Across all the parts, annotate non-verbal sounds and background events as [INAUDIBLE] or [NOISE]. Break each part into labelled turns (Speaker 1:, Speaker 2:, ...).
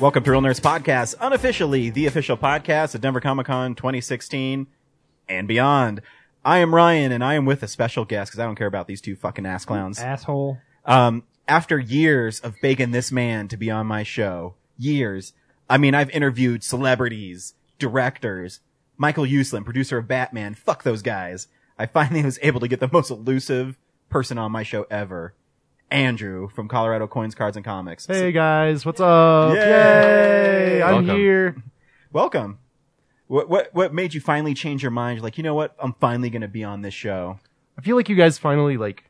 Speaker 1: Welcome to Real Nerds Podcast, unofficially the official podcast of Denver Comic Con 2016 and beyond. I am Ryan, and I am with a special guest because I don't care about these two fucking ass clowns.
Speaker 2: asshole.
Speaker 1: Um, after years of begging this man to be on my show, years. I mean, I've interviewed celebrities, directors, Michael Uslan, producer of Batman. Fuck those guys. I finally [LAUGHS] was able to get the most elusive person on my show ever. Andrew from Colorado Coins, Cards, and Comics.
Speaker 2: Hey guys, what's up?
Speaker 1: Yay!
Speaker 2: Yay! I'm
Speaker 3: Welcome.
Speaker 2: here.
Speaker 1: Welcome. What what what made you finally change your mind? You're Like, you know what? I'm finally going to be on this show.
Speaker 2: I feel like you guys finally like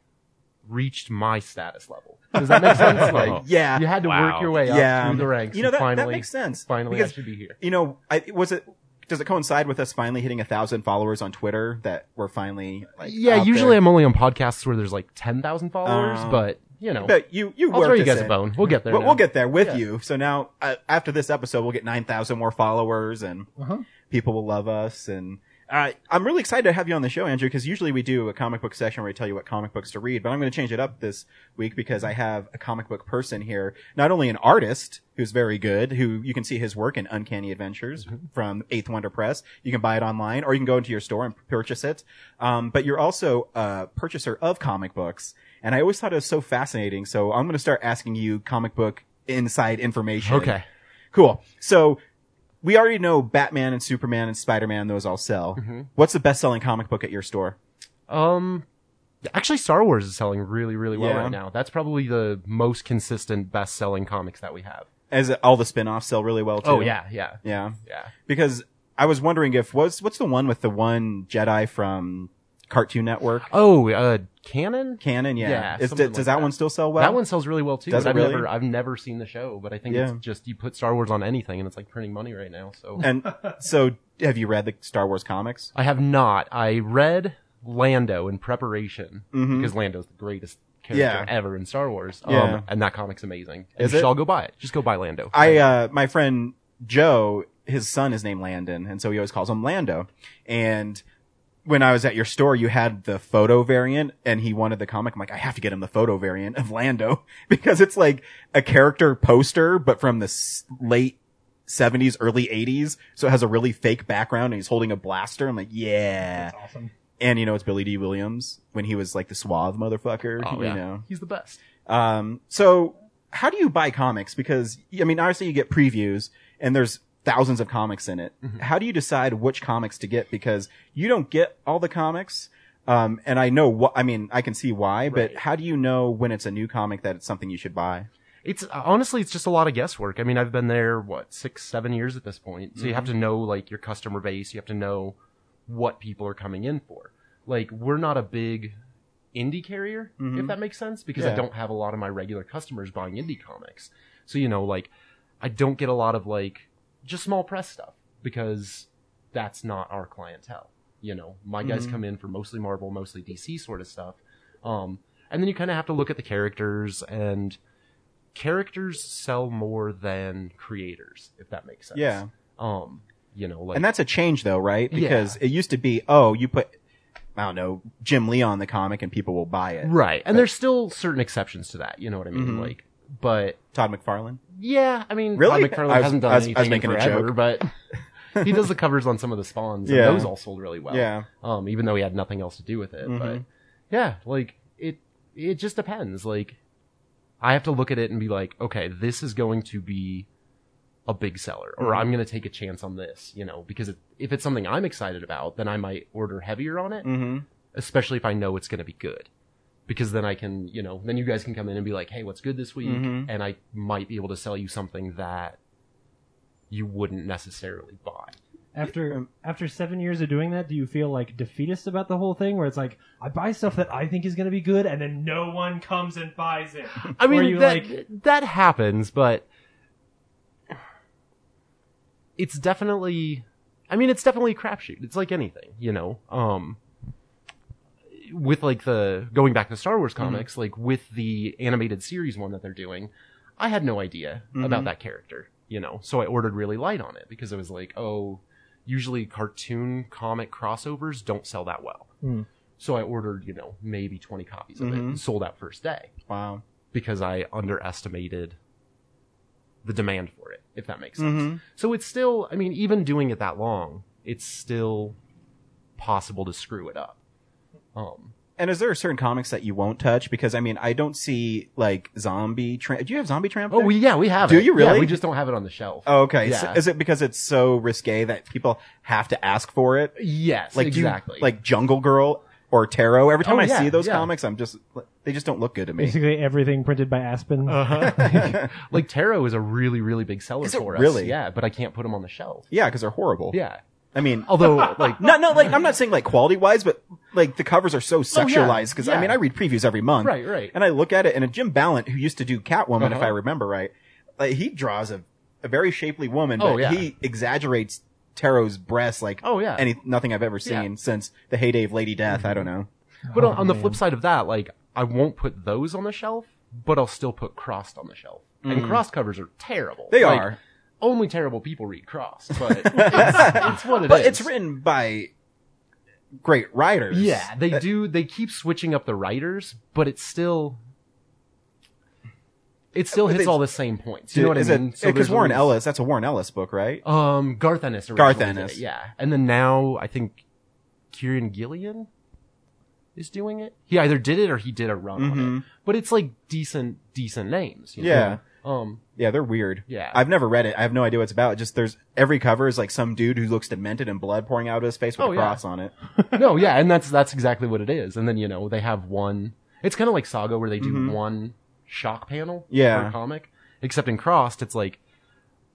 Speaker 2: reached my status level. Does that
Speaker 1: [LAUGHS]
Speaker 2: make sense? Like,
Speaker 1: Yeah.
Speaker 2: you had to
Speaker 3: Wow.
Speaker 2: work your way
Speaker 1: Yeah.
Speaker 2: up through the ranks.
Speaker 1: You know
Speaker 2: and
Speaker 1: that
Speaker 2: finally,
Speaker 1: that makes sense.
Speaker 2: Finally,
Speaker 1: because
Speaker 2: I should be here.
Speaker 1: you know, I was it. Does it coincide with us finally hitting a thousand followers on Twitter that we're finally like?
Speaker 2: yeah,
Speaker 1: out
Speaker 2: usually
Speaker 1: there?
Speaker 2: I'm only on podcasts where there's like ten thousand followers,
Speaker 1: Oh.
Speaker 2: but you know,
Speaker 1: But you you
Speaker 2: I'll
Speaker 1: worked
Speaker 2: throw you
Speaker 1: us
Speaker 2: guys a
Speaker 1: in.
Speaker 2: bone. We'll get there.
Speaker 1: But
Speaker 2: now.
Speaker 1: we'll get there with
Speaker 2: Yeah.
Speaker 1: you. So now, uh, after this episode, we'll get nine thousand more followers, and
Speaker 2: Uh-huh.
Speaker 1: people will love us. And uh, I'm really excited to have you on the show, Andrew, because usually we do a comic book section where we tell you what comic books to read. But I'm going to change it up this week because I have a comic book person here, not only an artist who's very good, who you can see his work in Uncanny Adventures from Eighth Wonder Press. You can buy it online, or you can go into your store and purchase it. Um, but you're also a purchaser of comic books. And I always thought it was so fascinating. So I'm going to start asking you comic book inside information.
Speaker 2: Okay.
Speaker 1: Cool. So we already know Batman and Superman and Spider Man, those all sell.
Speaker 2: Mm-hmm.
Speaker 1: What's the best selling comic book at your store?
Speaker 2: Um, actually, Star Wars is selling really, really well
Speaker 1: Yeah.
Speaker 2: right now. That's probably the most consistent best-selling comics that we have.
Speaker 1: As all the spin offs sell really well too.
Speaker 2: Oh yeah, yeah,
Speaker 1: Yeah.
Speaker 2: yeah.
Speaker 1: Because I was wondering if what's what's the one with the one Jedi from Cartoon Network?
Speaker 2: Oh, uh, Canon.
Speaker 1: Canon, yeah.
Speaker 2: Yeah,
Speaker 1: Is-
Speaker 2: something
Speaker 1: does does
Speaker 2: like
Speaker 1: that,
Speaker 2: that.
Speaker 1: one still sell well?
Speaker 2: that one sells really well too.
Speaker 1: Does
Speaker 2: but
Speaker 1: it
Speaker 2: I've
Speaker 1: really?
Speaker 2: never I've never seen the show, but I think
Speaker 1: Yeah.
Speaker 2: it's just you put Star Wars on anything and it's like printing money right now. So
Speaker 1: And so have you read the Star Wars comics?
Speaker 2: I have not. I read Lando in preparation because Lando's the greatest character
Speaker 1: Mm-hmm. Yeah.
Speaker 2: ever in Star Wars. Um,
Speaker 1: Yeah.
Speaker 2: and that comic's amazing. And
Speaker 1: Is
Speaker 2: you
Speaker 1: it?
Speaker 2: should all go buy it. Just go buy Lando.
Speaker 1: I uh my friend Joe, his son is named Landon, and so he always calls him Lando. And when I was at your store, you had the photo variant, and he wanted the comic. I'm like, I have to get him the photo variant of Lando [LAUGHS] because it's like a character poster, but from the s- late 70s, early 80s. So it has a really fake background, and he's holding a blaster. I'm like, yeah. That's awesome. And you know, it's Billy D. Williams when he was like the suave motherfucker.
Speaker 2: oh
Speaker 1: you
Speaker 2: yeah,
Speaker 1: know,
Speaker 2: he's the best.
Speaker 1: um, so how do you buy comics? Because I mean, obviously you get previews and there's thousands of comics in it.
Speaker 2: Mm-hmm.
Speaker 1: How do you decide which comics to get? Because you don't get all the comics. Um, and I know what, I mean, I can see why, but
Speaker 2: Right.
Speaker 1: how do you know when it's a new comic that it's something you should buy?
Speaker 2: It's uh, honestly, it's just a lot of guesswork. I mean, I've been there what six, seven years at this point, so you have to know like your customer base. You have to know what people are coming in for. Like, we're not a big indie carrier, if that makes sense, because
Speaker 1: Yeah.
Speaker 2: I don't have a lot of my regular customers buying indie comics. So you know, like, I don't get a lot of like just small press stuff because that's not our clientele. You know, my guys come in for mostly Marvel, mostly DC sort of stuff. Um, and then you kind of have to look at the characters and characters sell more than creators, if that makes sense.
Speaker 1: Yeah.
Speaker 2: Um, you know, like
Speaker 1: And that's a change though, right?
Speaker 2: Yeah.
Speaker 1: Because it used to be, oh, you put, I don't know, Jim Lee on the comic and people will buy it.
Speaker 2: right. And there's still certain exceptions to that. You know what I mean?
Speaker 1: Mhm.
Speaker 2: Like, but
Speaker 1: Todd McFarlane.
Speaker 2: yeah, I mean,
Speaker 1: Really?
Speaker 2: Todd McFarlane
Speaker 1: I was-
Speaker 2: hasn't done
Speaker 1: I was- I was
Speaker 2: anything in
Speaker 1: making a
Speaker 2: forever,
Speaker 1: joke. [LAUGHS]
Speaker 2: but he does the covers on some of the spawns,
Speaker 1: Yeah.
Speaker 2: and those all sold really well.
Speaker 1: Yeah.
Speaker 2: um, even though he had nothing else to do with it. But
Speaker 1: Mhm.
Speaker 2: yeah, like it, it just depends. Like I have to look at it and be like, okay, this is going to be a big seller or I'm going to take a chance on this, you know, because if, if it's something I'm excited about, then I might order heavier on it,
Speaker 1: Mm-hmm.
Speaker 2: especially if I know it's going to be good. Because then I can, you know, then you guys can come in and be like, hey, what's good this week?
Speaker 1: Mhm.
Speaker 2: And I might be able to sell you something that you wouldn't necessarily buy.
Speaker 3: After after seven years of doing that, do you feel like defeatist about the whole thing? Where it's like I buy stuff that I think is going to be good, and then no one comes and buys
Speaker 2: [LAUGHS]
Speaker 3: it.
Speaker 2: I
Speaker 3: Or
Speaker 2: mean,
Speaker 3: you
Speaker 2: that,
Speaker 3: like
Speaker 2: that happens, but it's definitely, I mean, it's definitely a crapshoot. It's like anything, you know, um, with like the, going back to Star Wars
Speaker 3: Mm-hmm.
Speaker 2: comics, like with the animated series one that they're doing, I had no idea
Speaker 3: Mm-hmm.
Speaker 2: about that character, you know, so I ordered really light on it because I was like, oh, usually cartoon comic crossovers don't sell that well.
Speaker 3: Hmm. Mm-hmm.
Speaker 2: So I ordered, you know, maybe 20 copies of it
Speaker 1: Mhm.
Speaker 2: and sold out first day
Speaker 1: Wow.
Speaker 2: because I underestimated the demand for it, if that makes sense.
Speaker 1: Mhm.
Speaker 2: So it's still, I mean, even doing it that long, it's still possible to screw it up. Um,
Speaker 1: And is there certain comics that you won't touch? Because I mean, I don't see like zombie. Tra- Do you have zombie tramp?
Speaker 2: oh,
Speaker 1: there?
Speaker 2: we, yeah, we have
Speaker 1: Do
Speaker 2: it.
Speaker 1: you
Speaker 2: Yeah,
Speaker 1: really?
Speaker 2: we just don't have it on the shelf.
Speaker 1: Oh, okay.
Speaker 2: Yeah.
Speaker 1: So is it because it's so risque that people have to ask for it?
Speaker 2: yes,
Speaker 1: Like do you-
Speaker 2: exactly.
Speaker 1: like Jungle Girl or Tarot. Every time
Speaker 2: Oh,
Speaker 1: I
Speaker 2: yeah,
Speaker 1: see those
Speaker 2: yeah.
Speaker 1: comics, I'm just they just don't look good to me. [LAUGHS]
Speaker 3: basically everything printed by Aspen.
Speaker 2: Uh-huh. like tarot is a really, really big seller
Speaker 1: Is it
Speaker 2: for us.
Speaker 1: really?
Speaker 2: Yeah, but I can't put them on the shelf.
Speaker 1: Yeah, because they're horrible.
Speaker 2: Yeah.
Speaker 1: I mean,
Speaker 2: Although, like,
Speaker 1: not no like I'm not saying like quality wise, but like the covers are so
Speaker 2: yeah,
Speaker 1: sexualized. Because I
Speaker 2: yeah.
Speaker 1: mean, I read previews every month,
Speaker 2: Right, right.
Speaker 1: And I look at it, and a Jim Ballant who used to do Catwoman, if
Speaker 2: Uh-huh.
Speaker 1: I remember right, like he draws a a very shapely woman, but
Speaker 2: Oh, yeah.
Speaker 1: he exaggerates Taro's breasts like
Speaker 2: Oh, yeah.
Speaker 1: any nothing I've ever seen since the heyday of Lady Death. I don't know. Oh,
Speaker 2: But on, on the flip side of that, like I won't put those on the shelf, but I'll still put crossed on the shelf. And crossed covers are terrible.
Speaker 1: Mm. They
Speaker 2: Like,
Speaker 1: are.
Speaker 2: Only terrible people read crossed,
Speaker 1: [LAUGHS]
Speaker 2: but it's, it's what it is.
Speaker 1: But it's written by great writers.
Speaker 2: Yeah, they do. They keep switching up the writers, but it's still. It still
Speaker 1: But
Speaker 2: hits
Speaker 1: they-
Speaker 2: all the same points. You know what I mean? So
Speaker 1: Because
Speaker 2: there's
Speaker 1: eh, Warren
Speaker 2: always-
Speaker 1: Ellis, that's a Warren Ellis book, right?
Speaker 2: um, Garth Ennis, originally
Speaker 1: Garth
Speaker 2: did it,
Speaker 1: Ennis.
Speaker 2: yeah. And then now I think Kieran Gillian is doing it. He either did it or he did a run on it. But it's like decent, decent names. you know?
Speaker 1: Mm-hmm. Yeah.
Speaker 2: Um.
Speaker 1: Yeah, they're weird.
Speaker 2: Yeah.
Speaker 1: I've never read it. I have no idea what it's about. Just there's every cover is like some dude who looks demented and blood pouring out of his face with
Speaker 2: Oh,
Speaker 1: a
Speaker 2: yeah.
Speaker 1: cross on it.
Speaker 2: no. Yeah. And that's that's exactly what it is. And then you know they have one. It's kind of like Saga where they do one shock panel.
Speaker 1: Mm-hmm. Yeah.
Speaker 2: Per comic. Except in Crossed, it's like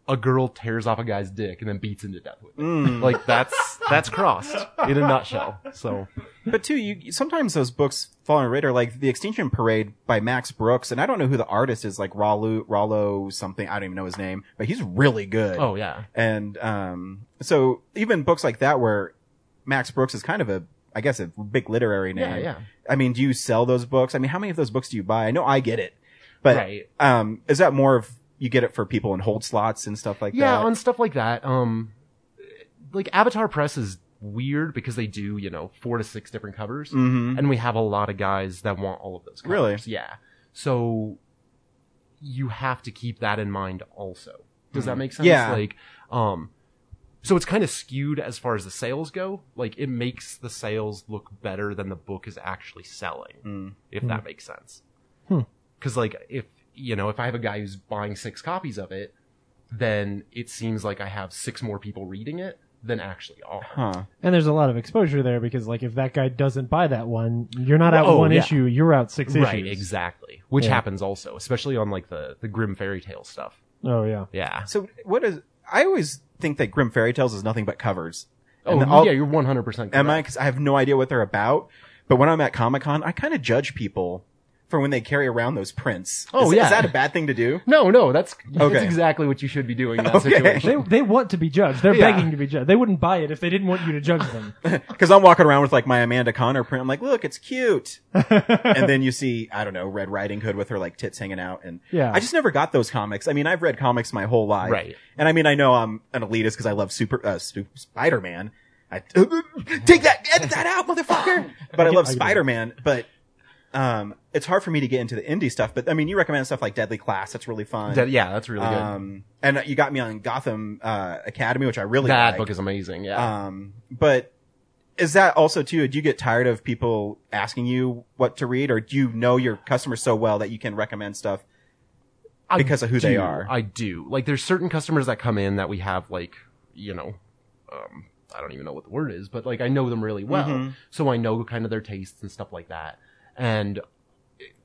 Speaker 2: a girl tears off a guy's dick and then beats him to death with it.
Speaker 1: Mm.
Speaker 2: [LAUGHS] Like that's that's Crossed in a nutshell. So.
Speaker 1: But too, you sometimes those books fall on your radar, like the Extinction Parade by Max Brooks, and I don't know who the artist is, like Rollo Rollo something. I don't even know his name, but he's really good.
Speaker 2: Oh yeah.
Speaker 1: and um, so even books like that where Max Brooks is kind of a, I guess, a big literary name.
Speaker 2: Yeah, yeah.
Speaker 1: I mean, do you sell those books? I mean, how many of those books do you buy? I know I get it, but
Speaker 2: Right.
Speaker 1: um, is that more of you get it for people in hold slots and stuff like
Speaker 2: yeah
Speaker 1: that?
Speaker 2: on stuff like that um like avatar press is weird because they do you know four to six different covers
Speaker 1: Mhm.
Speaker 2: and we have a lot of guys that want all of those covers.
Speaker 1: Really?
Speaker 2: yeah so you have to keep that in mind also does that make sense
Speaker 1: Mm-hmm. Yeah.
Speaker 2: like um so it's kind of skewed as far as the sales go like it makes the sales look better than the book is actually selling
Speaker 1: Mm.
Speaker 2: if that makes sense
Speaker 3: Hmm.
Speaker 2: because like if you know if i have a guy who's buying six copies of it then it seems like I have six more people reading it than actually are.
Speaker 1: Huh.
Speaker 3: And there's a lot of exposure there because, like, if that guy doesn't buy that one, you're not out
Speaker 2: Oh,
Speaker 3: one
Speaker 2: yeah.
Speaker 3: issue, you're out six
Speaker 2: Right,
Speaker 3: issues.
Speaker 2: exactly. Which
Speaker 3: Yeah.
Speaker 2: happens also, especially on like the the grim fairy tale stuff.
Speaker 3: Oh yeah.
Speaker 2: Yeah.
Speaker 1: So what is? I always think that Grim Fairy Tales is nothing but covers.
Speaker 2: Oh,
Speaker 1: then I'll-
Speaker 2: yeah, you're 100 percent.
Speaker 1: Am I? Because I have no idea what they're about. But when I'm at Comic Con, I kind of judge people for when they carry around those prints.
Speaker 2: Oh,
Speaker 1: Is-
Speaker 2: yeah.
Speaker 1: Is that a bad thing to do?
Speaker 2: No, no, that's
Speaker 1: [LAUGHS] Okay.
Speaker 2: that's exactly what you should be doing in
Speaker 1: [LAUGHS]
Speaker 2: that
Speaker 1: Okay.
Speaker 3: They
Speaker 2: situation.
Speaker 3: they want to be judged. They're
Speaker 2: Yeah.
Speaker 3: begging to be judged. They wouldn't buy it if they didn't want you to judge
Speaker 2: [LAUGHS]
Speaker 3: them.
Speaker 1: [LAUGHS] Because I'm walking around with like my Amanda Connor print. I'm like, look, it's
Speaker 2: [LAUGHS]
Speaker 1: cute. and then you see, I don't know, Red Riding Hood with her like tits hanging out. And
Speaker 3: Yeah.
Speaker 1: I just never got those comics. I mean, I've read comics my whole life.
Speaker 2: Right.
Speaker 1: And I mean, I know I'm an elitist because I love Super uh, Stu- Spider Man. I [LAUGHS] take that, edit that out,
Speaker 2: [LAUGHS]
Speaker 1: motherfucker. But I love
Speaker 3: I get it.
Speaker 1: Spider Man. But um, it's hard for me to get into the indie stuff. But I mean, you recommend stuff like Deadly Class. That's really fun.
Speaker 2: [LAUGHS] That- yeah, that's really good.
Speaker 1: um, and you got me on Gotham uh, Academy, which I really
Speaker 2: That
Speaker 1: like.
Speaker 2: book is amazing. Yeah.
Speaker 1: Um, but is that also too? Do you get tired of people asking you what to read, or do you know your customers so well that you can recommend stuff
Speaker 2: I
Speaker 1: Because of who they
Speaker 2: do.
Speaker 1: are.
Speaker 2: I do. Like there's certain customers that come in that we have like, you know, um, I don't even know what the word is, but like I know them really well.
Speaker 1: Mhm.
Speaker 2: So I know kind of their tastes and stuff like that. And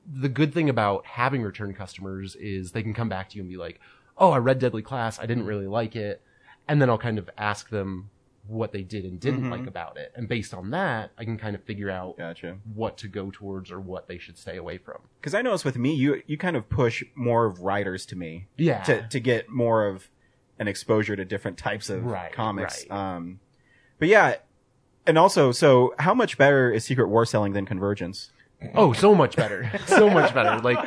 Speaker 2: the good thing about having return customers is they can come back to you and be like, "Oh, I read Deadly Class. I didn't really like it," and then I'll kind of ask them what they did and didn't
Speaker 1: Mhm.
Speaker 2: like about it, and based on that, I can kind of figure out
Speaker 1: Gotcha.
Speaker 2: what to go towards or what they should stay away from.
Speaker 1: Because I noticed with me, you you kind of push more of writers to me
Speaker 2: Yeah,
Speaker 1: to to get more of an exposure to different types of
Speaker 2: Right,
Speaker 1: comics.
Speaker 2: right.
Speaker 1: Um, but yeah, and also, so how much better is Secret War selling than Convergence?
Speaker 2: Oh, so much better. [LAUGHS] so much better. Like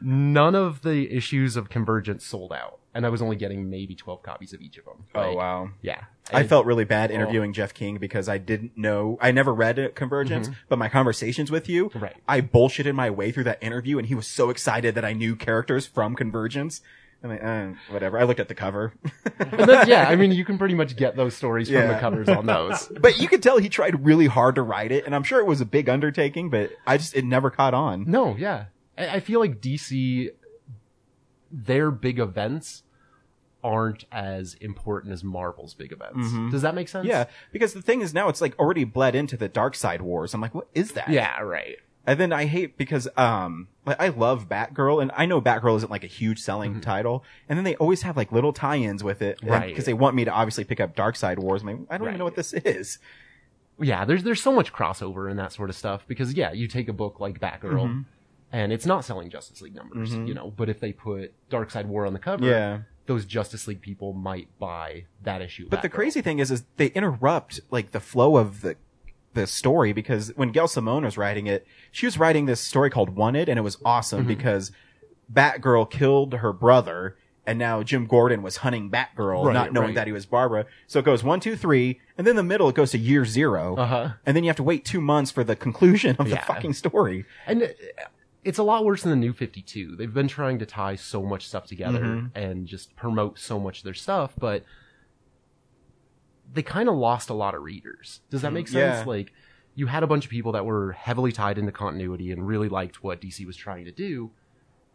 Speaker 2: none of the issues of Convergence sold out, and I was only getting maybe 12 copies of each of them.
Speaker 1: oh
Speaker 2: Like,
Speaker 1: wow.
Speaker 2: Yeah.
Speaker 1: I
Speaker 2: It-
Speaker 1: felt really bad interviewing Jeff King because I didn't know, I never read it, Convergence, but my conversations with you,
Speaker 2: Mm-hmm. Right.
Speaker 1: I bullshitted my way through that interview and he was so excited that I knew characters from Convergence. I mean, uh, whatever. I looked at the cover. [LAUGHS]
Speaker 2: And then, yeah, I mean, you can pretty much get those stories from
Speaker 1: Yeah.
Speaker 2: the covers on
Speaker 1: [LAUGHS]
Speaker 2: those.
Speaker 1: But you could tell he tried really hard to write it and I'm sure it was a big undertaking, but I just, it never caught on.
Speaker 2: No, yeah. I, I feel like DC, their big events aren't as important as Marvel's big events.
Speaker 1: Mhm.
Speaker 2: Does that make sense?
Speaker 1: Yeah. Because the thing is now it's like already bled into the Dark Side Wars. I'm like, what is that?
Speaker 2: Yeah, right.
Speaker 1: And then I hate because um like I love Batgirl and I know Batgirl isn't like a huge selling title and then they always have like little tie-ins with it
Speaker 2: Mm-hmm. Right.
Speaker 1: because they want me to obviously pick up Dark Side Wars. I'm like, I don't even
Speaker 2: Right.
Speaker 1: know what this is.
Speaker 2: yeah, there's there's so much crossover and that sort of stuff because yeah, you take a book like Batgirl,
Speaker 1: Mhm.
Speaker 2: and it's not selling Justice League numbers,
Speaker 1: Mhm.
Speaker 2: you know. But if they put Dark Side War on the cover,
Speaker 1: Yeah.
Speaker 2: those Justice League people might buy that issue. of
Speaker 1: But the
Speaker 2: Batgirl.
Speaker 1: crazy thing is is they interrupt like the flow of the the story because when Gail Simone was writing it, she was writing this story called Wanted and it was awesome
Speaker 2: Mm-hmm.
Speaker 1: because Batgirl killed her brother and now Jim Gordon was hunting Batgirl,
Speaker 2: Right,
Speaker 1: not knowing
Speaker 2: right.
Speaker 1: that he was Barbara. So it goes one, two, three, and then the middle it goes to year 0
Speaker 2: Uh-huh.
Speaker 1: and then you have to wait two months for the conclusion of the
Speaker 2: Yeah.
Speaker 1: fucking story.
Speaker 2: and uh, it's a lot worse than the new 52 they've been trying to tie so much stuff together
Speaker 1: Mhm.
Speaker 2: and just promote so much of their stuff but they kind of lost a lot of readers does that make sense
Speaker 1: Yeah.
Speaker 2: like you had a bunch of people that were heavily tied into continuity and really liked what dc was trying to do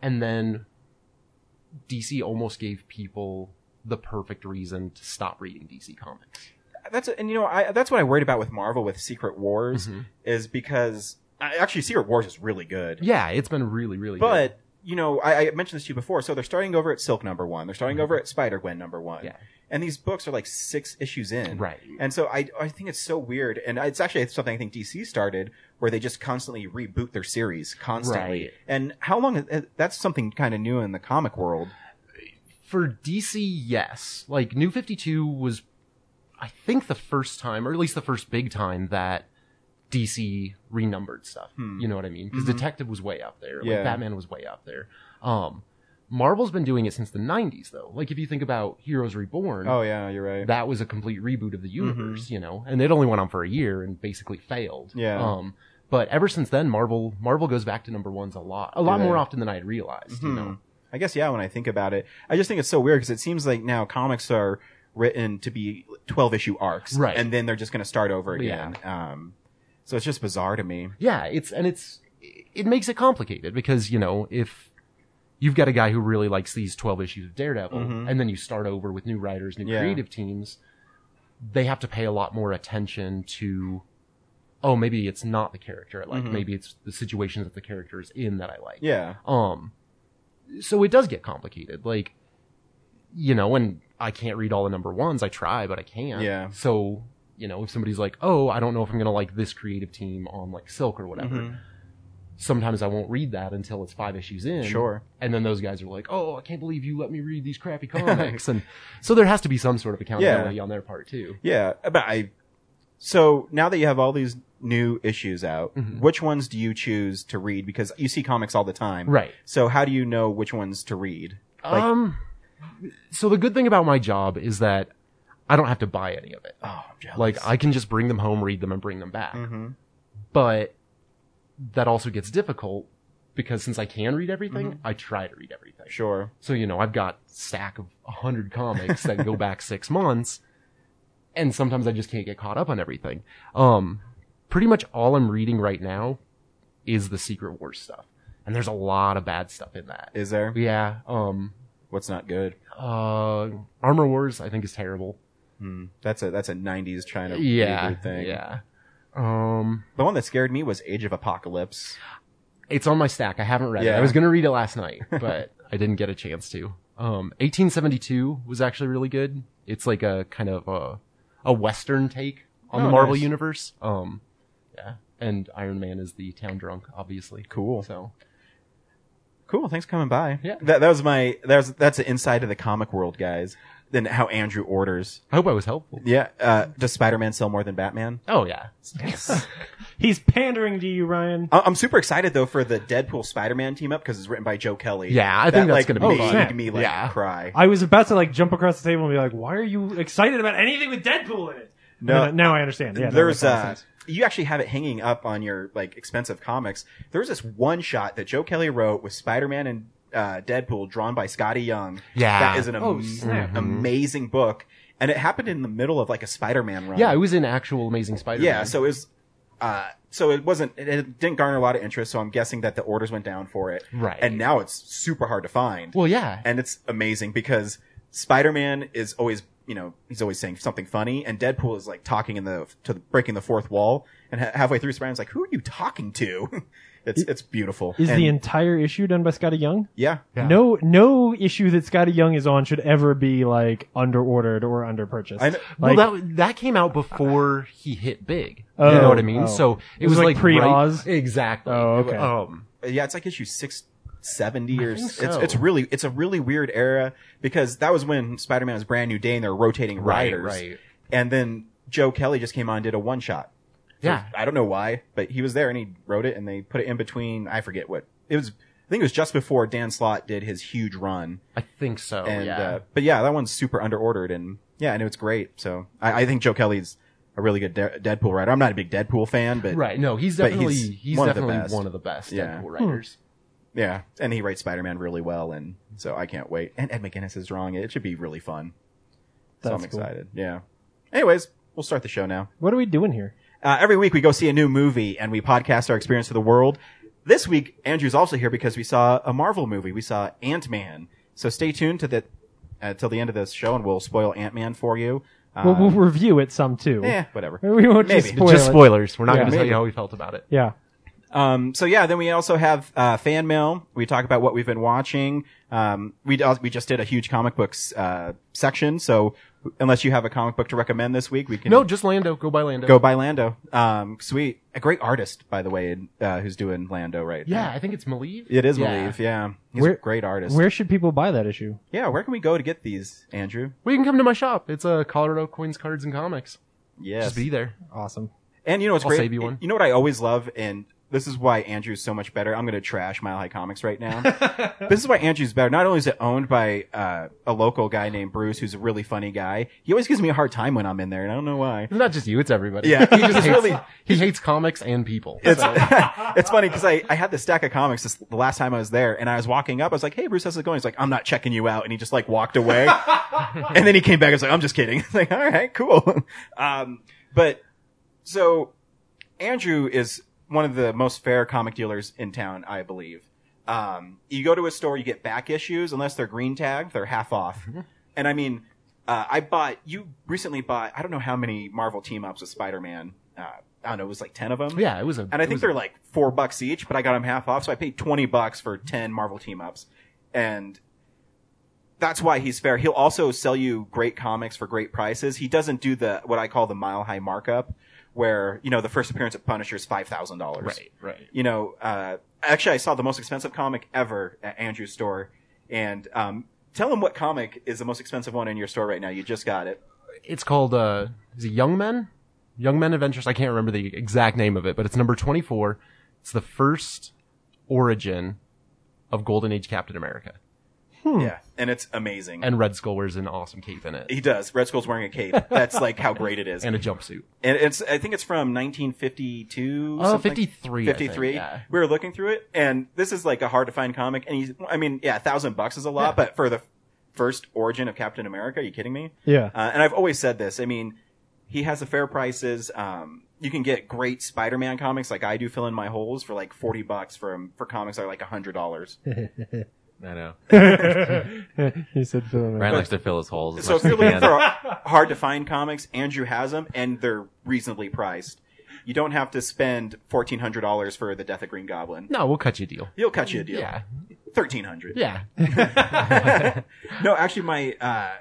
Speaker 2: and then dc almost gave people the perfect reason to stop reading dc comics
Speaker 1: That's and you know I, that's what I worried about with Marvel with Secret Wars
Speaker 2: Mhm.
Speaker 1: is because I, actually Secret Wars is really good.
Speaker 2: yeah it's been really really good.
Speaker 1: But you know, I, I mentioned this to you before. So they're starting over at Silk number one. They're starting
Speaker 2: Mhm.
Speaker 1: over at Spider Gwen number one.
Speaker 2: Yeah.
Speaker 1: And these books are like six issues in.
Speaker 2: right
Speaker 1: And so I, I think it's so weird. And it's actually something I think DC started where they just constantly reboot their series constantly.
Speaker 2: Right.
Speaker 1: And how long, uh, that's something kind of new in the comic world.
Speaker 2: for DC, yes. Like New 52 was I think the first time or at least the first big time that DC renumbered stuff.
Speaker 1: Hmm.
Speaker 2: You know what I mean? because
Speaker 1: Mhm.
Speaker 2: Detective was way up there.
Speaker 1: Yeah.
Speaker 2: Like Batman was way up there. Um Marvel's been doing it since the 90s though. Like if you think about Heroes Reborn,
Speaker 1: Oh yeah, Mm-hmm. you're right.
Speaker 2: that was a complete reboot of the universe, you know, and it only went on for a year and basically failed.
Speaker 1: Yeah.
Speaker 2: Um, but ever since then, Marvel Marvel goes back to number ones a lot, a lot
Speaker 1: they?
Speaker 2: more often than I had realized.
Speaker 1: Hmm.
Speaker 2: You know,
Speaker 1: Mm-hmm. I guess yeah. When I think about it, I just think it's so weird because it seems like now comics are written to be twelve issue arcs,
Speaker 2: Right.
Speaker 1: And then they're just going to start over again. Um, so it's just bizarre to me.
Speaker 2: yeah it's and it's it makes it complicated because you know if you've got a guy who really likes these 12 issues of daredevil
Speaker 1: Mhm.
Speaker 2: and then you start over with new writers new
Speaker 1: Yeah.
Speaker 2: creative teams they have to pay a lot more attention to oh maybe it's not the character i like
Speaker 1: Mhm.
Speaker 2: maybe it's the situation that the character is in that i like
Speaker 1: Yeah.
Speaker 2: um, so it does get complicated. Like, you know, and I can't read all the number ones. I try, but I can't.
Speaker 1: Yeah.
Speaker 2: So, you know, if somebody's like, oh, I don't know if I'm going to like this creative team on like Silk or whatever,
Speaker 1: Mhm.
Speaker 2: sometimes I won't read that until it's five issues in.
Speaker 1: Sure.
Speaker 2: And then those guys are like, oh, I can't believe you let me read
Speaker 1: [LAUGHS]
Speaker 2: these crappy comics. and so there has to be some sort of accountability on their part too.
Speaker 1: Yeah, but I. So now that you have all these new issues out,
Speaker 2: Mhm.
Speaker 1: which ones do you choose to read? Because you see comics all the time,
Speaker 2: Right.
Speaker 1: So how do you know which ones to read? Like-
Speaker 2: um, so the good thing about my job is that I don't have to buy any of it.
Speaker 1: Oh, I'm jealous.
Speaker 2: Like I can just bring them home, read them, and bring them back.
Speaker 1: Mhm.
Speaker 2: But that also gets difficult because since I can read everything, I try to read everything.
Speaker 1: Sure.
Speaker 2: So you know, I've got stack of hundred comics that go back six months, and sometimes I just can't get caught up on everything. Um, pretty much all I'm reading right now is the Secret Wars stuff and there's a lot of bad stuff in that.
Speaker 1: Is there?
Speaker 2: Yeah. Um.
Speaker 1: What's not good?
Speaker 2: Uh. Armor Wars, I think, is terrible.
Speaker 1: Hmm. That's a that's a '90s China
Speaker 2: Yeah.
Speaker 1: reboot thing.
Speaker 2: Yeah. Um.
Speaker 1: The one that scared me was Age of Apocalypse.
Speaker 2: It's on my stack. I haven't read it.
Speaker 1: Yeah.
Speaker 2: I was gonna read it last night, [LAUGHS] but I didn't get a chance to. Um. 1872 was actually really good. It's like a kind of a a Western take on
Speaker 1: Oh,
Speaker 2: the Marvel
Speaker 1: nice.
Speaker 2: universe. Um. Yeah. And Iron Man is the town drunk, obviously.
Speaker 1: Cool.
Speaker 2: So
Speaker 1: Cool. Thanks for coming by.
Speaker 2: Yeah.
Speaker 1: That that was my that was that's the inside of the comic world, guys. Then how Andrew orders.
Speaker 2: I hope I was helpful.
Speaker 1: Yeah. Uh, does Spider-Man sell more than Batman?
Speaker 2: Oh yeah.
Speaker 3: He's pandering to you, Ryan.
Speaker 1: [LAUGHS] I- I'm super excited though for the Deadpool Spider-Man team up because it's written by Joe Kelly.
Speaker 2: Yeah, I think
Speaker 1: that,
Speaker 2: that's
Speaker 1: like,
Speaker 2: gonna be
Speaker 1: made
Speaker 2: fun.
Speaker 3: Snap.
Speaker 1: me like
Speaker 2: Yeah.
Speaker 1: cry.
Speaker 3: I was about to like jump across the table and be like, "Why are you excited about anything with Deadpool in it?"
Speaker 1: No.
Speaker 3: And now I understand. Yeah, no,
Speaker 1: There's
Speaker 3: that makes
Speaker 1: uh,
Speaker 3: sense.
Speaker 1: you actually have it hanging up on your like expensive comics. There's this one shot that Joe Kelly wrote with Spider-Man and uh, Deadpool, drawn by Scotty Young.
Speaker 2: Yeah.
Speaker 1: that is an
Speaker 3: Oh,
Speaker 1: am-
Speaker 3: snap.
Speaker 1: amazing book, and it happened in the middle of like a Spider-Man run.
Speaker 2: Yeah, it was in actual Amazing Spider-Man.
Speaker 1: yeah. So it was, uh, so it wasn't. It, it didn't garner a lot of interest. So I'm guessing that the orders went down for it.
Speaker 2: Right.
Speaker 1: And now it's super hard to find.
Speaker 2: well, yeah,
Speaker 1: and it's amazing because Spider-Man is always, you know, he's always saying something funny, and Deadpool is like talking in the to the, breaking the fourth wall, and ha- halfway through Spider-Man's like, "Who are you talking to?" [LAUGHS] it's it's beautiful.
Speaker 3: is
Speaker 1: And-
Speaker 3: the entire issue done by Scotty Young?
Speaker 1: yeah.
Speaker 2: Yeah.
Speaker 3: No, no issue that Scotty Young is on should ever be like under ordered or under purchased.
Speaker 1: I know-
Speaker 3: Like,
Speaker 2: well, that that came out before he hit big.
Speaker 3: Oh,
Speaker 2: you know what I mean?
Speaker 3: oh.
Speaker 2: So it,
Speaker 3: It was
Speaker 2: was,
Speaker 3: like
Speaker 2: like
Speaker 3: pre-Oz?
Speaker 2: right- exactly.
Speaker 3: Oh, okay.
Speaker 2: Um,
Speaker 1: yeah, it's like issue six seventy or
Speaker 2: think
Speaker 1: it's
Speaker 2: so.
Speaker 1: it's really it's a really weird era because that was when Spider-Man was brand new day and they were rotating
Speaker 2: Right,
Speaker 1: writers,
Speaker 2: right.
Speaker 1: and then Joe Kelly just came on and did a one shot.
Speaker 2: yeah,
Speaker 1: I don't know why, but he was there and he wrote it and they put it in between. I forget what it was. I think it was just before Dan Slott did his huge run.
Speaker 2: I think so.
Speaker 1: And,
Speaker 2: Oh, yeah.
Speaker 1: uh, but yeah, that one's super underordered and yeah, and it's great. So I, I think Joe Kelly's a really good De- Deadpool writer. I'm not a big Deadpool fan, but
Speaker 2: right. No, he's
Speaker 1: but he's
Speaker 2: definitely he's,
Speaker 1: one of the
Speaker 2: definitely
Speaker 1: best.
Speaker 2: one of the best
Speaker 1: Yeah. Hmm.
Speaker 2: Deadpool writers.
Speaker 1: yeah, and he writes Spider-Man really well. And so I can't wait. And Ed McGuinness is drawing it. It should be really fun. so
Speaker 3: That's
Speaker 1: I'm
Speaker 3: cool.
Speaker 1: excited. Yeah. Anyways, we'll start the show now.
Speaker 3: what are we doing here?
Speaker 1: Uh, every week we go see a new movie and we podcast our experience of the world. This week, Andrew's also here because we saw a Marvel movie. We saw Ant Man. So stay tuned to the uh, till the end of this show, and we'll spoil Ant Man for you. Uh,
Speaker 3: We'll, we'll review it some too.
Speaker 1: eh, whatever.
Speaker 3: [LAUGHS] We won't just
Speaker 1: Maybe.
Speaker 3: spoil
Speaker 2: Just
Speaker 3: it.
Speaker 2: spoilers. We're not
Speaker 3: Yeah.
Speaker 2: going to tell
Speaker 1: Maybe.
Speaker 2: you how we felt about it.
Speaker 3: Yeah.
Speaker 1: Um, so yeah, then we also have uh, fan mail. We talk about what we've been watching. Um, we d- we just did a huge comic books uh, section. So unless you have a comic book to recommend this week, we can
Speaker 2: No, just Lando. Go by Lando.
Speaker 1: go by Lando. Um, sweet, a great artist by the way, uh, who's doing Lando right now.
Speaker 2: Yeah, I think it's Maliv.
Speaker 1: It is
Speaker 2: Yeah.
Speaker 1: Maliv, yeah. He's
Speaker 3: Where-
Speaker 1: a great artist.
Speaker 3: Where should people buy that issue?
Speaker 1: yeah, where can we go to get these, Andrew?
Speaker 2: Well, you can come to my shop. It's uh, Colorado Coins, Cards, and Comics.
Speaker 1: Yes.
Speaker 2: Just be there.
Speaker 3: Awesome. [LAUGHS]
Speaker 1: and you know what's
Speaker 2: I'll
Speaker 1: great?
Speaker 2: save you one.
Speaker 1: You know what I always love? And this is why Andrew's so much better. I'm going to trash Mile High Comics right
Speaker 2: [LAUGHS]
Speaker 1: now. this is why Andrew's better. Not only is it owned by uh, a local guy named Bruce, who's a really funny guy, he always gives me a hard time when I'm in there, and I don't know why.
Speaker 2: It's not just you. It's everybody.
Speaker 1: Yeah.
Speaker 2: [LAUGHS] he just
Speaker 1: It's
Speaker 2: hates,
Speaker 1: really-
Speaker 2: he hates comics and people.
Speaker 1: It's, [LAUGHS] it's funny because I, I had this stack of comics this, the last time I was there, and I was walking up. I was like, "Hey, Bruce, how's it going?" He's like, "I'm not checking you out," and he just like walked away. and then he came back. I was like, "I'm just kidding." [LAUGHS] It's like, all right, cool. [LAUGHS] Um, but so Andrew is one of the most fair comic dealers in town, I believe. Um, you go to a store, you get back issues unless they're green tagged, they're half off. and I mean, uh, I bought you recently bought I don't know how many Marvel team ups with Spider Man. Uh, I don't know, it was like ten of them.
Speaker 2: yeah, it was a.
Speaker 1: And I
Speaker 2: it
Speaker 1: think
Speaker 2: was
Speaker 1: they're like four bucks each, but I got them half off, so I paid twenty bucks for ten Marvel team ups, and that's why he's fair. He'll also sell you great comics for great prices. He doesn't do the what I call the mile high markup, where you know the first appearance of Punisher is five thousand dollars.
Speaker 2: right, right.
Speaker 1: You know, uh, actually, I saw the most expensive comic ever at Andrew's store, and um, tell him what comic is the most expensive one in your store right now. You just got it.
Speaker 2: it's called uh is it Young Men? Young Men Adventures. I can't remember the exact name of it, but it's number 24. It's the first origin of Golden Age Captain America.
Speaker 1: Yeah, and it's amazing.
Speaker 2: Hmm. And Red Skull wears an awesome cape in it
Speaker 1: he does. Red Skull's wearing a cape. That's like how great it is.
Speaker 2: [LAUGHS] and a jumpsuit.
Speaker 1: and it's I think it's from 1952.
Speaker 2: Oh,
Speaker 1: something.
Speaker 2: 53, I think,
Speaker 1: 53.
Speaker 2: yeah.
Speaker 1: We were looking through it, and this is like a hard to find comic. And he's, I mean, yeah, a thousand bucks is a lot, but for the first origin of Captain America, are you kidding me?
Speaker 3: [LAUGHS] Yeah.
Speaker 1: Uh, and I've always said this. I mean, He has a fair prices. Um, you can get great Spider-Man comics like I do, fill in my holes for like forty bucks from for comics that are like hundred dollars.
Speaker 4: I know.
Speaker 3: he said film.
Speaker 4: Ryan likes to fill his holes. As
Speaker 1: So
Speaker 4: much
Speaker 1: if you're
Speaker 4: as he
Speaker 1: looking
Speaker 4: can.
Speaker 1: for hard to find comics, Andrew has them, and they're reasonably priced. You don't have to spend fourteen hundred dollars for the Death of Green Goblin.
Speaker 2: No, we'll cut you a deal.
Speaker 1: He'll cut you a deal.
Speaker 2: Yeah,
Speaker 1: Thirteen hundred.
Speaker 2: yeah.
Speaker 1: [LAUGHS]
Speaker 2: [LAUGHS]
Speaker 1: no, actually, my uh,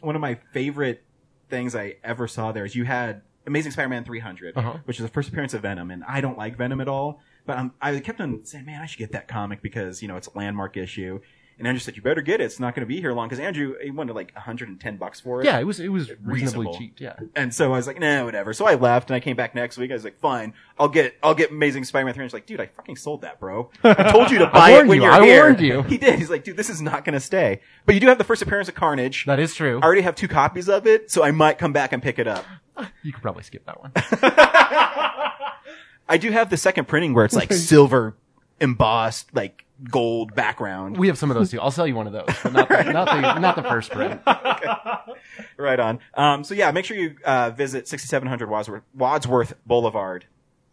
Speaker 1: one of my favorite things I ever saw there is you had Amazing Spider-Man 300,
Speaker 2: Uh-huh.
Speaker 1: which is the first appearance of Venom, and I don't like Venom at all. But um, I kept on saying, "Man, I should get that comic because you know it's a landmark issue." And Andrew said, "You better get it. It's not going to be here long." Because Andrew he wanted like 110 bucks for it.
Speaker 2: Yeah, it was it was reasonably
Speaker 1: Reasonable.
Speaker 2: cheap. Yeah,
Speaker 1: And so I was like, "Nah, whatever." So I left, and I came back next week. I was like, "Fine, I'll get I'll get Amazing Spider-Man 300." He's like, "Dude, I fucking sold that, bro. I told you
Speaker 2: [LAUGHS]
Speaker 1: to buy it
Speaker 2: warned
Speaker 1: when
Speaker 2: you.
Speaker 1: you're
Speaker 2: I
Speaker 1: here."
Speaker 2: warned you.
Speaker 1: He did. He's like, "Dude, this is not going to stay." But you do have the first appearance of Carnage.
Speaker 2: that is true.
Speaker 1: I already have two copies of it, so I might come back and pick it up.
Speaker 2: You could probably skip that one.
Speaker 1: I do have the second printing where it's
Speaker 2: [LAUGHS]
Speaker 1: like silver embossed, like gold background.
Speaker 2: We have some of those too. I'll sell you one of those, but not the, not the, not the first print.
Speaker 1: Right on. Um, so yeah, make sure you uh, visit 6700 Wadsworth, Wadsworth Boulevard.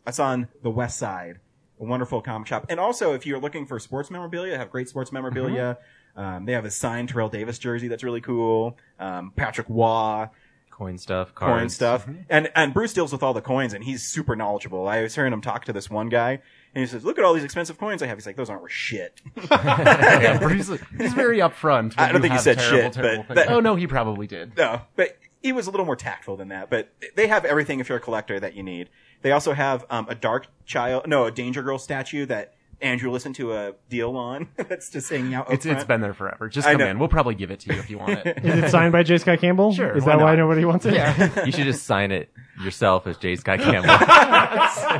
Speaker 1: That's on the west side. A wonderful comic shop. And also, if you're looking for sports memorabilia, they have great sports memorabilia. Um, they have a signed Terrell Davis jersey that's really cool. Um, Patrick Waugh.
Speaker 4: Coin stuff, cards.
Speaker 1: coin
Speaker 4: [LAUGHS]
Speaker 1: stuff. And and Bruce deals with all the coins, and he's super knowledgeable. I was hearing him talk to this one guy, and he says, "Look at all these expensive coins I have." He's like, "Those aren't worth shit."
Speaker 2: [LAUGHS] Yeah, but he's, he's very upfront. when
Speaker 1: I don't
Speaker 2: you
Speaker 1: think he
Speaker 2: have
Speaker 1: said
Speaker 2: terrible,
Speaker 1: shit,
Speaker 2: terrible
Speaker 1: but
Speaker 2: things.
Speaker 1: that-
Speaker 2: oh no, he probably did.
Speaker 1: no, but he was a little more tactful than that. But they have everything if you're a collector that you need. They also have um, a dark child, no, a danger girl statue that Andrew listened to a deal on. [LAUGHS] That's just hanging out. out
Speaker 2: It's it's
Speaker 1: front.
Speaker 2: been there forever. Just
Speaker 1: I
Speaker 2: come
Speaker 1: know.
Speaker 2: in. We'll probably give it to you if you want it. [LAUGHS]
Speaker 3: Is it signed by J. Scott Campbell?
Speaker 2: Sure,
Speaker 3: Is
Speaker 2: why
Speaker 3: that why
Speaker 2: not?
Speaker 3: nobody wants it?
Speaker 2: yeah.
Speaker 4: [LAUGHS] You should just sign it yourself as J. Scott Campbell.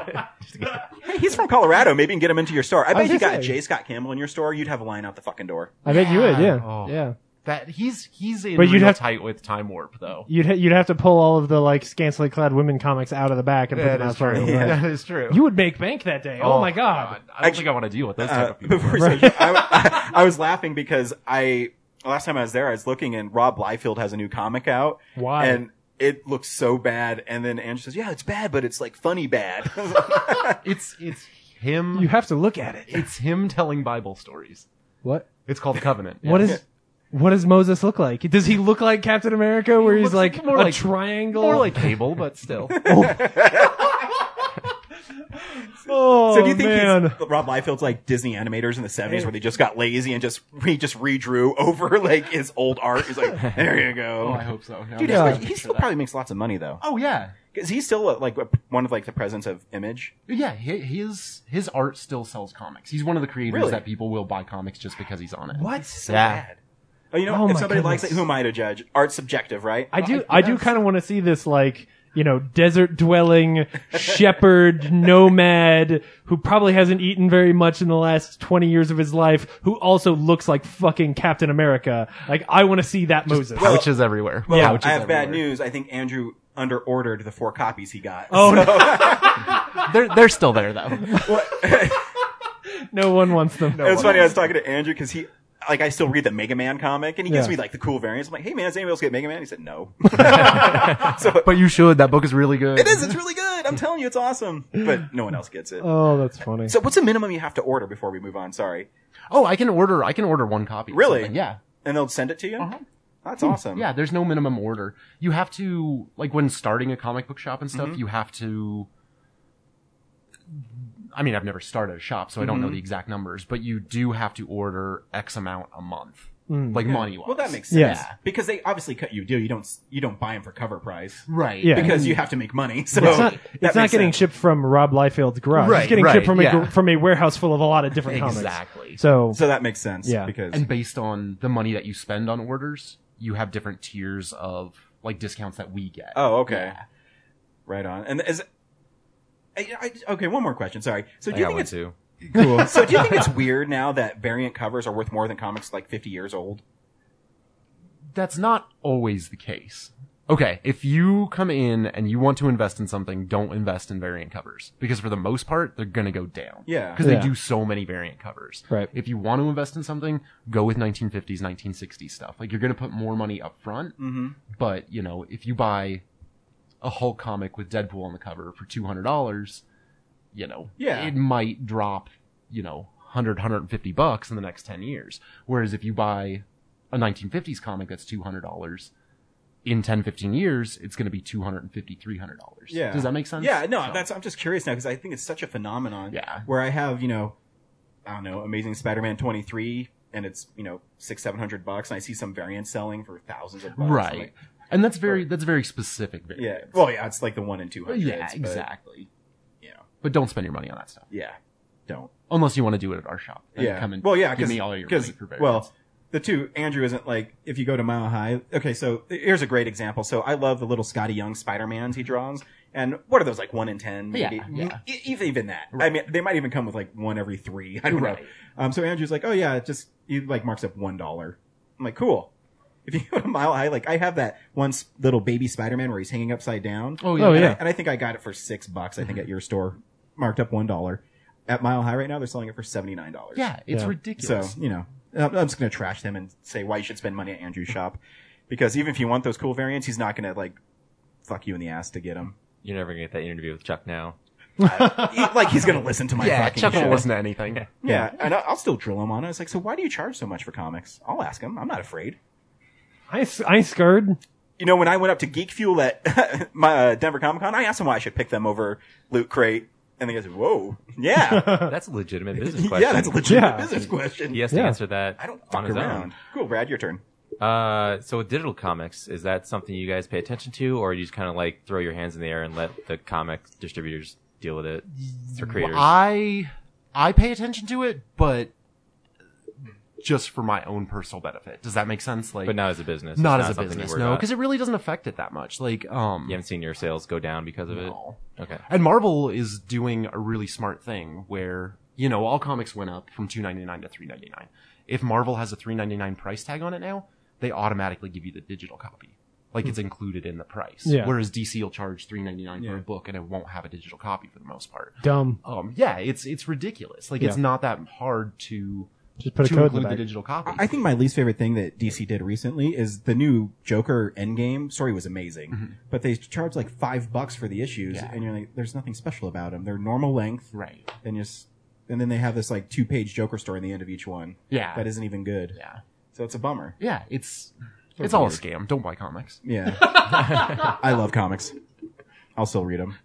Speaker 1: Hey, he's from Colorado. Maybe you can get him into your
Speaker 2: Oh,
Speaker 1: store. I bet
Speaker 3: was
Speaker 1: if you
Speaker 3: gonna
Speaker 1: got a
Speaker 3: say.
Speaker 1: J. Scott Campbell in your store, you'd have a line out the fucking door.
Speaker 3: I bet you would. Yeah.
Speaker 4: Oh.
Speaker 3: Yeah.
Speaker 2: That he's he's in
Speaker 3: But you'd
Speaker 2: real
Speaker 3: have-
Speaker 2: tight with time warp though.
Speaker 3: You'd ha- you'd have to pull all of the like scantily clad women comics out of the back and put them outside. of the line.
Speaker 2: That is true.
Speaker 3: You would make bank that day. Oh, my god.
Speaker 2: I don't think I want to deal with those type
Speaker 1: Uh,
Speaker 2: of people.
Speaker 1: before we said- I, I, I was laughing because I last time I was there, I was looking and Rob Liefeld has a new comic out.
Speaker 3: Why?
Speaker 1: And it looks so bad. And then Andrew says, "Yeah, it's bad, but it's like funny bad." [LAUGHS]
Speaker 2: It's it's him.
Speaker 3: You have to look at it.
Speaker 2: it's him telling Bible stories.
Speaker 3: What?
Speaker 2: It's called Covenant.
Speaker 3: What is? What does Moses look like? Does he look like Captain America, where he's
Speaker 2: looks
Speaker 3: like
Speaker 2: more
Speaker 3: a
Speaker 2: like-
Speaker 3: triangle?
Speaker 2: more like Cable,
Speaker 3: [LAUGHS]
Speaker 2: but still.
Speaker 3: oh
Speaker 1: so do you think
Speaker 3: man.
Speaker 1: he's, Rob Liefeld's like Disney animators in the seventies, where they just got lazy and just he just redrew over [LAUGHS] like his old art? He's like,
Speaker 3: [LAUGHS]
Speaker 1: "There you
Speaker 2: Oh,
Speaker 1: go."
Speaker 2: I hope so. Now
Speaker 1: Dude,
Speaker 2: I'm
Speaker 1: he's-
Speaker 3: uh,
Speaker 2: just gonna
Speaker 1: he
Speaker 2: picture
Speaker 1: still
Speaker 2: that.
Speaker 1: probably makes lots of money though.
Speaker 2: Oh yeah,
Speaker 1: Is he still uh, like one of like the presidents of Image?
Speaker 2: yeah. hi- His his art still sells comics. He's one of the creators
Speaker 1: Really?
Speaker 2: that people will buy comics just because he's on it.
Speaker 1: What? So
Speaker 4: Yeah.
Speaker 1: bad. Oh, you know,
Speaker 3: Oh
Speaker 1: if
Speaker 3: my
Speaker 1: somebody likes it,
Speaker 3: goodness.
Speaker 1: who am I to judge? Art's subjective, right?
Speaker 3: I do.
Speaker 2: I
Speaker 3: I, do
Speaker 2: guess.
Speaker 3: kind of want to see this, like you know, desert dwelling [LAUGHS] shepherd nomad who probably hasn't eaten very much in the last twenty years of his life, who also looks like fucking Captain America. Like I want to see that Moses.
Speaker 1: well-
Speaker 2: Couches everywhere.
Speaker 1: Well,
Speaker 2: Couches
Speaker 1: I have bad
Speaker 2: everywhere.
Speaker 1: news. I think Andrew underordered the four copies he got.
Speaker 3: Oh
Speaker 1: [LAUGHS]
Speaker 3: no,
Speaker 2: They're they're still
Speaker 3: [LAUGHS]
Speaker 2: there though.
Speaker 3: no one wants them.
Speaker 1: it was funny. I was talking to Andrew because he, like, I still read the Mega Man comic, and he gives
Speaker 3: Yeah.
Speaker 1: me like the cool variants. I'm like, hey man, does anybody else get Mega Man? He said
Speaker 3: [LAUGHS]
Speaker 1: no. [LAUGHS] so
Speaker 2: but you should. That book is really good.
Speaker 1: it is. It's really good. I'm telling you, it's awesome. But no one else gets it.
Speaker 3: Oh, that's funny.
Speaker 1: So what's the minimum you have to order before we move on? Sorry,
Speaker 2: Oh, I can order. I can order one copy. or
Speaker 1: Really?
Speaker 2: something. Yeah.
Speaker 1: and they'll send it to you.
Speaker 2: Uh-huh.
Speaker 1: That's awesome.
Speaker 2: Yeah. There's no minimum order. You have to like when starting a comic book shop and
Speaker 1: Mm-hmm.
Speaker 2: stuff. You have to. I mean, I've never started a shop, so I
Speaker 1: Mm-hmm.
Speaker 2: don't know the exact numbers, but you do have to order X amount a month,
Speaker 3: Mm.
Speaker 2: like money wise.
Speaker 1: Well, that makes sense
Speaker 3: Yeah.
Speaker 1: because they obviously cut you a deal. You don't you don't buy them for cover price
Speaker 2: right.
Speaker 3: Yeah.
Speaker 1: because you have to make money. So
Speaker 3: it's not,
Speaker 1: that
Speaker 3: it's not
Speaker 1: makes
Speaker 3: getting
Speaker 1: sense.
Speaker 3: shipped from Rob Liefeld's garage.
Speaker 2: Right,
Speaker 3: it's getting
Speaker 2: right,
Speaker 3: shipped from a,
Speaker 2: yeah.
Speaker 3: gr- from a warehouse full of a lot of different comics.
Speaker 2: exactly.
Speaker 3: So,
Speaker 1: So that makes sense.
Speaker 3: Yeah.
Speaker 1: Because
Speaker 2: and based on the money that you spend on orders, you have different tiers of like discounts that we get.
Speaker 1: Oh, okay. Right on. And is I, I, okay, one more question. Sorry. So do
Speaker 4: I
Speaker 1: you
Speaker 4: got
Speaker 1: think
Speaker 4: one
Speaker 1: it's
Speaker 4: too.
Speaker 1: cool. [LAUGHS] so do you think it's weird now that variant covers are worth more than comics like 50 years old?
Speaker 2: that's not always the case. Okay, if you come in and you want to invest in something, don't invest in variant covers because for the most part they're gonna go down.
Speaker 1: Yeah.
Speaker 2: because
Speaker 3: Yeah.
Speaker 2: they do so many variant covers.
Speaker 3: Right.
Speaker 2: If you want to invest in something, go with 1950s,
Speaker 1: Mm-hmm.
Speaker 2: 1960s stuff. Like you're gonna put more money up front, but you know if you buy a Hulk comic with Deadpool on the cover for two hundred dollars, you know,
Speaker 1: Yeah.
Speaker 2: it might drop, you know, 100, 150 bucks in the next ten years. Whereas if you buy a nineteen fifties comic that's two hundred dollars, in 10, 15 years, it's going to be two hundred and fifty, three hundred dollars.
Speaker 1: Yeah.
Speaker 2: Does that make sense?
Speaker 1: Yeah, no,
Speaker 2: So-
Speaker 1: that's I'm just curious now because I think it's such a phenomenon.
Speaker 2: Yeah.
Speaker 1: Where I have, you know, I don't know, Amazing Spider-Man 23 and it's, you know, 6 700 bucks and I see some variants selling for thousands of bucks. I'm
Speaker 2: right.
Speaker 1: like,
Speaker 2: and that's very that's very specific.
Speaker 1: yeah.
Speaker 2: Variance.
Speaker 1: Well, yeah, it's like the 1 in 200.
Speaker 2: yeah, exactly.
Speaker 1: You know.
Speaker 2: But don't spend your money on that stuff
Speaker 1: Yeah. Don't.
Speaker 2: unless you want to do it at our shop. Then
Speaker 1: yeah.
Speaker 2: come and
Speaker 1: well, yeah,
Speaker 2: give
Speaker 1: 'cause-
Speaker 2: me all your
Speaker 1: 'cause,
Speaker 2: money for variance.
Speaker 1: Well, the two Andrew isn't like if you go to Mile High. Okay, so here's a great example. So I love the little Scotty Young Spider Mans he draws, and what are those like one in ten? Maybe
Speaker 2: Yeah, yeah.
Speaker 1: E- even even that. I mean, they might even come with like one every three. I don't
Speaker 2: Right.
Speaker 1: know. Um, so Andrew's like, oh yeah, it just he like marks up one dollar. I'm like, cool. If you go to Mile High, like I have that one s- little baby Spider Man where he's hanging upside down.
Speaker 2: oh yeah, Mm-hmm.
Speaker 3: Oh,
Speaker 1: And I-
Speaker 3: yeah.
Speaker 1: and I think I got it for six bucks. I think at your store, marked up one dollar. At Mile High right now, they're selling it for seventy nine dollars.
Speaker 2: yeah, it's
Speaker 3: Yeah.
Speaker 1: So,
Speaker 2: ridiculous.
Speaker 1: you know, I'm I'm just going to trash them and say why you should spend money at Andrew's shop. Because even if you want those cool variants, he's not going to, like, fuck you in the ass to get them.
Speaker 4: You're never gonna get that interview with
Speaker 1: [LAUGHS]
Speaker 4: Chuck now.
Speaker 1: like, he's going to listen to my
Speaker 2: yeah,
Speaker 1: fucking
Speaker 2: Chuck
Speaker 1: show.
Speaker 2: won't listen to anything.
Speaker 1: Yeah, and I- I'll still drill him on it. It's like, so why do you charge so much for comics? I'll ask him. I'm not afraid.
Speaker 3: I, s- I scared.
Speaker 1: You know, when I went up to Geek Fuel at [LAUGHS] my uh, Denver Comic Con, I asked him why I should pick them over Loot Crate. And the guy said, whoa, [LAUGHS] yeah.
Speaker 4: That's a
Speaker 3: [LAUGHS]
Speaker 4: legitimate business
Speaker 1: [LAUGHS]
Speaker 4: question.
Speaker 1: yeah, that's a legitimate
Speaker 3: Yeah.
Speaker 1: business question.
Speaker 4: He has to
Speaker 3: Yeah.
Speaker 4: answer that
Speaker 1: I don't
Speaker 4: on
Speaker 1: fuck
Speaker 4: his
Speaker 1: around. Cool, Brad, your turn.
Speaker 4: own. Uh, so with digital comics, is that something you guys pay attention to, or you just kind of like throw your hands in the air and let the comic distributors deal with it or creators?
Speaker 2: I I pay attention to it, but just for my own personal benefit. Does that make sense? Like
Speaker 4: but not as a business. It's
Speaker 2: not as a
Speaker 4: something you
Speaker 2: business,
Speaker 4: worry
Speaker 2: no,
Speaker 4: about.
Speaker 2: because it really doesn't affect it that much. Like um,
Speaker 4: you haven't seen your sales go down because of
Speaker 2: no.
Speaker 4: it. Okay.
Speaker 2: And Marvel is doing a really smart thing where, you know, all comics went up from 2.99 to 3.99. If Marvel has a 3.99 price tag on it now, they automatically give you the digital copy. Like it's included in the price.
Speaker 3: Hmm. Yeah.
Speaker 2: Whereas DC will charge 3.99
Speaker 1: Yeah.
Speaker 2: for a book and it won't have a digital copy for the most part.
Speaker 3: Dumb.
Speaker 2: Um yeah, it's it's ridiculous. Like it's
Speaker 3: Yeah.
Speaker 2: not that hard to
Speaker 3: Just put a
Speaker 2: to
Speaker 3: code in
Speaker 2: include
Speaker 3: the
Speaker 2: the
Speaker 3: back.
Speaker 2: digital copy.
Speaker 1: I think my least favorite thing that DC did recently is the new Joker Endgame story was amazing,
Speaker 4: Mm-hmm.
Speaker 1: but they charge like five bucks for the issues,
Speaker 2: Yeah.
Speaker 1: and you're like, there's nothing special about them. They're normal length,
Speaker 2: right.
Speaker 1: and just and then they have this like two page Joker story in the end of each one
Speaker 2: Yeah.
Speaker 1: that isn't even good.
Speaker 2: yeah.
Speaker 1: So it's a bummer.
Speaker 2: Yeah, it's
Speaker 1: So
Speaker 2: it's all a
Speaker 1: weird.
Speaker 2: scam. Don't buy comics. [LAUGHS]
Speaker 1: Yeah, I love comics. I'll still read them.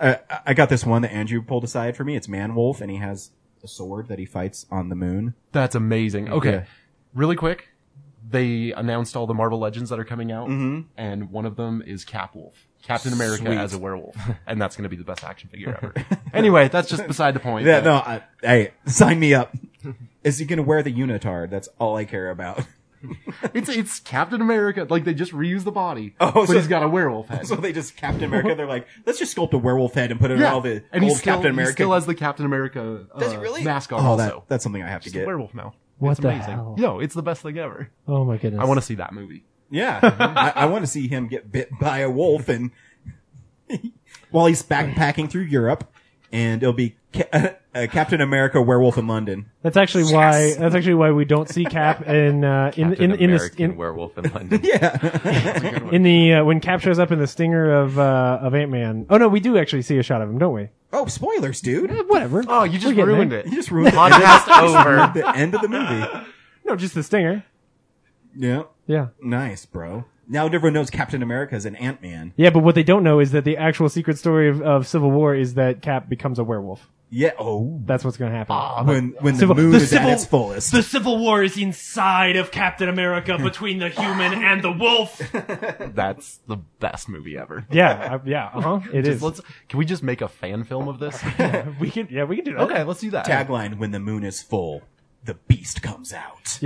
Speaker 1: I, I got this one that Andrew pulled aside for me. It's Man Wolf, and he has a sword that he fights on the moon.
Speaker 2: That's amazing. Okay.
Speaker 1: Yeah.
Speaker 2: Really quick, they announced all the Marvel Legends that are coming out,
Speaker 1: Mhm.
Speaker 2: and one of them is Capwolf, Captain America
Speaker 1: Sweet.
Speaker 2: as
Speaker 1: [LAUGHS]
Speaker 2: a werewolf, and that's going to be the best action figure ever. anyway, that's just beside the point.
Speaker 1: Yeah,
Speaker 2: but-
Speaker 1: no, I, hey, [LAUGHS] sign me up. Is he gonna wear the unitard? That's all I care about. [LAUGHS]
Speaker 2: It's it's Captain America. Like they just reuse the body,
Speaker 1: Oh,
Speaker 2: but
Speaker 1: so-
Speaker 2: he's got a
Speaker 1: [LAUGHS]
Speaker 2: werewolf head.
Speaker 1: So they just Captain America. They're like, let's just sculpt a werewolf head and put it in
Speaker 2: yeah,
Speaker 1: all the old
Speaker 2: and he's still,
Speaker 1: Captain America.
Speaker 2: He still has the Captain America uh,
Speaker 1: Does he really?
Speaker 2: mask on.
Speaker 1: oh,
Speaker 2: also,
Speaker 1: that, that's something I have to
Speaker 2: Just a
Speaker 1: get.
Speaker 2: werewolf now.
Speaker 3: What
Speaker 2: it's
Speaker 3: the
Speaker 2: amazing.
Speaker 3: hell?
Speaker 2: No, it's the best thing ever.
Speaker 3: Oh my goodness.
Speaker 2: I want to see that movie.
Speaker 1: Yeah, I, I want to see him get bit by a wolf, and [LAUGHS] while he's backpacking through Europe, and it'll be ca- [LAUGHS] uh, Captain America werewolf in London.
Speaker 3: That's actually why. That's actually why we don't see Cap [LAUGHS] in uh, in
Speaker 4: Captain
Speaker 3: in in the
Speaker 4: American
Speaker 3: in,
Speaker 4: werewolf
Speaker 3: [LAUGHS]
Speaker 4: in London.
Speaker 1: Yeah,
Speaker 3: in the uh, when Cap shows up in the stinger of uh, of Ant Man. Oh no, we do actually see a shot of him, don't we?
Speaker 1: [LAUGHS] oh, spoilers, dude!
Speaker 3: Eh, Whatever.
Speaker 2: Oh, you just
Speaker 3: We're getting
Speaker 2: ruined
Speaker 3: there. [LAUGHS]
Speaker 2: it.
Speaker 1: You just ruined the, end of,
Speaker 2: [LAUGHS]
Speaker 4: Podcast over.
Speaker 1: [LAUGHS] the end of the movie.
Speaker 3: No, just the stinger.
Speaker 1: Yeah,
Speaker 3: Yeah.
Speaker 1: nice, bro. Now everyone knows Captain America is an Ant Man.
Speaker 3: Yeah, but what they don't know is that the actual secret story of, of Civil War is that Cap becomes a werewolf.
Speaker 1: Yeah. Oh.
Speaker 3: That's what's going to happen.
Speaker 1: when when
Speaker 3: Civil-
Speaker 1: the moon
Speaker 3: the
Speaker 1: is
Speaker 3: civil-
Speaker 1: at its fullest.
Speaker 3: The Civil War is inside of Captain America between the human and the wolf.
Speaker 2: That's the best movie ever.
Speaker 3: [LAUGHS] Yeah, I- yeah, uh-huh. It
Speaker 2: Just
Speaker 3: is.
Speaker 2: let's- can we just make a fan film of [LAUGHS] this?
Speaker 3: We can yeah, we can do that.
Speaker 2: okay, let's do that.
Speaker 1: Tagline: When the moon is full, the beast comes out.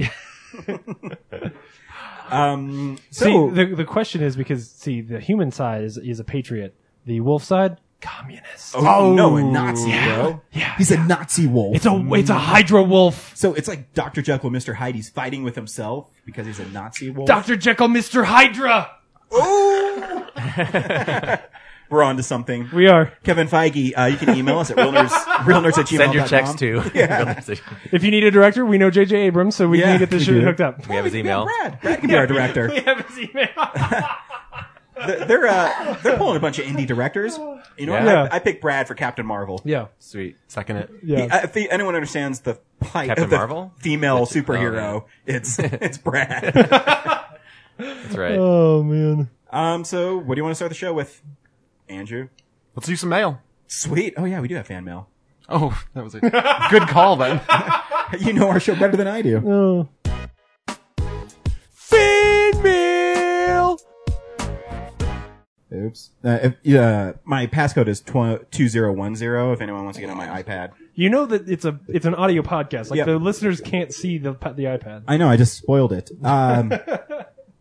Speaker 1: [LAUGHS] um. So
Speaker 3: see, the the question is because see, the human side is is a patriot. The wolf side, communist.
Speaker 1: oh, no, a Nazi, bro.
Speaker 3: yeah,
Speaker 1: he's a Nazi wolf.
Speaker 3: It's a it's a hydra wolf.
Speaker 1: so it's like Doctor Jekyll, and Mister Hyde. He's fighting with himself because he's a Nazi wolf.
Speaker 3: Dr. Jekyll, Mr. Hydra.
Speaker 1: [LAUGHS] We're on to something.
Speaker 3: We are.
Speaker 1: Kevin Feige, uh, you can email us at realnerds,
Speaker 3: [LAUGHS]
Speaker 1: realnerds at gmail.
Speaker 4: Send your checks to. [LAUGHS]
Speaker 3: If you need a director, we know JJ Abrams, so we
Speaker 1: Yeah,
Speaker 3: can get this
Speaker 1: we
Speaker 3: shit
Speaker 1: do.
Speaker 3: hooked up.
Speaker 4: [LAUGHS] we have his email.
Speaker 3: [LAUGHS]
Speaker 1: Brad. Brad can be our director.
Speaker 3: We have his email.
Speaker 1: They're they're, uh, they're pulling a bunch of indie directors. You know, what?
Speaker 4: Yeah.
Speaker 1: I, I picked Brad for Captain Marvel.
Speaker 3: Yeah.
Speaker 4: Sweet.
Speaker 2: Second it.
Speaker 3: Yeah.
Speaker 1: He- uh, if the- anyone understands the height
Speaker 4: Captain
Speaker 1: of the
Speaker 4: Marvel?
Speaker 1: female
Speaker 4: That's- oh,
Speaker 1: superhero, it's it's Brad.
Speaker 4: That's right.
Speaker 2: Uh,
Speaker 3: oh man.
Speaker 1: um, so what do you want to start the show with, Andrew?
Speaker 2: Let's do some mail.
Speaker 1: Sweet. Oh yeah, we do have fan mail.
Speaker 2: Oh, that was a good call then. [LAUGHS]
Speaker 1: You know our show better than I do.
Speaker 3: Oh.
Speaker 1: Oops. Uh, if, yeah, my passcode is tw- two zero one zero. If anyone wants to get on my iPad,
Speaker 3: You know that it's a it's an audio podcast. Like
Speaker 1: Yeah.
Speaker 3: the listeners can't see the pa- the iPad.
Speaker 1: I know I just spoiled it. [LAUGHS] Um,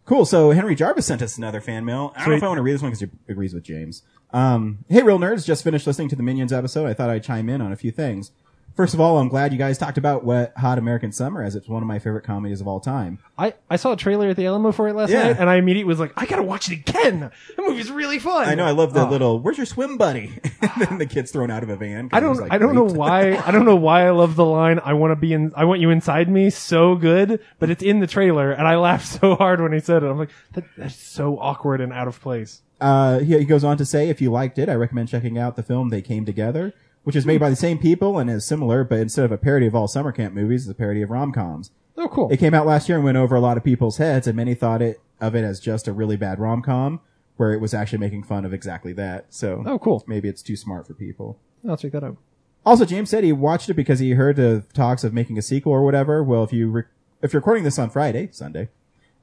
Speaker 1: cool. So Henry Jarvis sent us another fan mail. I don't know if
Speaker 3: Sweet.
Speaker 1: I want to read this one because it agrees with James. Um, hey, real nerds, just finished listening to the Minions episode. I thought I'd chime in on a few things. First of all, I'm glad you guys talked about Wet Hot American Summer as it's one of my favorite comedies of all time.
Speaker 3: I, I saw a trailer at the Alamo for it last
Speaker 1: Yeah.
Speaker 3: night, and I immediately was like, I gotta watch it again. That movie's really fun.
Speaker 1: I know I love the
Speaker 3: Oh.
Speaker 1: little "Where's your swim buddy?" [LAUGHS] and then the kid's thrown out of a van. 'cause
Speaker 3: I
Speaker 1: he was,
Speaker 3: don't.
Speaker 1: like,
Speaker 3: I don't know
Speaker 1: raped.
Speaker 3: why. I don't know why I love the line. I want to be in. I want you inside me so good, but it's in the trailer, and I laughed so hard when he said it. I'm like, that, that's so awkward and out of place.
Speaker 1: uh, he, he goes on to say, if you liked it, I recommend checking out the film They Came Together, which is made by the same people and is similar, but instead of a parody of all summer camp movies, it's a parody of rom-coms.
Speaker 3: Oh, cool.
Speaker 1: It came out last year and went over a lot of people's heads, and many thought it of it as just a really bad rom-com, where it was actually making fun of exactly that. So
Speaker 3: Oh, cool.
Speaker 1: maybe it's too smart for people.
Speaker 3: I'll check that out.
Speaker 1: Also, James said he watched it because he heard the talks of making a sequel or whatever. Well, if you re- if you're recording this on Friday, Sunday,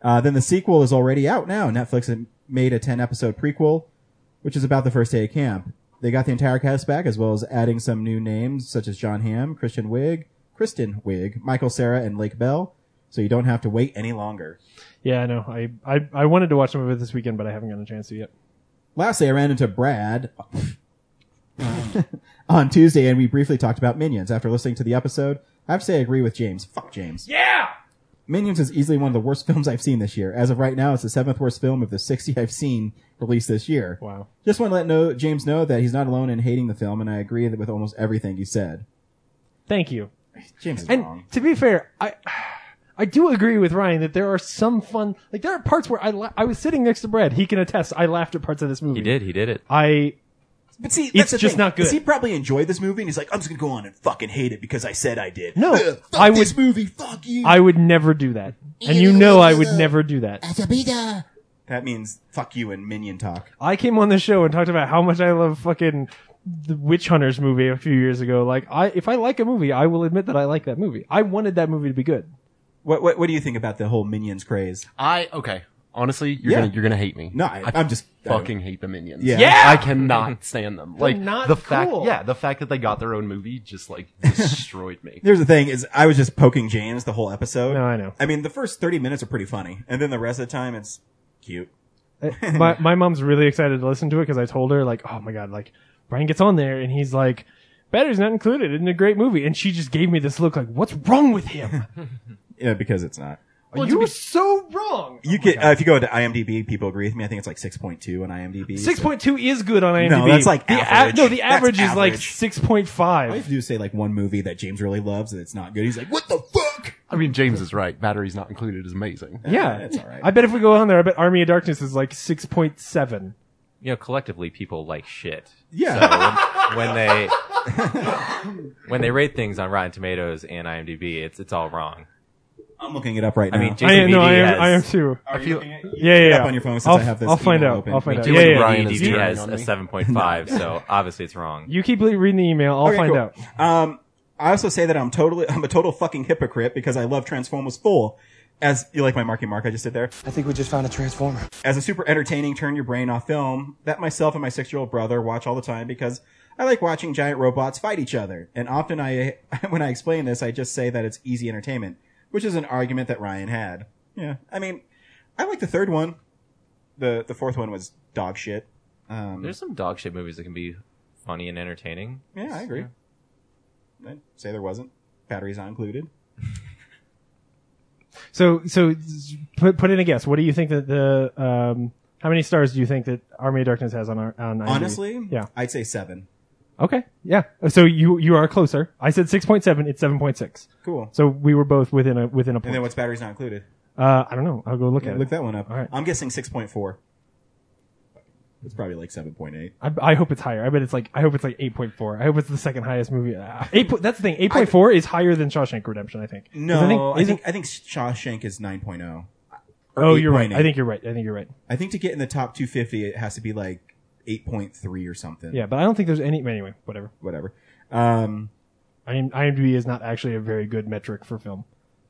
Speaker 1: uh, then the sequel is already out now. Netflix had made a 10 episode prequel, which is about the first day of camp. They got the entire cast back as well as adding some new names such as John Hamm, Christian Wig, Kristen Wig, Michael Sarah, and Lake Bell. So you don't have to wait any longer.
Speaker 3: Yeah, I know. I, I I wanted to watch the movie this weekend, but I haven't gotten a chance to yet.
Speaker 1: Lastly, I ran into Brad on Tuesday and we briefly talked about Minions. After listening to the episode, I have to say I agree with James. Fuck James.
Speaker 3: Yeah.
Speaker 1: Minions is easily one of the worst [LAUGHS] films I've seen this year. As of right now, it's the seventh worst film of the 60 [LAUGHS] I've seen released this year.
Speaker 3: Wow.
Speaker 1: Just want to let know, James know that he's not alone in hating the film, and I agree that with almost everything he said.
Speaker 3: Thank you.
Speaker 1: James is
Speaker 3: And
Speaker 1: wrong.
Speaker 3: to be fair, I I do agree with Ryan that there are some fun. Like there are parts where I la- I was sitting next to Brad. He can attest. I laughed at parts of this movie.
Speaker 4: He did. He did it.
Speaker 3: I
Speaker 1: But see, that's
Speaker 3: It's
Speaker 1: the
Speaker 3: just
Speaker 1: thing,
Speaker 3: not good.
Speaker 1: is He probably enjoyed this movie, and he's like, "I'm just gonna go on and fucking hate it because I said I did."
Speaker 3: No,
Speaker 1: Ugh, fuck
Speaker 3: I
Speaker 1: this
Speaker 3: would-
Speaker 1: movie. Fuck you.
Speaker 3: I would never do that. And you know I would never do that.
Speaker 1: that means fuck you in minion talk.
Speaker 3: I came on the show and talked about how much I love fucking the Witch Hunters movie a few years ago. Like I if I like a movie, I will admit that I like that movie. I wanted that movie to be good.
Speaker 1: What, what What do you think about the whole minions craze?
Speaker 2: I okay. Honestly, you're
Speaker 1: Yeah.
Speaker 2: gonna you're gonna hate me.
Speaker 1: No, I,
Speaker 2: I
Speaker 1: am just
Speaker 2: fucking hate the minions.
Speaker 1: Yeah.
Speaker 3: Yeah!
Speaker 2: I [LAUGHS] cannot stand them. Like
Speaker 3: not
Speaker 2: the fact
Speaker 3: cool.
Speaker 2: yeah, the fact that they got their own movie just like [LAUGHS] destroyed me.
Speaker 1: Here's the thing: is I was just poking James the whole episode.
Speaker 3: No,
Speaker 1: [LAUGHS]
Speaker 3: I know.
Speaker 1: I mean, the first 30 minutes are pretty funny, and then the rest of the time it's cute.
Speaker 3: Uh, my my mom's really excited to listen to it because I told her like, oh my god, like Brian gets on there and he's like, battery's not included. Isn't it a great movie? And she just gave me this look like, what's wrong with
Speaker 1: [LAUGHS]
Speaker 3: him?
Speaker 1: Yeah, because it's not.
Speaker 3: you were so
Speaker 1: [LAUGHS]
Speaker 3: wrong.
Speaker 1: You get uh, if you go to IMDb, people agree with me. I think it's like 6.2 on IMDb.
Speaker 3: Six point two is good on IMDb.
Speaker 1: that's like
Speaker 3: the
Speaker 1: average.
Speaker 3: no, the
Speaker 1: That's
Speaker 3: average is like
Speaker 1: average.
Speaker 3: six point
Speaker 1: I used
Speaker 3: five.
Speaker 1: to do say like one movie that James really loves and it's not good. He's like, "What the fuck?"
Speaker 2: I mean James is right. Batteries not included is amazing.
Speaker 3: Yeah,
Speaker 1: that's all right.
Speaker 3: I bet if we go on there, I bet Army of Darkness is like six point seven.
Speaker 4: You know, collectively, people like shit.
Speaker 1: Yeah.
Speaker 4: So when they [LAUGHS] when they rate things on Rotten Tomatoes and IMDb, it's it's all wrong.
Speaker 1: I'm looking it up right now.
Speaker 4: I mean,
Speaker 3: I am, no, I
Speaker 4: JCVD
Speaker 3: am,
Speaker 4: has-
Speaker 3: I am too.
Speaker 1: Are you
Speaker 2: feel-
Speaker 1: looking at- you
Speaker 3: Yeah,
Speaker 1: look it
Speaker 3: yeah.
Speaker 1: Up on your phone since
Speaker 3: I'll,
Speaker 1: I have this.
Speaker 3: I'll find
Speaker 1: email
Speaker 3: out.
Speaker 1: Open.
Speaker 3: I'll find out.
Speaker 2: do
Speaker 3: Yeah,
Speaker 2: it,
Speaker 3: yeah.
Speaker 2: Brian. is
Speaker 4: IMDb
Speaker 2: turning
Speaker 4: E has
Speaker 2: on
Speaker 4: a
Speaker 2: me.
Speaker 4: seven point five, so obviously it's wrong.
Speaker 3: You keep reading the email. I'll
Speaker 1: Okay,
Speaker 3: find
Speaker 1: cool.
Speaker 3: out.
Speaker 1: Um, I also say that I'm totally, [LAUGHS] I'm a total fucking hypocrite because I love Transformers full. As you like my Marky Mark I just did there.
Speaker 5: I think we just found a transformer.
Speaker 1: as a super entertaining turn your brain off film that myself and my six year old brother watch all the time because I like watching giant robots fight each other. And often I, [LAUGHS] when I explain this, I just say that it's easy entertainment, which is an argument that Ryan had. Yeah. I mean, I like the third one. The, the fourth one was dog shit. Um,
Speaker 4: There's some dog shit movies that can be funny and entertaining.
Speaker 1: yeah, I agree. I'd say there wasn't. Batteries not included.
Speaker 3: So, so s- put put in a guess. What do you think that the um, how many stars do you think that Army of Darkness has on our on? IMDb?
Speaker 1: Honestly,
Speaker 3: yeah.
Speaker 1: I'd say seven.
Speaker 3: Okay, yeah. So you you are closer. I said six point seven. It's seven point six.
Speaker 1: Cool.
Speaker 3: So we were both within a within a
Speaker 1: And then
Speaker 3: point.
Speaker 1: what's batteries not included?
Speaker 3: Uh, I don't know. I'll go look
Speaker 1: Yeah,
Speaker 3: at
Speaker 1: look
Speaker 3: it.
Speaker 1: that one up.
Speaker 3: All right.
Speaker 1: I'm guessing 6.4. It's probably like seven point eight.
Speaker 3: I, I hope it's higher. I bet it's like I hope it's like eight point four. I hope it's the second highest movie. Uh, eight. Po- that's the thing. Eight point four is higher than Shawshank Redemption. I think. 'Cause
Speaker 1: No, I think, I
Speaker 3: isn't-
Speaker 1: think Shawshank is 9.0. Or
Speaker 3: Oh, you're right.
Speaker 1: 8.8.
Speaker 3: I think you're right. I think you're right.
Speaker 1: I think to get in the top 250, it has to be like 8.3 or something.
Speaker 3: Yeah, but I don't think there's any. Anyway, whatever.
Speaker 1: Whatever. Um,
Speaker 3: IM- IMDb is not actually a very good metric for film.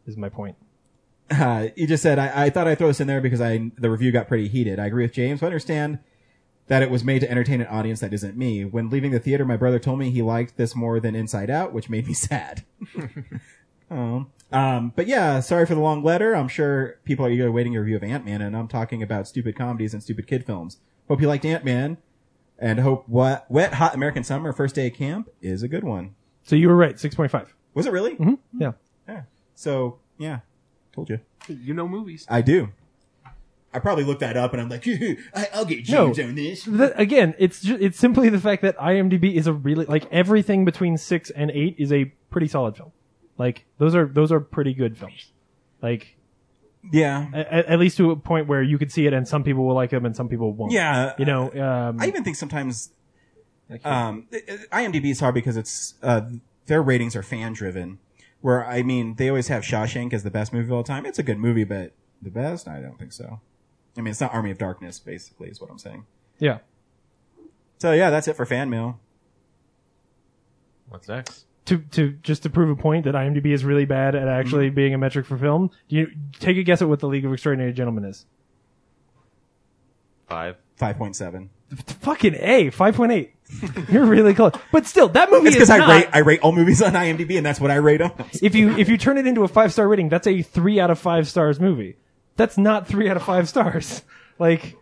Speaker 3: Is my point.
Speaker 1: uh, you just said I, I thought I'd throw this in there because I the review got pretty heated. I agree with James. I understand that it was made to entertain an audience that isn't me. When leaving the theater, my brother told me he liked this more than Inside Out, which made me [LAUGHS] sad. oh. Um, but yeah, sorry for the long letter. I'm sure people are eagerly waiting a review of Ant Man, and I'm talking about stupid comedies and stupid kid films. Hope you liked Ant Man, and hope what Wet Hot American Summer First Day of Camp is a good one.
Speaker 3: So you were right. Six point five.
Speaker 1: Was it really?
Speaker 3: Yeah.
Speaker 1: Yeah. So yeah, told you.
Speaker 2: You know movies.
Speaker 1: I do. I probably looked that up and I'm like, [LAUGHS] I, I'll get
Speaker 3: No.
Speaker 1: James on this.
Speaker 3: Th again, it's ju- it's simply the fact that IMDb is a really like everything between six and eight is a pretty solid film. Like those are those are pretty good films. Like
Speaker 1: Yeah.
Speaker 3: a- a- at least to a point where you could see it, and some people will like them and some people won't.
Speaker 1: Yeah.
Speaker 3: You know. Um,
Speaker 1: I even think sometimes um, i- i- IMDb is hard because it's uh, their ratings are fan driven. Where I mean, they always have Shawshank as the best movie of all time. It's a good movie, but the best? I don't think so. I mean, it's not Army of Darkness, basically, is what I'm saying.
Speaker 3: yeah.
Speaker 1: So yeah, that's it for fan mail.
Speaker 4: What's next?
Speaker 3: To to just to prove a point that IMDb is really bad at
Speaker 1: Mm-hmm.
Speaker 3: actually being a metric for film. Do you take a guess at what the League of Extraordinary Gentlemen is?
Speaker 4: Five.
Speaker 1: Five point seven.
Speaker 3: Fucking a five point
Speaker 1: [LAUGHS]
Speaker 3: eight. You're really close, but still, that movie
Speaker 1: It's
Speaker 3: is
Speaker 1: because I
Speaker 3: not-
Speaker 1: rate I rate all movies on IMDb, and that's what I rate them.
Speaker 3: if you if you turn it into a five star rating, that's a three out of five stars movie. That's not three out of five stars. [LAUGHS] Like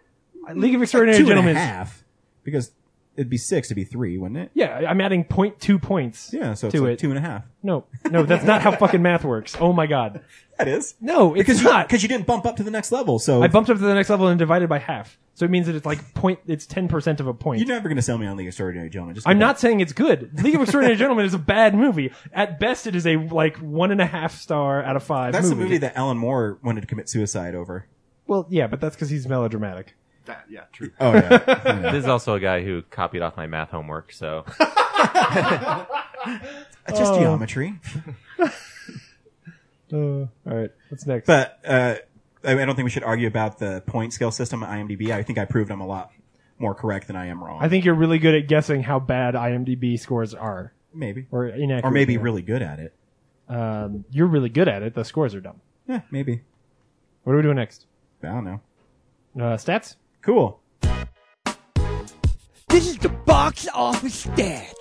Speaker 3: League of Extraordinary
Speaker 1: Two and
Speaker 3: Gentlemen.
Speaker 1: a half, because it'd be six to be three, wouldn't it?
Speaker 3: Yeah, I'm adding point two points.
Speaker 1: Yeah, so it's
Speaker 3: to
Speaker 1: like
Speaker 3: it.
Speaker 1: two and a half.
Speaker 3: No, no, that's not how fucking math works. Oh my god.
Speaker 1: That is
Speaker 3: No, it's
Speaker 1: because you,
Speaker 3: not.
Speaker 1: because you didn't bump up to the next level. So
Speaker 3: I bumped up to the next level and divided by half, so it means that it's like point. It's ten percent of a point.
Speaker 1: you're never going to sell me on League of Extraordinary Gentlemen. Just
Speaker 3: I'm
Speaker 1: give
Speaker 3: not saying it's good. League of Extraordinary Gentlemen is a bad movie. At best, it is a like one and a half star out of five.
Speaker 1: up. That's
Speaker 3: movie.
Speaker 1: the movie that Alan Moore wanted to commit suicide over.
Speaker 3: Well, yeah, but that's because he's melodramatic.
Speaker 2: That, yeah, true.
Speaker 1: Oh [LAUGHS] yeah.
Speaker 4: This is also a guy who copied off my math homework, so
Speaker 1: just
Speaker 3: Oh.
Speaker 1: geometry.
Speaker 3: Uh, all right, what's next?
Speaker 1: But uh, I, I don't think we should argue about the point scale system at IMDb. I think I proved I'm a lot more correct than I am wrong.
Speaker 3: I think you're really good at guessing how bad IMDb scores are,
Speaker 1: maybe,
Speaker 3: or inaccurate.
Speaker 1: or maybe
Speaker 3: they are.
Speaker 1: really good at it.
Speaker 3: Um, you're really good at it. The scores are dumb.
Speaker 1: Yeah, maybe.
Speaker 3: What are we doing next?
Speaker 1: I don't know.
Speaker 3: Uh, stats.
Speaker 1: Cool.
Speaker 5: This is the box office stats.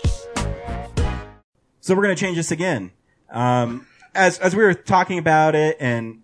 Speaker 1: So we're going to change this again. Um, as, as we were talking about it and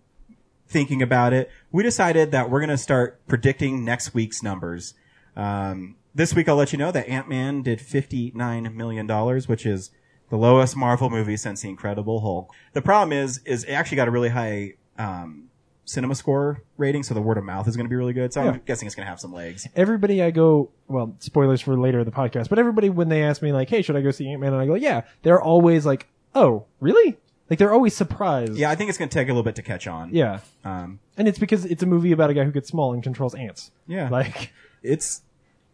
Speaker 1: thinking about it, we decided that we're going to start predicting next week's numbers. Um, this week I'll let you know that Ant-Man did $59 million, which is the lowest Marvel movie since The Incredible Hulk. The problem is, is it actually got a really high, um, cinema score rating, so the word of mouth is going to be really good. So I'm guessing it's going to have some legs.
Speaker 3: Everybody, I go. Well, spoilers for later in the podcast. But everybody, when they ask me like, "Hey, should I go see Ant Man?" and I go, "Yeah," they're always like, "Oh, really?" Like they're always surprised.
Speaker 1: Yeah, I think it's going to take a little bit to catch on.
Speaker 3: Yeah.
Speaker 1: Um,
Speaker 3: And it's because it's a movie about a guy who gets small and controls ants.
Speaker 1: Yeah.
Speaker 3: Like,
Speaker 1: it's,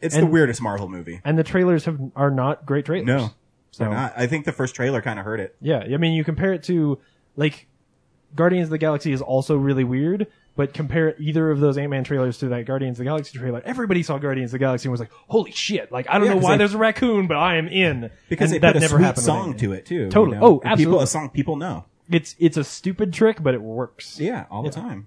Speaker 1: it's the
Speaker 3: And-
Speaker 1: weirdest Marvel movie.
Speaker 3: and the trailers have are not great trailers.
Speaker 1: No.
Speaker 3: So
Speaker 1: Not- I think the first trailer kind of hurt it.
Speaker 3: Yeah, I mean, you compare it to like Guardians of the Galaxy is also really weird, but compare either of those Ant Man trailers to that Guardians of the Galaxy trailer. Everybody saw Guardians of the Galaxy and was like, "Holy shit!" Like, I don't
Speaker 1: Yeah,
Speaker 3: know
Speaker 1: 'cause
Speaker 3: why
Speaker 1: they-
Speaker 3: there's a raccoon, but I am in
Speaker 1: because
Speaker 3: And
Speaker 1: they
Speaker 3: that
Speaker 1: put a
Speaker 3: never
Speaker 1: sweet
Speaker 3: happened
Speaker 1: song to it too.
Speaker 3: Totally.
Speaker 1: you know?
Speaker 3: Oh,
Speaker 1: And People,
Speaker 3: absolutely.
Speaker 1: a song people know.
Speaker 3: It's it's a stupid trick, but it works.
Speaker 1: Yeah, all the time.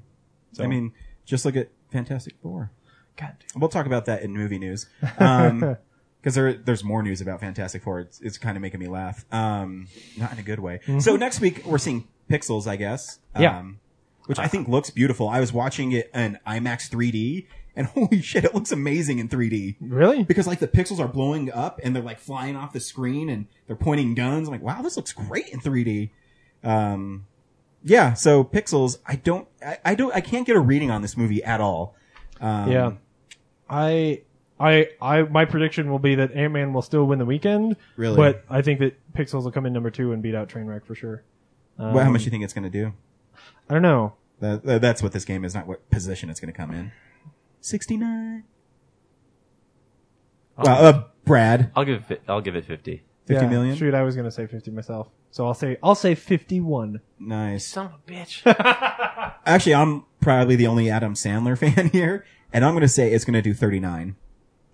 Speaker 1: I mean, just look at Fantastic Four.
Speaker 3: God, damn.
Speaker 1: We'll talk about that in movie news because
Speaker 3: [LAUGHS]
Speaker 1: there there's more news about Fantastic Four. It's, it's kind of making me laugh, um, not in a good way. So next week we're seeing Pixels, I guess.
Speaker 3: Mm-hmm. Yeah.
Speaker 1: Um, which I think looks beautiful. I was watching it in IMAX 3D, and [LAUGHS] holy shit, it looks amazing in 3D.
Speaker 3: really?
Speaker 1: because like the pixels are blowing up and they're like flying off the screen and they're pointing guns. I'm like, wow, this looks great in 3D. Um, yeah. So pixels, I don't, I, I don't, I can't get a reading on this movie at all. Um,
Speaker 3: yeah, I. I, I, my prediction will be that Ant Man will still win the weekend.
Speaker 1: Really?
Speaker 3: But I think that Pixels will come in number two and beat out Trainwreck for sure.
Speaker 1: Well, how
Speaker 3: um,
Speaker 1: much do you think it's going to do?
Speaker 3: I don't know.
Speaker 1: That, that- that's what this game is, not what position it's going to come in. 69. Wow, uh, Brad,
Speaker 4: I'll give it. fi- I'll give it fifty.
Speaker 1: fifty
Speaker 3: Oh. Yeah,
Speaker 1: million.
Speaker 3: Shoot, I was gonna say fifty myself, so I'll say I'll say fifty-one.
Speaker 1: Nice.
Speaker 4: Son of a bitch.
Speaker 1: Actually, I'm probably the only Adam Sandler [LAUGHS] fan here, and I'm going to say it's going to do 39.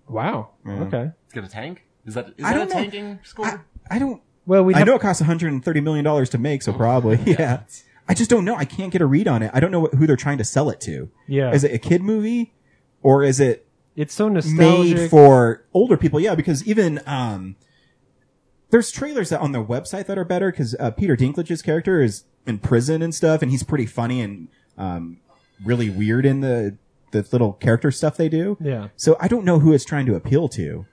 Speaker 3: Wow. Okay.
Speaker 2: It's gonna tank. Is that is
Speaker 1: I
Speaker 2: that a
Speaker 1: don't know.
Speaker 2: tanking score?
Speaker 1: I, I don't.
Speaker 3: Well, we
Speaker 1: I
Speaker 3: have,
Speaker 1: know it costs 130 million dollars to make, so probably [LAUGHS] yeah. I just don't know. I can't get a read on it. I don't know what, who they're trying to sell it to.
Speaker 3: Yeah.
Speaker 1: Is it a kid movie, or is it
Speaker 3: it's so nostalgic.
Speaker 1: made for older people. Yeah, because even um, there's trailers that on their website that are better because uh, Peter Dinklage's character is in prison and stuff, and he's pretty funny and um, really weird in the the little character stuff they do.
Speaker 3: Yeah.
Speaker 1: So I don't know who it's trying to appeal to.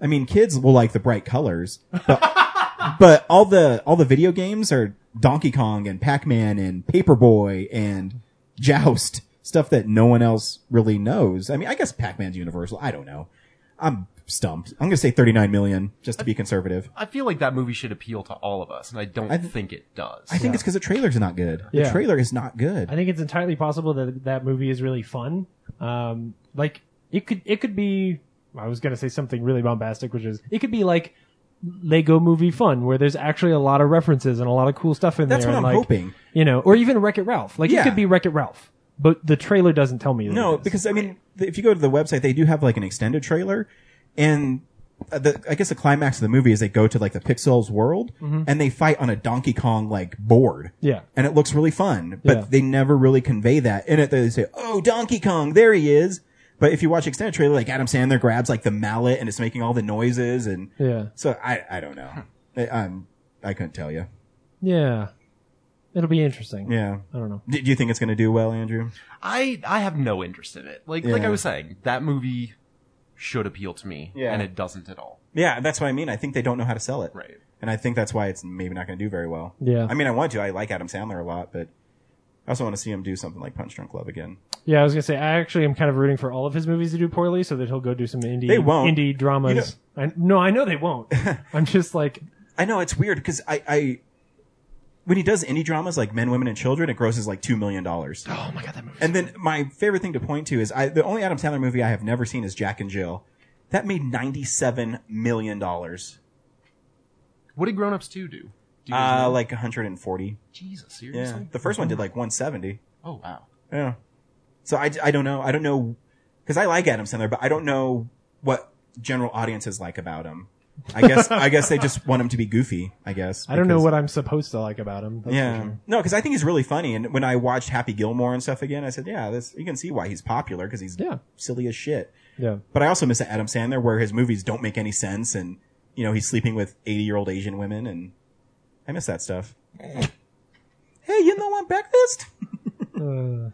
Speaker 1: I mean, kids will like the bright colors, but [LAUGHS] but all the all the video games are Donkey Kong and Pac Man and Paperboy and Joust stuff that no one else really knows. I mean, I guess Pac Man's universal. I don't know. I'm stumped. I'm gonna say 39 million just to be conservative.
Speaker 2: I feel like that movie should appeal to all of us, and I don't
Speaker 1: I th-
Speaker 2: think it does.
Speaker 1: I think it's because the trailer's not good. The
Speaker 3: Yeah.
Speaker 1: trailer is not good.
Speaker 3: I think it's entirely possible that that movie is really fun. Um, like it could it could be. I was gonna say something really bombastic, which is it could be like Lego Movie fun, where there's actually a lot of references and a lot of cool stuff in
Speaker 1: That's
Speaker 3: there.
Speaker 1: what
Speaker 3: and,
Speaker 1: I'm
Speaker 3: like,
Speaker 1: hoping.
Speaker 3: You know, or even Wreck It Ralph. Like
Speaker 1: Yeah.
Speaker 3: it could be Wreck It Ralph, but the trailer doesn't tell me. that
Speaker 1: No,
Speaker 3: it is.
Speaker 1: because I mean, th- if you go to the website, they do have like an extended trailer, and uh, the I guess the climax of the movie is they go to like the Pixels world and they fight on a Donkey Kong like board.
Speaker 3: Mm-hmm. Yeah.
Speaker 1: and it looks really fun, but
Speaker 3: Yeah.
Speaker 1: they never really convey that in it. They say, "Oh, Donkey Kong, there he is." But if you watch extended trailer, like Adam Sandler grabs like the mallet and it's making all the noises, and
Speaker 3: Yeah.
Speaker 1: so I I don't know, I, I'm I couldn't tell you.
Speaker 3: yeah, it'll be interesting.
Speaker 1: Yeah,
Speaker 3: I don't know.
Speaker 1: do do you think it's going to do well, Andrew?
Speaker 2: I I have no interest in it. Like like
Speaker 1: Yeah.
Speaker 2: I was saying, that movie should appeal to me,
Speaker 1: Yeah.
Speaker 2: and it doesn't at all.
Speaker 1: Yeah, that's what I mean. I think they don't know how to sell it.
Speaker 2: Right.
Speaker 1: And I think that's why it's maybe not going to do very well.
Speaker 3: Yeah.
Speaker 1: I mean, I want to. I like Adam Sandler a lot, but I also want to see him do something like Punch Drunk Love again.
Speaker 3: Yeah, I was gonna say I actually am kind of rooting for all of his movies to do poorly, so that he'll go do some indie
Speaker 1: They won't.
Speaker 3: indie dramas. I, no, I know
Speaker 1: [LAUGHS]
Speaker 3: they won't. I'm just like,
Speaker 1: I know it's weird because I, I, when he does indie dramas like Men, Women, and Children, it grosses like two million dollars.
Speaker 2: Oh my god, that movie.
Speaker 1: And then my favorite thing to point to is I, the only Adam Sandler movie I have never seen is Jack and Jill. That made ninety-seven million dollars,
Speaker 2: What did Grown Ups Two do? do you guys
Speaker 1: uh,
Speaker 2: know?
Speaker 1: like one hundred and forty.
Speaker 2: Jesus, seriously?
Speaker 1: Yeah, the first one did
Speaker 2: Mm-hmm.
Speaker 1: like one seventy.
Speaker 2: Oh wow.
Speaker 1: Yeah. So I, I don't know. I don't know because I like Adam Sandler, but I don't know what general audiences like about him. I guess I guess they just want him to be goofy. I guess
Speaker 3: I don't know what I'm supposed to like about him. That's for
Speaker 1: yeah.
Speaker 3: sure.
Speaker 1: No, because I think he's really funny. And when I watched Happy Gilmore and stuff again, I said, yeah, this you can see why he's popular because he's
Speaker 3: Yeah.
Speaker 1: silly as shit.
Speaker 3: yeah,
Speaker 1: But I also miss Adam Sandler where his movies don't make any sense, and you know he's sleeping with eighty year old Asian women, and I miss that stuff. hey, you know want breakfast?
Speaker 3: Uh,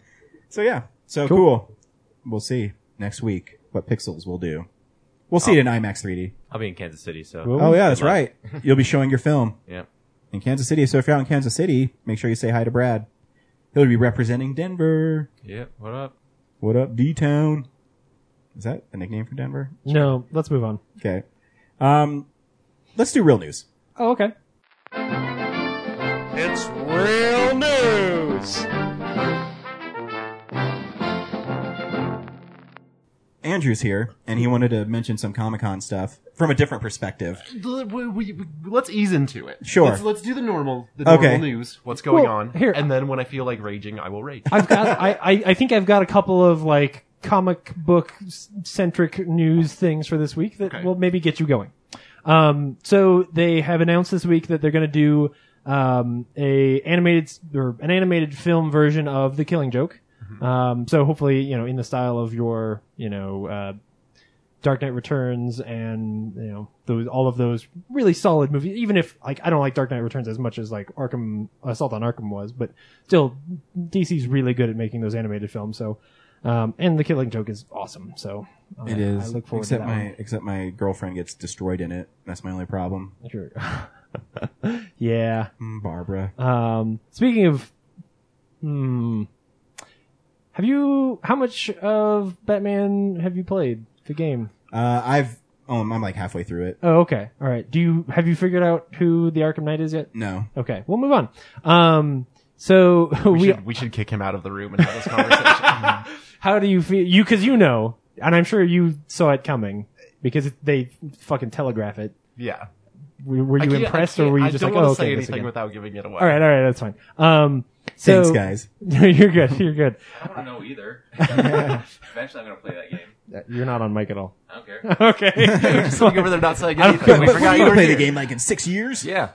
Speaker 1: So yeah. So cool.
Speaker 3: Cool.
Speaker 1: We'll see next week what Pixels will do. We'll see it in IMAX 3D.
Speaker 4: I'll be in Kansas City, so
Speaker 3: Cool.
Speaker 1: Oh yeah, that's
Speaker 4: Good luck.
Speaker 1: right. You'll be showing your film
Speaker 4: yeah.
Speaker 1: in Kansas City. So if you're out in Kansas City, make sure you say hi to Brad. He'll be representing Denver.
Speaker 4: Yeah. What up?
Speaker 1: What up, D Town? Is that a nickname for Denver?
Speaker 3: no, let's move on.
Speaker 1: Okay. Um, let's do real news.
Speaker 3: Oh, okay.
Speaker 6: It's real news.
Speaker 1: Andrew's here, and he wanted to mention some Comic Con stuff from a different perspective.
Speaker 2: L- we- we- we- let's ease into it.
Speaker 1: Sure.
Speaker 2: Let's, let's do the normal, the
Speaker 1: Okay.
Speaker 2: normal news. What's going
Speaker 3: Well,
Speaker 2: on?
Speaker 3: here-
Speaker 2: and then when I feel like raging, I will rage.
Speaker 3: I've got. I, I I think I've got a couple of like comic book s- centric news things for this week that
Speaker 2: Okay.
Speaker 3: will maybe get you going. Um, so they have announced this week that they're going to do um, a animated s- or an animated film version of The Killing Joke. Um, so hopefully, you know, in the style of your, you know, uh, Dark Knight Returns and you know those all of those really solid movies. Even if like I don't like Dark Knight Returns as much as like Arkham Assault on Arkham was, but still DC's really good at making those animated films. So um, and The Killing Joke is awesome. So I-
Speaker 1: It is.
Speaker 3: I look forward
Speaker 1: except
Speaker 3: to that.
Speaker 1: my
Speaker 3: one.
Speaker 1: except my girlfriend gets destroyed in it. That's my only problem.
Speaker 3: Sure. [LAUGHS] yeah.
Speaker 1: Mm, Barbara.
Speaker 3: Um, speaking of, hmm, have you how much of Batman have you played the game?
Speaker 1: Uh, I've oh, I'm like halfway through it.
Speaker 3: Oh, okay, all right. Do you have you figured out who the Arkham Knight is yet?
Speaker 1: No,
Speaker 3: Okay, we'll move on. Um, so [LAUGHS] [LAUGHS]
Speaker 2: We,
Speaker 3: we,
Speaker 2: should, we should kick him out of the room and have
Speaker 3: [LAUGHS]
Speaker 2: this conversation.
Speaker 3: how do you feel? You, cause you know, and I'm sure you saw it coming. because they fucking telegraph it.
Speaker 2: Yeah.
Speaker 3: Were, were
Speaker 2: I
Speaker 3: you
Speaker 2: can't- I
Speaker 3: impressed, or
Speaker 2: can't-
Speaker 3: were you
Speaker 2: I
Speaker 3: just
Speaker 2: don't
Speaker 3: like,
Speaker 2: wanna
Speaker 3: "Oh,
Speaker 2: say
Speaker 3: okay"? this
Speaker 2: anything
Speaker 3: again.
Speaker 2: without giving it away.
Speaker 3: all right, all right, that's fine. Um, so,
Speaker 1: Thanks, guys.
Speaker 3: [LAUGHS] you're good.
Speaker 1: [LAUGHS]
Speaker 3: You're good.
Speaker 4: I don't know either. Eventually, I'm gonna play that game.
Speaker 3: You're not on mic at all.
Speaker 4: I don't care.
Speaker 1: [LAUGHS]
Speaker 3: Okay. [LAUGHS]
Speaker 4: Look over there, not saying
Speaker 1: But,
Speaker 4: anything. We
Speaker 1: but
Speaker 4: forgot
Speaker 1: we're
Speaker 4: you
Speaker 1: gonna
Speaker 4: were
Speaker 1: play the
Speaker 4: here.
Speaker 1: game like in six years.
Speaker 4: Yeah.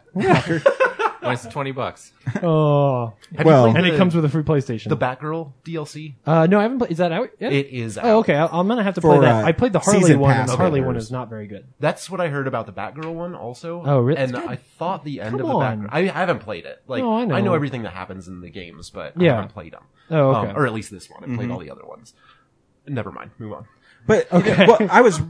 Speaker 4: when it's twenty bucks.
Speaker 3: oh,
Speaker 2: Have
Speaker 1: Well-
Speaker 2: you played
Speaker 3: and
Speaker 2: the-
Speaker 3: it comes with a free PlayStation.
Speaker 2: the Batgirl DLC.
Speaker 3: uh, no, I haven't. Played, is that out yet?
Speaker 2: It is. Out.
Speaker 3: oh, okay. I, I'm gonna have to
Speaker 1: For,
Speaker 3: play that.
Speaker 1: uh,
Speaker 3: I played the Harley
Speaker 1: season
Speaker 3: one, and
Speaker 1: pass
Speaker 3: the Harley
Speaker 1: holders.
Speaker 3: one is not very good.
Speaker 2: That's what I heard about the Batgirl one also.
Speaker 3: Oh, really?
Speaker 2: And
Speaker 3: It's good.
Speaker 2: I thought the end
Speaker 3: Come
Speaker 2: of the
Speaker 3: on.
Speaker 2: Batgirl. I haven't played it. Like
Speaker 3: No, I know.
Speaker 2: everything that happens in the games, but
Speaker 3: Yeah.
Speaker 2: I haven't played them.
Speaker 3: Oh, okay. Mm-hmm.
Speaker 2: or at least this one. I played all the other ones. Never mind. Move on.
Speaker 1: But well, I
Speaker 3: [LAUGHS]
Speaker 1: was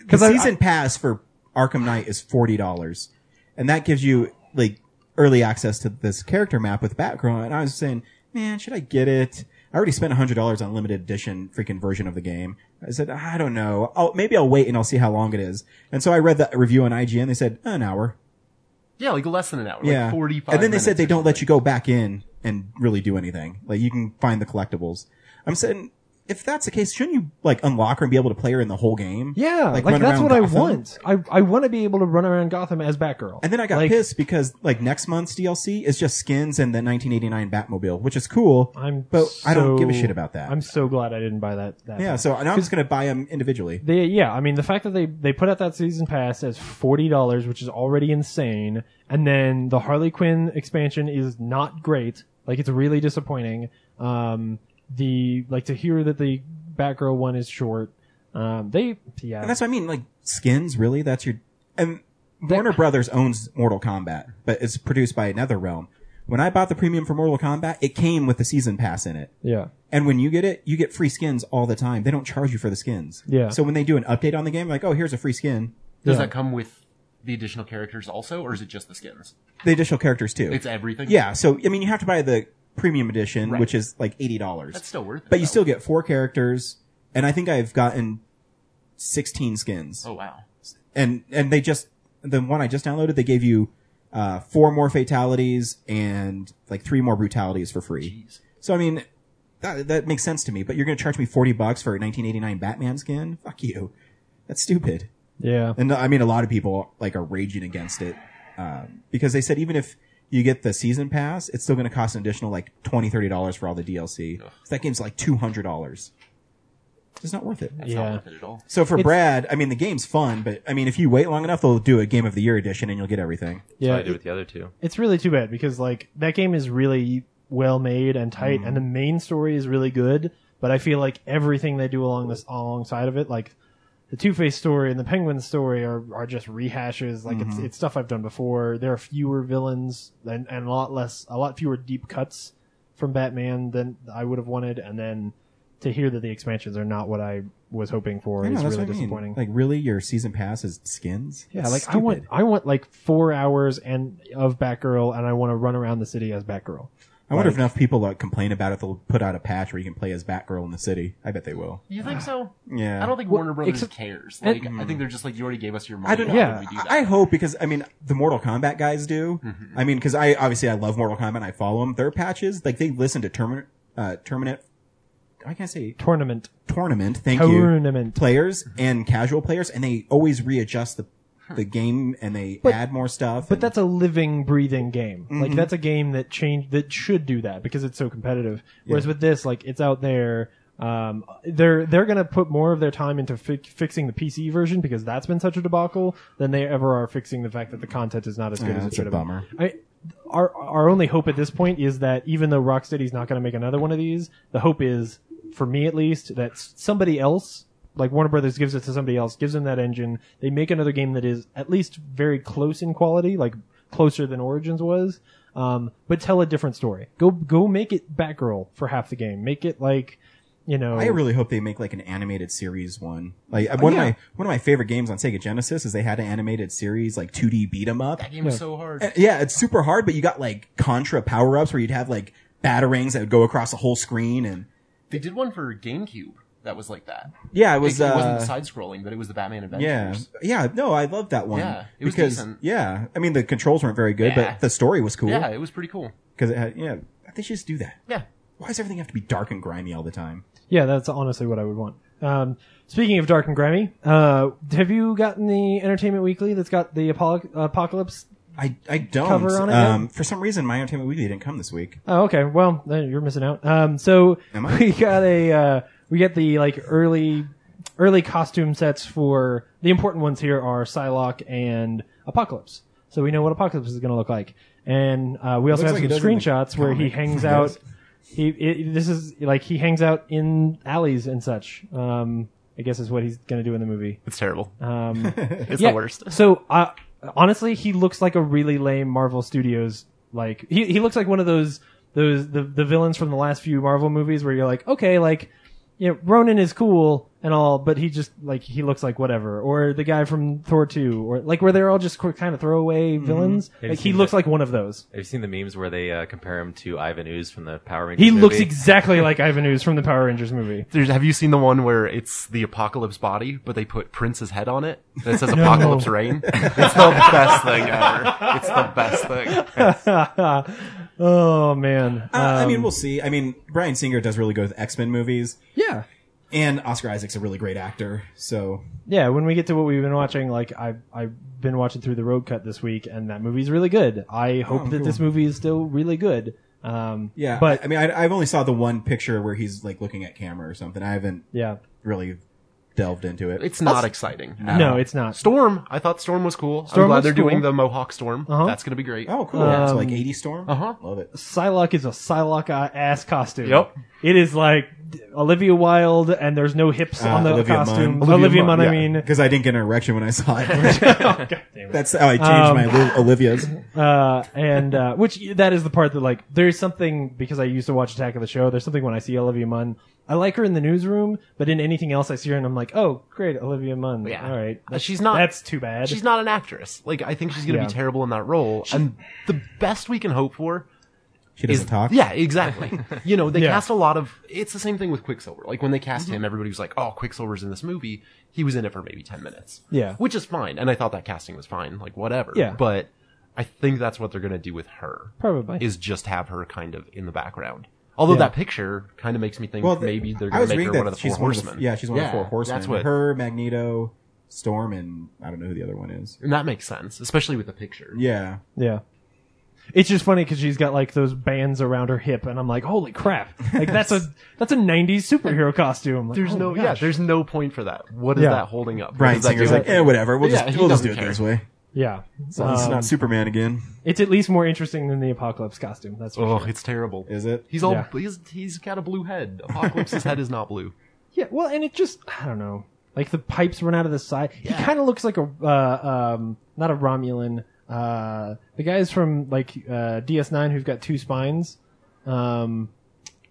Speaker 1: because
Speaker 3: I-
Speaker 1: season pass for Arkham Knight is forty dollars, and that gives you like early access to this character map with Batgirl. And I was saying, man, should I get it? I already spent hundred dollars on limited edition freaking version of the game. I said, I don't know. I'll, maybe I'll wait and I'll see how long it is. And so I read that review on IGN. They said an hour.
Speaker 2: Yeah, like less than an hour.
Speaker 1: Yeah,
Speaker 2: Like forty five.
Speaker 1: And then they said they don't let you go back in and really do anything. Like you can find the collectibles. I'm saying. If that's the case, shouldn't you like unlock her and be able to play her in the whole game?
Speaker 3: Yeah, like,
Speaker 1: run
Speaker 3: that's
Speaker 1: around
Speaker 3: what
Speaker 1: Gotham?
Speaker 3: I want. I I want to be able to run around Gotham as Batgirl.
Speaker 1: And then I got
Speaker 3: Like,
Speaker 1: pissed because like next month's DLC is just skins and the 1989 Batmobile, which is cool.
Speaker 3: I'm
Speaker 1: but I don't
Speaker 3: so-
Speaker 1: give a shit about that.
Speaker 3: I'm so glad I didn't buy that. that
Speaker 1: yeah,
Speaker 3: pack.
Speaker 1: so now I'm just gonna buy them individually.
Speaker 3: They, yeah, I mean the fact that they they put out that season pass as forty dollars, which is already insane, and then the Harley Quinn expansion is not great. Like it's really disappointing. Um, the like to hear that the Batgirl one is short. Um, they yeah,
Speaker 1: And that's what I mean. Like skins, really? That's your and Warner Brothers owns Mortal Kombat, but it's produced by another realm. When I bought the premium for Mortal Kombat, it came with the season pass in it.
Speaker 3: yeah.
Speaker 1: And when you get it, you get free skins all the time. They don't charge you for the skins.
Speaker 3: Yeah.
Speaker 1: So when they do an update on the game, like, oh, here's a free skin.
Speaker 2: Does
Speaker 3: Yeah.
Speaker 2: that come with the additional characters also, or is it just the skins?
Speaker 1: The additional characters too.
Speaker 2: It's everything.
Speaker 1: Yeah, so I mean, you have to buy the premium edition,
Speaker 2: Right.
Speaker 1: which is like eighty dollars.
Speaker 2: That's still worth it.
Speaker 1: But you
Speaker 2: though.
Speaker 1: still get four characters, and I think I've gotten sixteen skins.
Speaker 2: Oh wow.
Speaker 1: And and they just the one I just downloaded, they gave you uh, four more fatalities and like three more brutalities for free.
Speaker 2: Jeez.
Speaker 1: So I mean, that that makes sense to me. But you're going to charge me forty bucks for a 1989 Batman skin? Fuck you. That's stupid.
Speaker 3: Yeah.
Speaker 1: And I mean, a lot of people like are raging against it um, because they said even if you get the season pass, it's still going to cost an additional like $20, $30 for all the DLC. So that game's like $200. It's not worth it.
Speaker 2: That's
Speaker 3: Yeah.
Speaker 2: not worth it at all.
Speaker 1: So for
Speaker 3: It's-
Speaker 1: Brad, I mean, the game's fun, but I mean, if you wait long enough, they'll do a Game of the Year edition and you'll get everything.
Speaker 4: That's
Speaker 3: Yeah.
Speaker 4: what I did with the other two.
Speaker 3: it's really too bad because like that game is really well made and tight, and the
Speaker 1: Mm-hmm.
Speaker 3: main story is really good. But I feel like everything they do along this alongside of it, like the Two Face story and the Penguin story, are are just rehashes. Like
Speaker 1: Mm-hmm.
Speaker 3: it's it's stuff I've done before. There are fewer villains and and a lot less, a lot fewer deep cuts from Batman than I would have wanted. And then to hear that the expansions are not what I was hoping for
Speaker 1: I know,
Speaker 3: is
Speaker 1: that's
Speaker 3: really
Speaker 1: what I mean.
Speaker 3: disappointing.
Speaker 1: Like, really, your season pass is skins?
Speaker 3: Yeah,
Speaker 1: That's
Speaker 3: like I
Speaker 1: stupid.
Speaker 3: want I want like four hours and of Batgirl, and I want to run around the city as Batgirl.
Speaker 1: I wonder if enough people like complain about it. They'll put out a patch where you can play as Batgirl in the city. I bet they will.
Speaker 2: You think so?
Speaker 1: Yeah.
Speaker 2: I don't think
Speaker 3: Well,
Speaker 2: Warner Brothers
Speaker 3: except-
Speaker 2: cares.
Speaker 3: and-
Speaker 2: Like I think they're just like you already gave us your money.
Speaker 1: I don't know.
Speaker 2: Why would
Speaker 3: Yeah.
Speaker 2: we do that? Mm-hmm.
Speaker 1: I I hope because I mean the Mortal Kombat guys do. I mean because I obviously I love Mortal Kombat. and I follow them. Their patches like they listen to Termin uh, Terminate. I can't say
Speaker 3: Tournament,
Speaker 1: tournament. Thank
Speaker 3: tournament.
Speaker 1: you. Players and casual players, and they always readjust the the game and they add more stuff.
Speaker 3: But
Speaker 1: and-
Speaker 3: that's a living, breathing game. Like that's a game that change that should do that because it's so competitive. Whereas with this, like it's out there. Um, they're they're gonna put more of their time into fi- fixing the PC version because that's been such a debacle than they ever are fixing the fact that the content is not as good
Speaker 1: Yeah,
Speaker 3: as it
Speaker 1: that's
Speaker 3: should
Speaker 1: a
Speaker 3: have
Speaker 1: bummer.
Speaker 3: been. I, our our only hope at this point is that even though Rocksteady's not going to make another one of these, the hope is, for me at least, that s- somebody else, like Warner Brothers, gives it to somebody else, gives them that engine. They make another game that is at least very close in quality, like closer than Origins was, um, but tell a different story. Go go make it Batgirl for half the game. Make it like, you know,
Speaker 1: I really hope they make like an animated series one. Like one of my one of my favorite games on Sega Genesis is they had an animated series like 2D beat 'em up.
Speaker 2: that game was so hard.
Speaker 1: Yeah, it's super hard, but you got like Contra power ups where you'd have like batarangs that would go across the whole screen and
Speaker 2: They did one for GameCube that was like that.
Speaker 1: Yeah, it
Speaker 2: It,
Speaker 1: was.
Speaker 2: it
Speaker 1: uh,
Speaker 2: wasn't side scrolling, but it was the Batman Adventures.
Speaker 1: yeah, yeah. No, I love that one.
Speaker 2: Yeah, it was
Speaker 1: because
Speaker 2: decent.
Speaker 1: yeah, I mean the controls weren't very good,
Speaker 2: Yeah.
Speaker 1: but the story was cool.
Speaker 2: Yeah, it was pretty cool.
Speaker 1: because it had yeah. They should just do that.
Speaker 2: Yeah.
Speaker 1: Why does everything have to be dark and grimy all the time?
Speaker 3: yeah, that's honestly what I would want. Um, speaking of dark and grimy, uh, have you gotten the Entertainment Weekly that's got the apo- apocalypse?
Speaker 1: I, I don't.
Speaker 3: Cover on it yet?
Speaker 1: um, for some reason, my Entertainment Weekly didn't come this week.
Speaker 3: Oh, okay. Well, then you're missing out. Um, so
Speaker 1: Am I?
Speaker 3: [LAUGHS] we got a uh, we get the like early early costume sets for the important ones. Here are Psylocke and Apocalypse. So we know what Apocalypse is going to look like, and uh, we
Speaker 1: looks
Speaker 3: also have
Speaker 1: like
Speaker 3: some
Speaker 1: he does in the
Speaker 3: screenshots where he
Speaker 1: comic. [LAUGHS]
Speaker 3: hangs
Speaker 1: He
Speaker 3: out.
Speaker 1: does.
Speaker 3: He it, this is like he hangs out in alleys and such. Um, I guess is what he's going to do in the movie.
Speaker 2: It's terrible.
Speaker 3: Um,
Speaker 2: It's
Speaker 3: yeah.
Speaker 2: the worst.
Speaker 3: So uh, honestly, he looks like a really lame Marvel Studios. Like he he looks like one of those those the the villains from the last few Marvel movies where you're like, okay, like you know, Ronan is cool and all, but he just like he looks like whatever. Or the guy from Thor two, or like where they're all just kind of throwaway villains.
Speaker 4: Have you
Speaker 3: Like he
Speaker 4: seen
Speaker 3: looks
Speaker 4: that?
Speaker 3: like one of those.
Speaker 4: Have you seen the memes where they uh, compare him to Ivan Ooze from the Power Rangers?
Speaker 3: He looks
Speaker 4: movie?
Speaker 3: exactly like Ivan Ooze from the Power Rangers movie.
Speaker 2: There's, have you seen the one where it's the apocalypse body, but they put Prince's head on it? That says apocalypse rain? It's the best thing ever. It's the best thing.
Speaker 3: [LAUGHS] oh man.
Speaker 1: Uh, I mean, we'll see. I mean, Brian Singer does really good with X Men movies,
Speaker 3: yeah.
Speaker 1: and Oscar Isaac's a really great actor. So
Speaker 3: yeah, when we get to what we've been watching, like I I've been watching through the road cut this week, and that movie's really good. I hope
Speaker 1: Oh,
Speaker 3: that
Speaker 1: cool.
Speaker 3: this movie is still really good. Um,
Speaker 1: yeah,
Speaker 3: but
Speaker 1: I, I mean, I, I've only saw the one picture where he's like looking at camera or something. I haven't
Speaker 3: yeah,
Speaker 1: really delved into it.
Speaker 2: It's not exciting.
Speaker 1: Uh,
Speaker 3: no, it's not.
Speaker 2: Storm. I thought Storm was cool.
Speaker 3: Storm
Speaker 2: I'm glad
Speaker 3: was
Speaker 2: they're
Speaker 3: cool.
Speaker 2: doing the Mohawk Storm.
Speaker 3: Uh-huh.
Speaker 2: That's going to be great.
Speaker 1: oh, cool. it's
Speaker 3: Um,
Speaker 1: like eighty storm. Uh
Speaker 2: uh-huh.
Speaker 1: Love it.
Speaker 3: Psylocke is a Psylocke ass costume.
Speaker 2: Yep.
Speaker 3: it is like Olivia Wilde, and there's no hips
Speaker 1: Uh,
Speaker 3: on the
Speaker 1: Olivia Munn.
Speaker 3: costume.
Speaker 2: Olivia
Speaker 3: Olivia Munn,
Speaker 2: Munn,
Speaker 3: I
Speaker 2: yeah.
Speaker 3: mean,
Speaker 1: Because I didn't get an erection when I saw it. [LAUGHS]
Speaker 3: [LAUGHS] oh, God damn it.
Speaker 1: That's how I changed
Speaker 3: Um,
Speaker 1: my little Olivia's.
Speaker 3: uh, and uh, which that is the part that like there's something because I used to watch Attack of the Show. There's something when I see Olivia Munn, I like her in the newsroom, but in anything else I see her and I'm like, oh great, Olivia Munn.
Speaker 2: Yeah.
Speaker 3: All right,
Speaker 2: Uh, she's not-
Speaker 3: That's too bad.
Speaker 2: She's not an actress. Like, I think she's going to
Speaker 3: Yeah.
Speaker 2: be terrible in that role. and the best we can hope for
Speaker 1: She doesn't
Speaker 2: is-
Speaker 1: talk.
Speaker 2: Yeah, exactly.
Speaker 1: [LAUGHS]
Speaker 2: you know, they
Speaker 3: Yeah.
Speaker 2: cast a lot of. It's the same thing with Quicksilver. Like when they cast
Speaker 1: Mm-hmm.
Speaker 2: him, everybody was like, "Oh, Quicksilver's in this movie." He was in it for maybe ten minutes.
Speaker 3: Yeah.
Speaker 2: which is fine. And I thought that casting was fine. Like whatever.
Speaker 3: Yeah.
Speaker 2: but I think that's what they're gonna do with her.
Speaker 3: Probably.
Speaker 2: is just have her kind of in the background. Although
Speaker 3: Yeah.
Speaker 2: that picture kind of makes me think
Speaker 1: Well, th-
Speaker 2: maybe they're
Speaker 1: I
Speaker 2: gonna
Speaker 1: was
Speaker 2: make her
Speaker 1: reading
Speaker 2: one
Speaker 1: that
Speaker 2: of the
Speaker 1: she's
Speaker 2: four
Speaker 1: one of the-
Speaker 2: horsemen.
Speaker 1: yeah, she's one of the four horsemen.
Speaker 2: That's what.
Speaker 1: Her, Magneto, Storm, and I don't know who the other one is.
Speaker 2: and that makes sense, especially with the picture.
Speaker 1: Yeah.
Speaker 3: yeah. It's just funny because she's got like those bands around her hip, and I'm like, holy crap! Like that's
Speaker 2: [LAUGHS]
Speaker 3: a that's a '90s superhero costume. Like,
Speaker 2: There's
Speaker 3: oh
Speaker 2: no,
Speaker 3: my
Speaker 2: yeah,
Speaker 3: gosh.
Speaker 2: there's no point for that. What is
Speaker 3: Yeah.
Speaker 2: that holding up? What
Speaker 1: Brian
Speaker 2: does that
Speaker 1: Singer's
Speaker 2: do?
Speaker 1: like, eh, whatever. We'll
Speaker 2: Yeah,
Speaker 1: just
Speaker 2: he
Speaker 1: we'll just do it
Speaker 2: doesn't care.
Speaker 1: this way.
Speaker 3: yeah.
Speaker 1: As long as it's
Speaker 3: Um,
Speaker 1: not Superman again,
Speaker 3: it's at least more interesting than the apocalypse costume. That's for
Speaker 2: Oh,
Speaker 3: sure.
Speaker 2: it's terrible.
Speaker 1: is it?
Speaker 2: He's all
Speaker 3: Yeah.
Speaker 2: he's he's got a blue head. Apocalypse's head is not blue.
Speaker 3: Yeah, well, and it just I don't know, like the pipes run out of the side. He kind of looks like a uh, um, not a Romulan. Uh, the guys from like uh, DS9 who've got two spines. Um,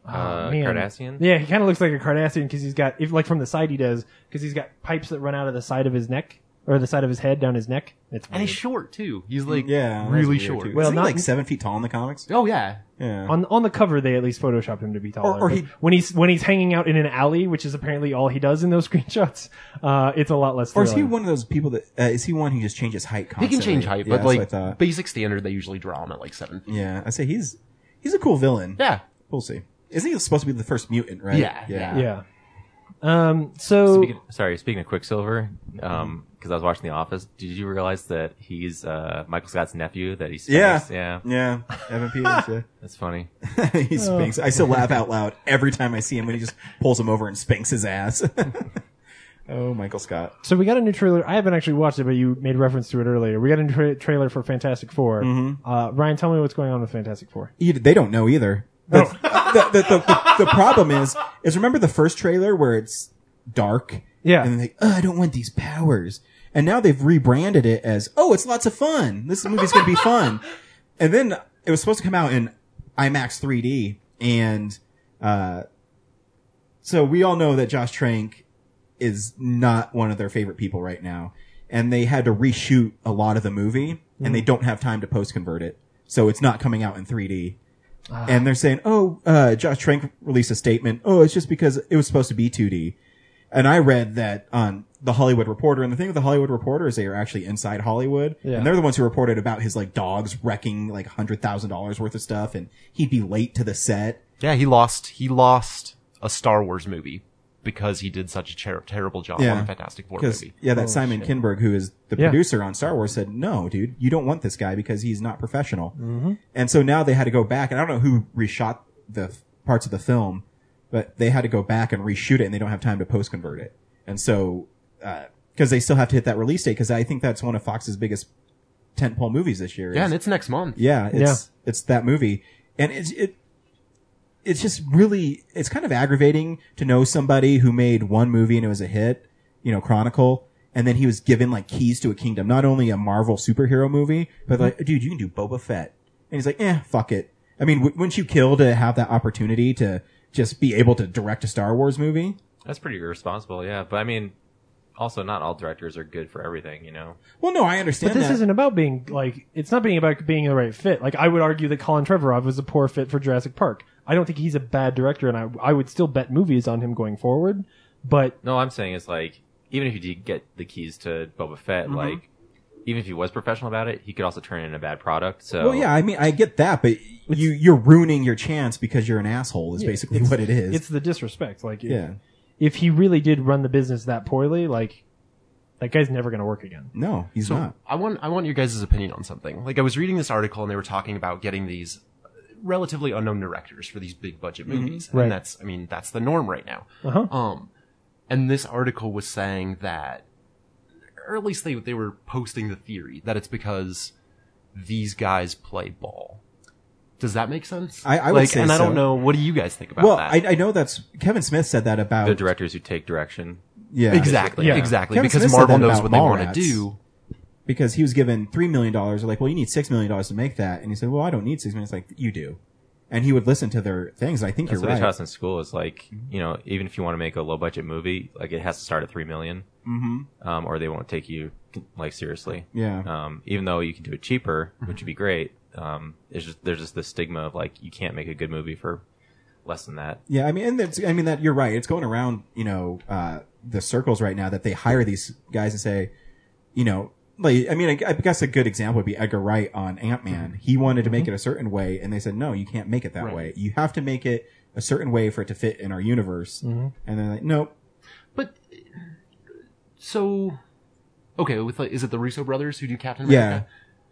Speaker 3: oh,
Speaker 4: Uh,
Speaker 3: man.
Speaker 4: Cardassian?
Speaker 3: Yeah, he kind of looks like a Cardassian because he's got if like from the side he does because he's got pipes that run out of the side of his neck or the side of his head down his neck. It's
Speaker 2: And
Speaker 3: weird.
Speaker 2: he's short too. He's like
Speaker 1: Yeah, that's
Speaker 2: really
Speaker 1: weird,
Speaker 2: short.
Speaker 1: too.
Speaker 3: Well,
Speaker 1: Isn't he
Speaker 3: not-
Speaker 1: like seven feet tall in the comics.
Speaker 2: Oh yeah.
Speaker 1: Yeah,
Speaker 3: on on the cover they at least photoshopped him to be taller.
Speaker 1: Or- or
Speaker 3: but
Speaker 1: he-
Speaker 3: when he's when he's hanging out in an alley, which is apparently all he does in those [LAUGHS] screenshots, uh, it's a lot less.
Speaker 1: or is he
Speaker 3: thrilling.
Speaker 1: one of those people that uh, is he one who just changes height?
Speaker 2: He
Speaker 1: Constantly?
Speaker 2: can change height,
Speaker 1: yeah,
Speaker 2: but
Speaker 1: that's what I
Speaker 2: like
Speaker 1: thought.
Speaker 2: basic standard, they usually draw him at like seven. feet.
Speaker 1: yeah, I say he's he's a cool villain.
Speaker 2: Yeah.
Speaker 1: We'll see. Isn't he supposed to be the first mutant? Right?
Speaker 2: Yeah,
Speaker 1: yeah.
Speaker 3: Yeah. Um. So
Speaker 4: Speaking, sorry, speaking of Quicksilver, because I was watching The Office, did you realize that he's uh, Michael Scott's nephew? That he's
Speaker 1: Yeah.
Speaker 4: yeah,
Speaker 1: Yeah, Evan Peters.
Speaker 4: that's funny.
Speaker 1: Yeah. [LAUGHS] he spanks. I still laugh out loud every time I see him when he just pulls him over and spanks his ass. [LAUGHS] oh, Michael Scott.
Speaker 3: so we got a new trailer. I haven't actually watched it, but you made reference to it earlier. We got a new tra- trailer for Fantastic 4 Uh, Ryan, tell me what's going on with Fantastic Four.
Speaker 1: You- they don't know either. The, [LAUGHS] the, the, the, the problem is, is remember the first trailer where it's dark?
Speaker 3: Yeah.
Speaker 1: And they're like, oh, I don't want these powers. And now they've rebranded it as, oh, it's lots of fun. This movie's going to be fun. And then it was supposed to come out in IMAX 3D. And, uh, so we all know that Josh Trank is not one of their favorite people right now. And they had to reshoot a lot of the movie and they don't have time to post convert it. So it's not coming out in 3D. And they're saying, oh, uh, Josh Trank released a statement. Oh, it's just because it was supposed to be 2D. And I read that on the Hollywood Reporter. And the thing with the Hollywood Reporter is they are actually inside Hollywood.
Speaker 3: Yeah.
Speaker 1: And they're the ones who reported about his like dogs wrecking like $100,000 worth of stuff. And he'd be late to the set.
Speaker 2: Yeah, he lost. He lost a Star Wars movie because he did such a ter- terrible job
Speaker 1: Yeah.
Speaker 2: on the Fantastic Four
Speaker 1: Because
Speaker 2: movie.
Speaker 1: yeah, that Simon Kinberg, who is the
Speaker 3: Yeah.
Speaker 1: producer on Star Wars, said, "No, dude, you don't want this guy because he's not professional." And so now they had to go back, and I don't know who reshot the f- parts of the film, but they had to go back and reshoot it, and they don't have time to post convert it. And so because they still have to hit that release date, because I think that's one of Fox's biggest tentpole movies this year.
Speaker 7: Yeah,
Speaker 1: is-
Speaker 7: and it's next month.
Speaker 1: yeah, it's it's that movie, and it's it. It's just really it's kind of aggravating to know somebody who made one movie and it was a hit, you know, Chronicle, and then he was given like keys to a kingdom, not only a Marvel superhero movie, but like, dude, you can do Boba Fett, and he's like, eh, fuck it. I mean, w- wouldn't you kill to have that opportunity to just be able to direct a Star Wars movie?
Speaker 4: That's pretty irresponsible, yeah. But I mean, also not all directors are good for everything, you know.
Speaker 1: Well, no, I
Speaker 3: But
Speaker 1: understand
Speaker 3: this
Speaker 1: that.
Speaker 3: isn't about being like it's not being about being the right fit. Like I would argue that Colin Trevorrow was a poor fit for Jurassic Park. I don't think he's a bad director, and I I would still bet movies on him going forward. But
Speaker 4: No, I'm saying is like even if you did get the keys to Boba Fett,
Speaker 3: Mm-hmm.
Speaker 4: like even if he was professional about it, he could also turn in a bad product. So
Speaker 1: well, yeah, I mean, I get that, but you you're ruining your chance because you're an asshole. Is basically what it is.
Speaker 3: it's the disrespect. Like if,
Speaker 1: yeah.
Speaker 3: if he really did run the business that poorly, like that guy's never going to work again.
Speaker 1: No, he's not.
Speaker 2: I want I want your guys' opinion on something. Like I was reading this article and they were talking about getting these relatively unknown directors for these big budget
Speaker 1: Mm-hmm.
Speaker 2: movies.
Speaker 3: Right.
Speaker 2: And that's I mean, that's the norm right now.
Speaker 3: Uh-huh.
Speaker 2: Um and this article was saying that or at least they they were posting the theory that it's because these guys play ball. Does that make sense?
Speaker 1: I- I would
Speaker 2: like,
Speaker 1: say
Speaker 2: and I
Speaker 1: so.
Speaker 2: don't know. What do you guys think about
Speaker 1: Well,
Speaker 2: that?
Speaker 1: I, I know that's Kevin Smith said that about
Speaker 4: the directors who take direction.
Speaker 1: yeah
Speaker 2: exactly,
Speaker 3: Yeah.
Speaker 2: exactly.
Speaker 1: Kevin Smith
Speaker 2: Because
Speaker 1: said
Speaker 2: Marvel
Speaker 1: that
Speaker 2: knows
Speaker 1: about
Speaker 2: what they want
Speaker 1: Mallrats.
Speaker 2: to do.
Speaker 1: because he was given three million dollars. They're like, well, you need six million dollars to make that, and he said, well, I don't need six million. It's like you do, and he would listen to their things. I think
Speaker 4: That's
Speaker 1: you're
Speaker 4: what they taught
Speaker 1: right.
Speaker 4: us in school is like, you know, even if you want to make a low budget movie, like it has to start at three mm-hmm. um, or they won't take you like seriously.
Speaker 1: Yeah.
Speaker 4: Um, even though you can do it cheaper, which would be great. Um, it's just there's just the stigma of like you can't make a good movie for less than that.
Speaker 1: Yeah, I mean, and that's, I mean that you're right. It's going around, you know, uh, the circles right now that they hire these guys and say, you know, like I mean, I, I guess a good example would be Edgar Wright on Ant Man. He wanted to
Speaker 2: Mm-hmm.
Speaker 1: make it a certain way, and they said, no, you can't make it that way. You have to make it a certain way for it to fit in our universe.
Speaker 2: Mm-hmm.
Speaker 1: And they're like, nope.
Speaker 2: But so okay, with like, is it the Russo brothers who do Captain
Speaker 1: Yeah.
Speaker 2: America?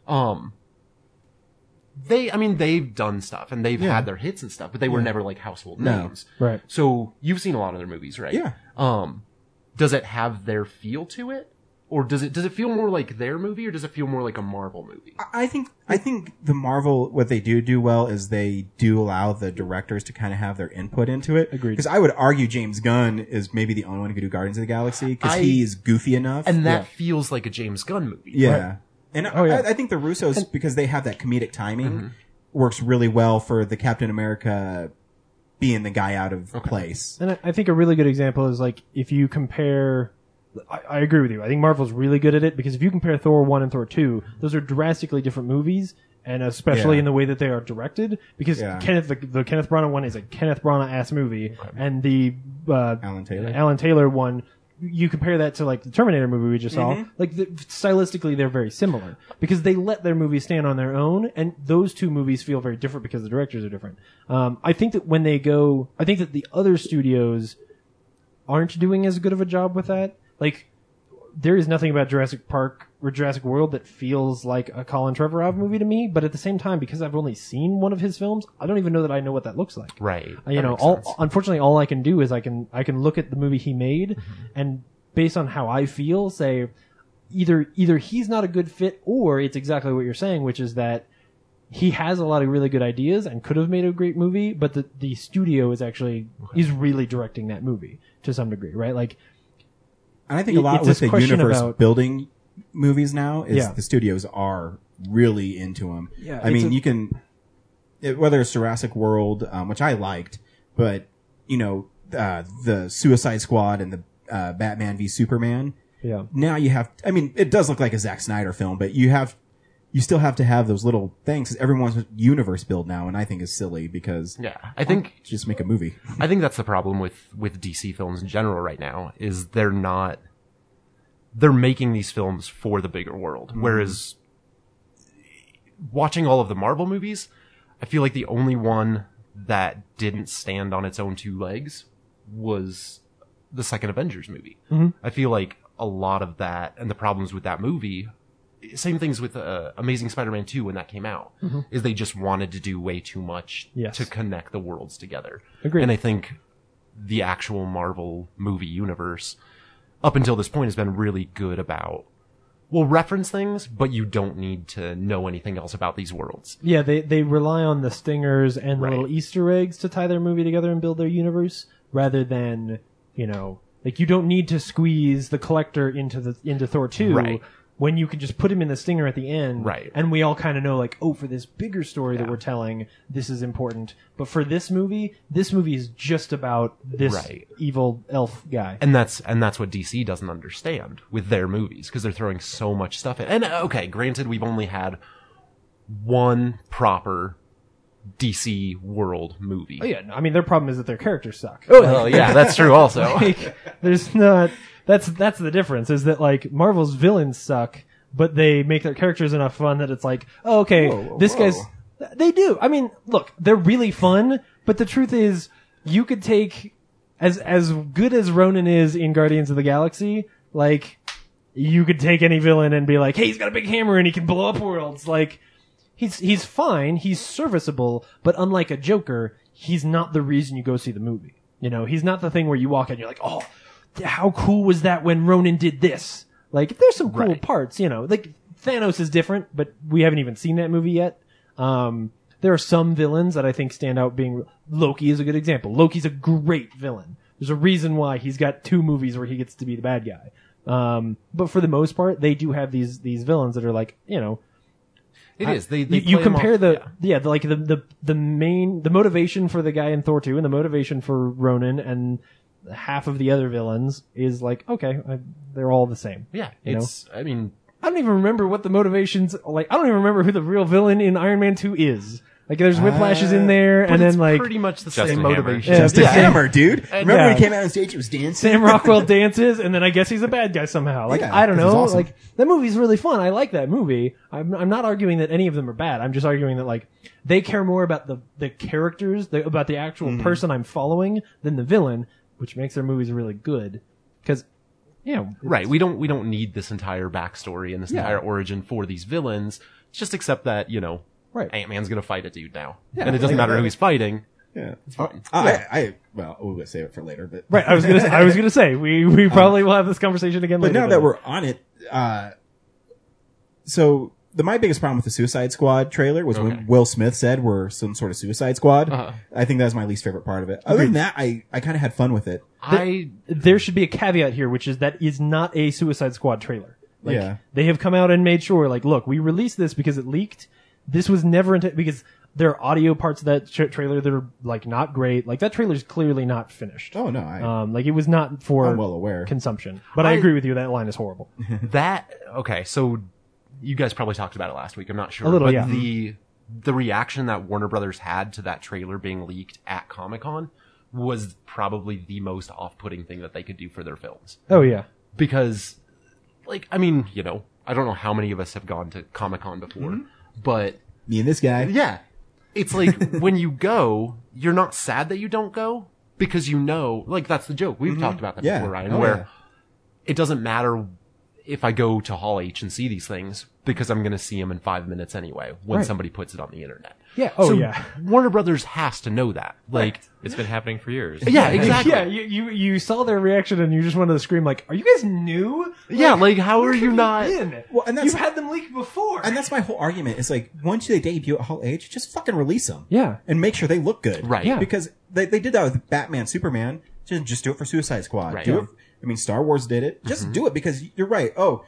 Speaker 2: Um they I mean they've done stuff and they've had their hits and stuff, but they were never like household
Speaker 1: No.
Speaker 2: names.
Speaker 3: Right.
Speaker 2: So you've seen a lot of their movies, right?
Speaker 1: Yeah.
Speaker 2: Um does it have their feel to it? Or does it does it feel more like their movie or does it feel more like a Marvel movie?
Speaker 1: I think I think the Marvel what they do do well is they do allow the directors to kind of have their input into it.
Speaker 3: Agreed.
Speaker 1: Because I would argue James Gunn is maybe the only one who could do Guardians of the Galaxy because
Speaker 2: I-
Speaker 1: he's goofy enough.
Speaker 2: And that feels like a James Gunn movie.
Speaker 1: yeah, and
Speaker 3: Oh, yeah. Mm-hmm.
Speaker 1: I, I think the Russos because they have that comedic timing works really well for the Captain America being the guy out of place.
Speaker 3: And I, I think a really good example is like if you compare. I, I agree with you. I think Marvel's really good at it because if you compare Thor one and Thor two, those are drastically different movies, and especially
Speaker 1: Yeah.
Speaker 3: in the way that they are directed. Because
Speaker 1: Yeah.
Speaker 3: Kenneth, the, the Kenneth Branagh one is a Kenneth Branagh ass movie, and the uh,
Speaker 1: Alan Taylor.
Speaker 3: Alan Taylor one. You compare that to like the Terminator movie we just saw. Like the, stylistically, they're very similar because they let their movies stand on their own, and those two movies feel very different because the directors are different. Um, I think that when they go, I think that the other studios aren't doing as good of a job with that. Like there is nothing about Jurassic Park or Jurassic World that feels like a Colin Trevorrow movie to me. But at the same time, because I've only seen one of his films, I don't even know that I know what that looks like
Speaker 2: Right.
Speaker 3: Uh, you
Speaker 2: That
Speaker 3: know
Speaker 2: makes
Speaker 3: all,
Speaker 2: sense.
Speaker 3: unfortunately all i can do is i can i can look at the movie he made
Speaker 2: Mm-hmm.
Speaker 3: and based on how i feel say either either he's not a good fit or it's exactly what you're saying which is that he has a lot of really good ideas and could have made a great movie but the, the studio is actually is really directing that movie to some degree right like
Speaker 1: And I think a
Speaker 3: It-
Speaker 1: lot
Speaker 3: it's
Speaker 1: with the
Speaker 3: this question
Speaker 1: universe
Speaker 3: about-
Speaker 1: building movies now is
Speaker 3: Yeah.
Speaker 1: the studios are really into them.
Speaker 3: Yeah,
Speaker 1: I
Speaker 3: it's
Speaker 1: mean,
Speaker 3: a-
Speaker 1: you can it, whether it's Jurassic World, um, which I liked, but you know, uh, the Suicide Squad and the uh, Batman v Superman.
Speaker 3: yeah
Speaker 1: Now you have, I mean, it does look like a Zack Snyder film, but you have, you still have to have those little things. 'cause Everyone's universe build now, and I think is silly because
Speaker 2: Yeah. I think
Speaker 1: just make a movie.
Speaker 2: I think that's the problem with with DC films in general right now is they're not they're making these films for the bigger world whereas watching all of the Marvel movies I feel like the only one that didn't stand on its own two legs was the second Avengers movie. I feel like a lot of that and the problems with that movie, same things with uh, Amazing Spider-Man 2 when that came out, is they just wanted to do way too much
Speaker 3: Yes.
Speaker 2: to connect the worlds together.
Speaker 3: Agreed.
Speaker 2: And I think the actual Marvel movie universe up until this point has been really good about well reference things, but you don't need to know anything else about these worlds.
Speaker 3: Yeah, they they rely on the stingers and the
Speaker 2: Right.
Speaker 3: little Easter eggs to tie their movie together and build their universe, rather than you know, like you don't need to squeeze the collector into the into Thor two
Speaker 2: Right.
Speaker 3: when you can just put him in the stinger at the end,
Speaker 2: Right.
Speaker 3: And we all kind of know like, oh, for this bigger story that we're telling, this is important. But for this movie, this movie is just about this
Speaker 2: Right.
Speaker 3: evil elf guy.
Speaker 2: and that's and that's what DC doesn't understand with their movies because they're throwing so much stuff in. And uh, okay, granted, we've only had one proper DC world movie.
Speaker 3: Oh, yeah, no, I mean their problem is that their characters suck.
Speaker 2: Oh, well, yeah, that's true.
Speaker 3: [LAUGHS]
Speaker 2: Also,
Speaker 3: like there's not that's that's the difference is that like marvel's villains suck but they make their characters enough fun that it's like oh, okay this guy's they do i mean look they're really fun but the truth is you could take as as good as ronan is in guardians of the galaxy like you could take any villain and be like hey he's got a big hammer and he can blow up worlds like he's he's fine, he's serviceable, but unlike a Joker, he's not the reason you go see the movie. You know, he's not the thing where you walk in and you're like, "Oh, th- how cool was that when Ronan did this?" Like there's some cool parts, you know. Like Thanos is different, but we haven't even seen that movie yet. Um there are some villains that I think stand out being Loki is a good example. Loki's a great villain. There's a reason why he's got two movies where he gets to be the bad guy. Um, but for the most part, they do have these these villains that are like, you know,
Speaker 2: it is. They, they
Speaker 3: you, you
Speaker 2: play 'em
Speaker 3: compare
Speaker 2: off-
Speaker 3: the
Speaker 2: yeah.
Speaker 3: yeah, the, like the, the the main the motivation for the guy in Thor two and the motivation for Ronan and half of the other villains is like okay I, they're all the same.
Speaker 2: yeah.
Speaker 3: you know?
Speaker 2: It's I mean
Speaker 3: I don't even remember what the motivations like. I don't even remember who the real villain in Iron Man two is. Like there's whiplashes in there and then like
Speaker 2: Uh, pretty much the
Speaker 4: Justin
Speaker 2: same
Speaker 4: Hammer.
Speaker 2: motivation.
Speaker 3: Yeah.
Speaker 1: Just a
Speaker 3: Yeah.
Speaker 1: hammer, dude. Remember when
Speaker 3: yeah.
Speaker 1: he came out on stage, it was dancing. [LAUGHS]
Speaker 3: Sam Rockwell dances, and then I guess he's a bad guy somehow. Like
Speaker 1: Yeah,
Speaker 3: I don't
Speaker 1: 'cause he's
Speaker 3: know.
Speaker 1: awesome.
Speaker 3: Like that movie's really fun. I like that movie. I'm I'm not arguing that any of them are bad. I'm just arguing that like they care more about the the characters, the, about the actual
Speaker 1: Mm-hmm.
Speaker 3: person I'm following than the villain, which makes their movies really good. Because you know,
Speaker 2: Right. We don't we don't need this entire backstory and this entire origin for these villains. Just accept that you know,
Speaker 3: Right.
Speaker 2: Ant Man's gonna fight a dude now, and it doesn't matter who he's fighting.
Speaker 1: Yeah. I, I, I, well, we'll save it for later. But
Speaker 3: right? I was gonna I was gonna say we we probably will have this conversation again
Speaker 1: [LAUGHS] Um, But
Speaker 3: later.
Speaker 1: now that we're on it, uh, so the my biggest problem with the Suicide Squad trailer was when Will Smith said we're some sort of Suicide Squad. I think that was my least favorite part of it. Other than that, I, I kind of had fun with it.
Speaker 2: I
Speaker 3: there should be a caveat here, which is that is not a Suicide Squad trailer. Like,
Speaker 1: Yeah.
Speaker 3: They have come out and made sure, like, look, we released this because it leaked. This was never intended because there are audio parts of that tra- trailer that are like not great. Like that trailer's clearly not finished.
Speaker 1: Oh no, I,
Speaker 3: Um, like it was not for
Speaker 1: I'm well aware.
Speaker 3: consumption. But I,
Speaker 2: I-
Speaker 3: agree with you. That line is horrible.
Speaker 2: that okay so you guys probably talked about it last week i'm not sure
Speaker 3: A little,
Speaker 2: but
Speaker 3: yeah.
Speaker 2: the the reaction that warner brothers had to that trailer being leaked at comic-con was probably the most off-putting thing that they could do for their films
Speaker 3: Oh yeah.
Speaker 2: because like i mean you know i don't know how many of us have gone to comic-con before
Speaker 3: Mm-hmm.
Speaker 2: but
Speaker 1: Me and this guy.
Speaker 2: yeah. It's like
Speaker 3: [LAUGHS]
Speaker 2: when you go, you're not sad that you don't go because you know, like that's the joke.
Speaker 3: Mm-hmm.
Speaker 2: We've talked about that
Speaker 1: Yeah.
Speaker 2: before, Ryan,
Speaker 1: Oh,
Speaker 2: where
Speaker 1: yeah.
Speaker 2: it doesn't matter if I go to Hall H and see these things because I'm going to see them in five minutes anyway when
Speaker 3: Right.
Speaker 2: somebody puts it on the internet.
Speaker 3: Yeah. Oh
Speaker 2: So
Speaker 3: yeah.
Speaker 2: Warner Brothers has to know that. Like,
Speaker 4: It's been happening for years.
Speaker 2: yeah, exactly.
Speaker 3: Yeah,
Speaker 2: Yeah.
Speaker 3: you, you you saw their reaction and you just wanted to scream like, "Are you guys new?
Speaker 2: like how are
Speaker 3: Where
Speaker 2: you
Speaker 3: have
Speaker 2: not?
Speaker 3: been?
Speaker 1: Well, and that's-
Speaker 3: You've had them leak before.
Speaker 1: And that's my whole argument. It's like once they debut at Hall H, just fucking release them.
Speaker 3: Yeah.
Speaker 1: And make sure they look good.
Speaker 2: Right. Yeah.
Speaker 1: Because they, they did that with Batman, Superman. Just, just do it for Suicide Squad.
Speaker 2: Right.
Speaker 1: Do
Speaker 2: Yeah. Mm-hmm.
Speaker 1: it. I mean, Star Wars did it. Just do it because you're right. Oh,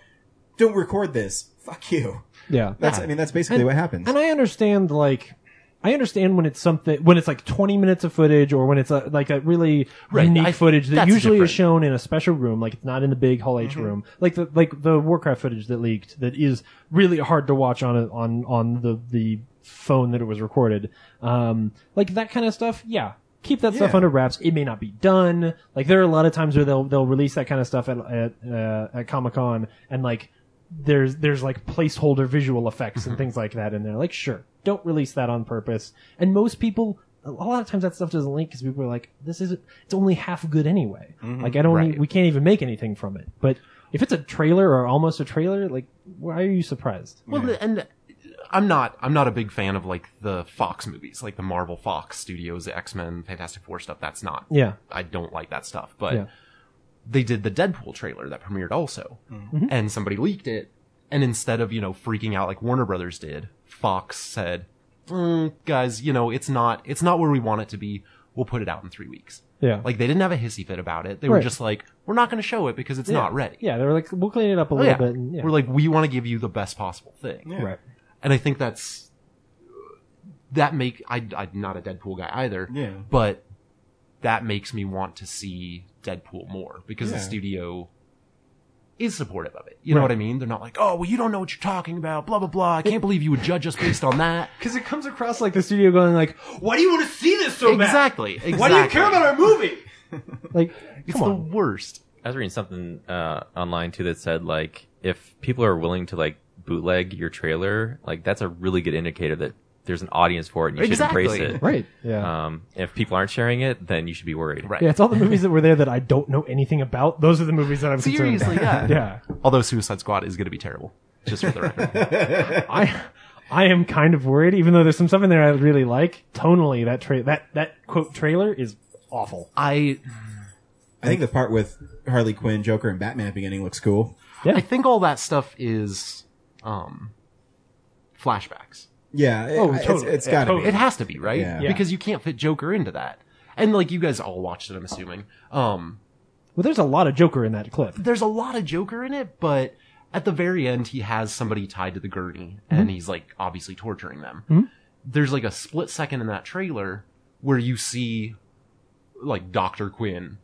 Speaker 1: don't record this. Fuck you.
Speaker 3: yeah.
Speaker 1: That's. I mean, that's basically what happens.
Speaker 3: And I understand, like, I understand when it's something when it's like 20 minutes of footage, or when it's uh like a really
Speaker 2: Right,
Speaker 3: unique
Speaker 2: I-
Speaker 3: footage that
Speaker 2: that's
Speaker 3: usually is
Speaker 2: different. Mm-hmm.
Speaker 3: shown in a special room, like it's not in the big Hall H room, like the like the Warcraft footage that leaked that is really hard to watch on a, on on the the phone that it was recorded, um, like that kind of stuff. Yeah. Keep that stuff
Speaker 1: Yeah.
Speaker 3: under wraps. It may not be done. Like there are a lot of times where they'll they'll release that kind of stuff at at, uh, at Comic Con and like there's there's like
Speaker 2: Mm-hmm.
Speaker 3: placeholder visual effects and things like that in there. Like, sure, don't release that on purpose. And most people a lot of times that stuff doesn't link because people are like, this isn't, it's only half good anyway. Like I don't,
Speaker 2: Mm-hmm. Right.
Speaker 3: need, we can't even make anything from it. But if it's a trailer or almost a trailer, like why are you surprised?
Speaker 2: Well, and I'm not I'm not a big fan of like the Fox movies, like the Marvel Fox Studios X Men Fantastic Four stuff. That's not.
Speaker 3: Yeah.
Speaker 2: I don't like that stuff. But
Speaker 3: Yeah.
Speaker 2: they did the Deadpool trailer that premiered also,
Speaker 3: Mm-hmm.
Speaker 2: and somebody leaked it. And instead of you know freaking out like Warner Brothers did, Fox said, "Mm, "Guys, you know it's not it's not where we want it to be. We'll put it out in three weeks."
Speaker 3: Yeah.
Speaker 2: Like they didn't have a hissy fit about it. They were
Speaker 3: Right.
Speaker 2: just like, "We're not going to show it because it's not ready."
Speaker 3: Yeah, they were like, we'll clean it up a
Speaker 2: Oh,
Speaker 3: little
Speaker 2: yeah.
Speaker 3: bit. And, yeah.
Speaker 2: We're like, we want to give you the best possible thing.
Speaker 3: right.
Speaker 2: And I think that's that make I I'm not a Deadpool guy either.
Speaker 8: Yeah.
Speaker 2: But that makes me want to see Deadpool more because the studio is supportive of it. You know
Speaker 3: Right.
Speaker 2: what I mean? They're not like, oh, well, you don't know what you're talking about, blah blah blah. I can't believe you would judge us based on that.
Speaker 3: Because it comes across like the studio going like, why do you want to see this so bad?
Speaker 2: exactly. Exactly. Why do you care about our?
Speaker 3: Like,
Speaker 2: It's
Speaker 3: come
Speaker 2: the
Speaker 3: on.
Speaker 2: worst.
Speaker 4: I was reading something uh, online too that said like if people are willing to like bootleg your trailer, like that's a really good indicator that there's an audience for it and you should
Speaker 2: Exactly.
Speaker 4: embrace it.
Speaker 3: Right. Yeah.
Speaker 2: uh,
Speaker 4: Um, if people aren't sharing it, then you should be worried.
Speaker 2: Right.
Speaker 3: yeah, it's all the movies that were there that I don't know anything about. Those are the movies that I'm concerned
Speaker 2: Seriously, yeah.
Speaker 3: about. [LAUGHS] yeah.
Speaker 2: Although Suicide Squad is going to be terrible, just for the record.
Speaker 3: I I am kind of worried, even though there's some stuff in there I really like. Tonally, that tra- that that quote trailer is awful.
Speaker 2: I
Speaker 1: I think the part with Harley Quinn, Joker, and Batman at the beginning looks cool.
Speaker 3: Yeah.
Speaker 2: I think all that stuff is um flashbacks.
Speaker 1: Yeah, it,
Speaker 3: Oh,
Speaker 1: it's-
Speaker 3: totally.
Speaker 1: it's
Speaker 3: Yeah,
Speaker 1: got to
Speaker 3: totally.
Speaker 2: It has to be, right?
Speaker 1: Yeah.
Speaker 3: Yeah.
Speaker 2: Because you can't fit Joker into that. And like you guys all watched it, I'm assuming. Um
Speaker 3: Well, there's a lot of Joker in that clip.
Speaker 2: there's a lot of Joker in it, but at the very end he has somebody tied to the gurney and he's like obviously torturing them. There's like a split second in that trailer where you see like Dr. Quinn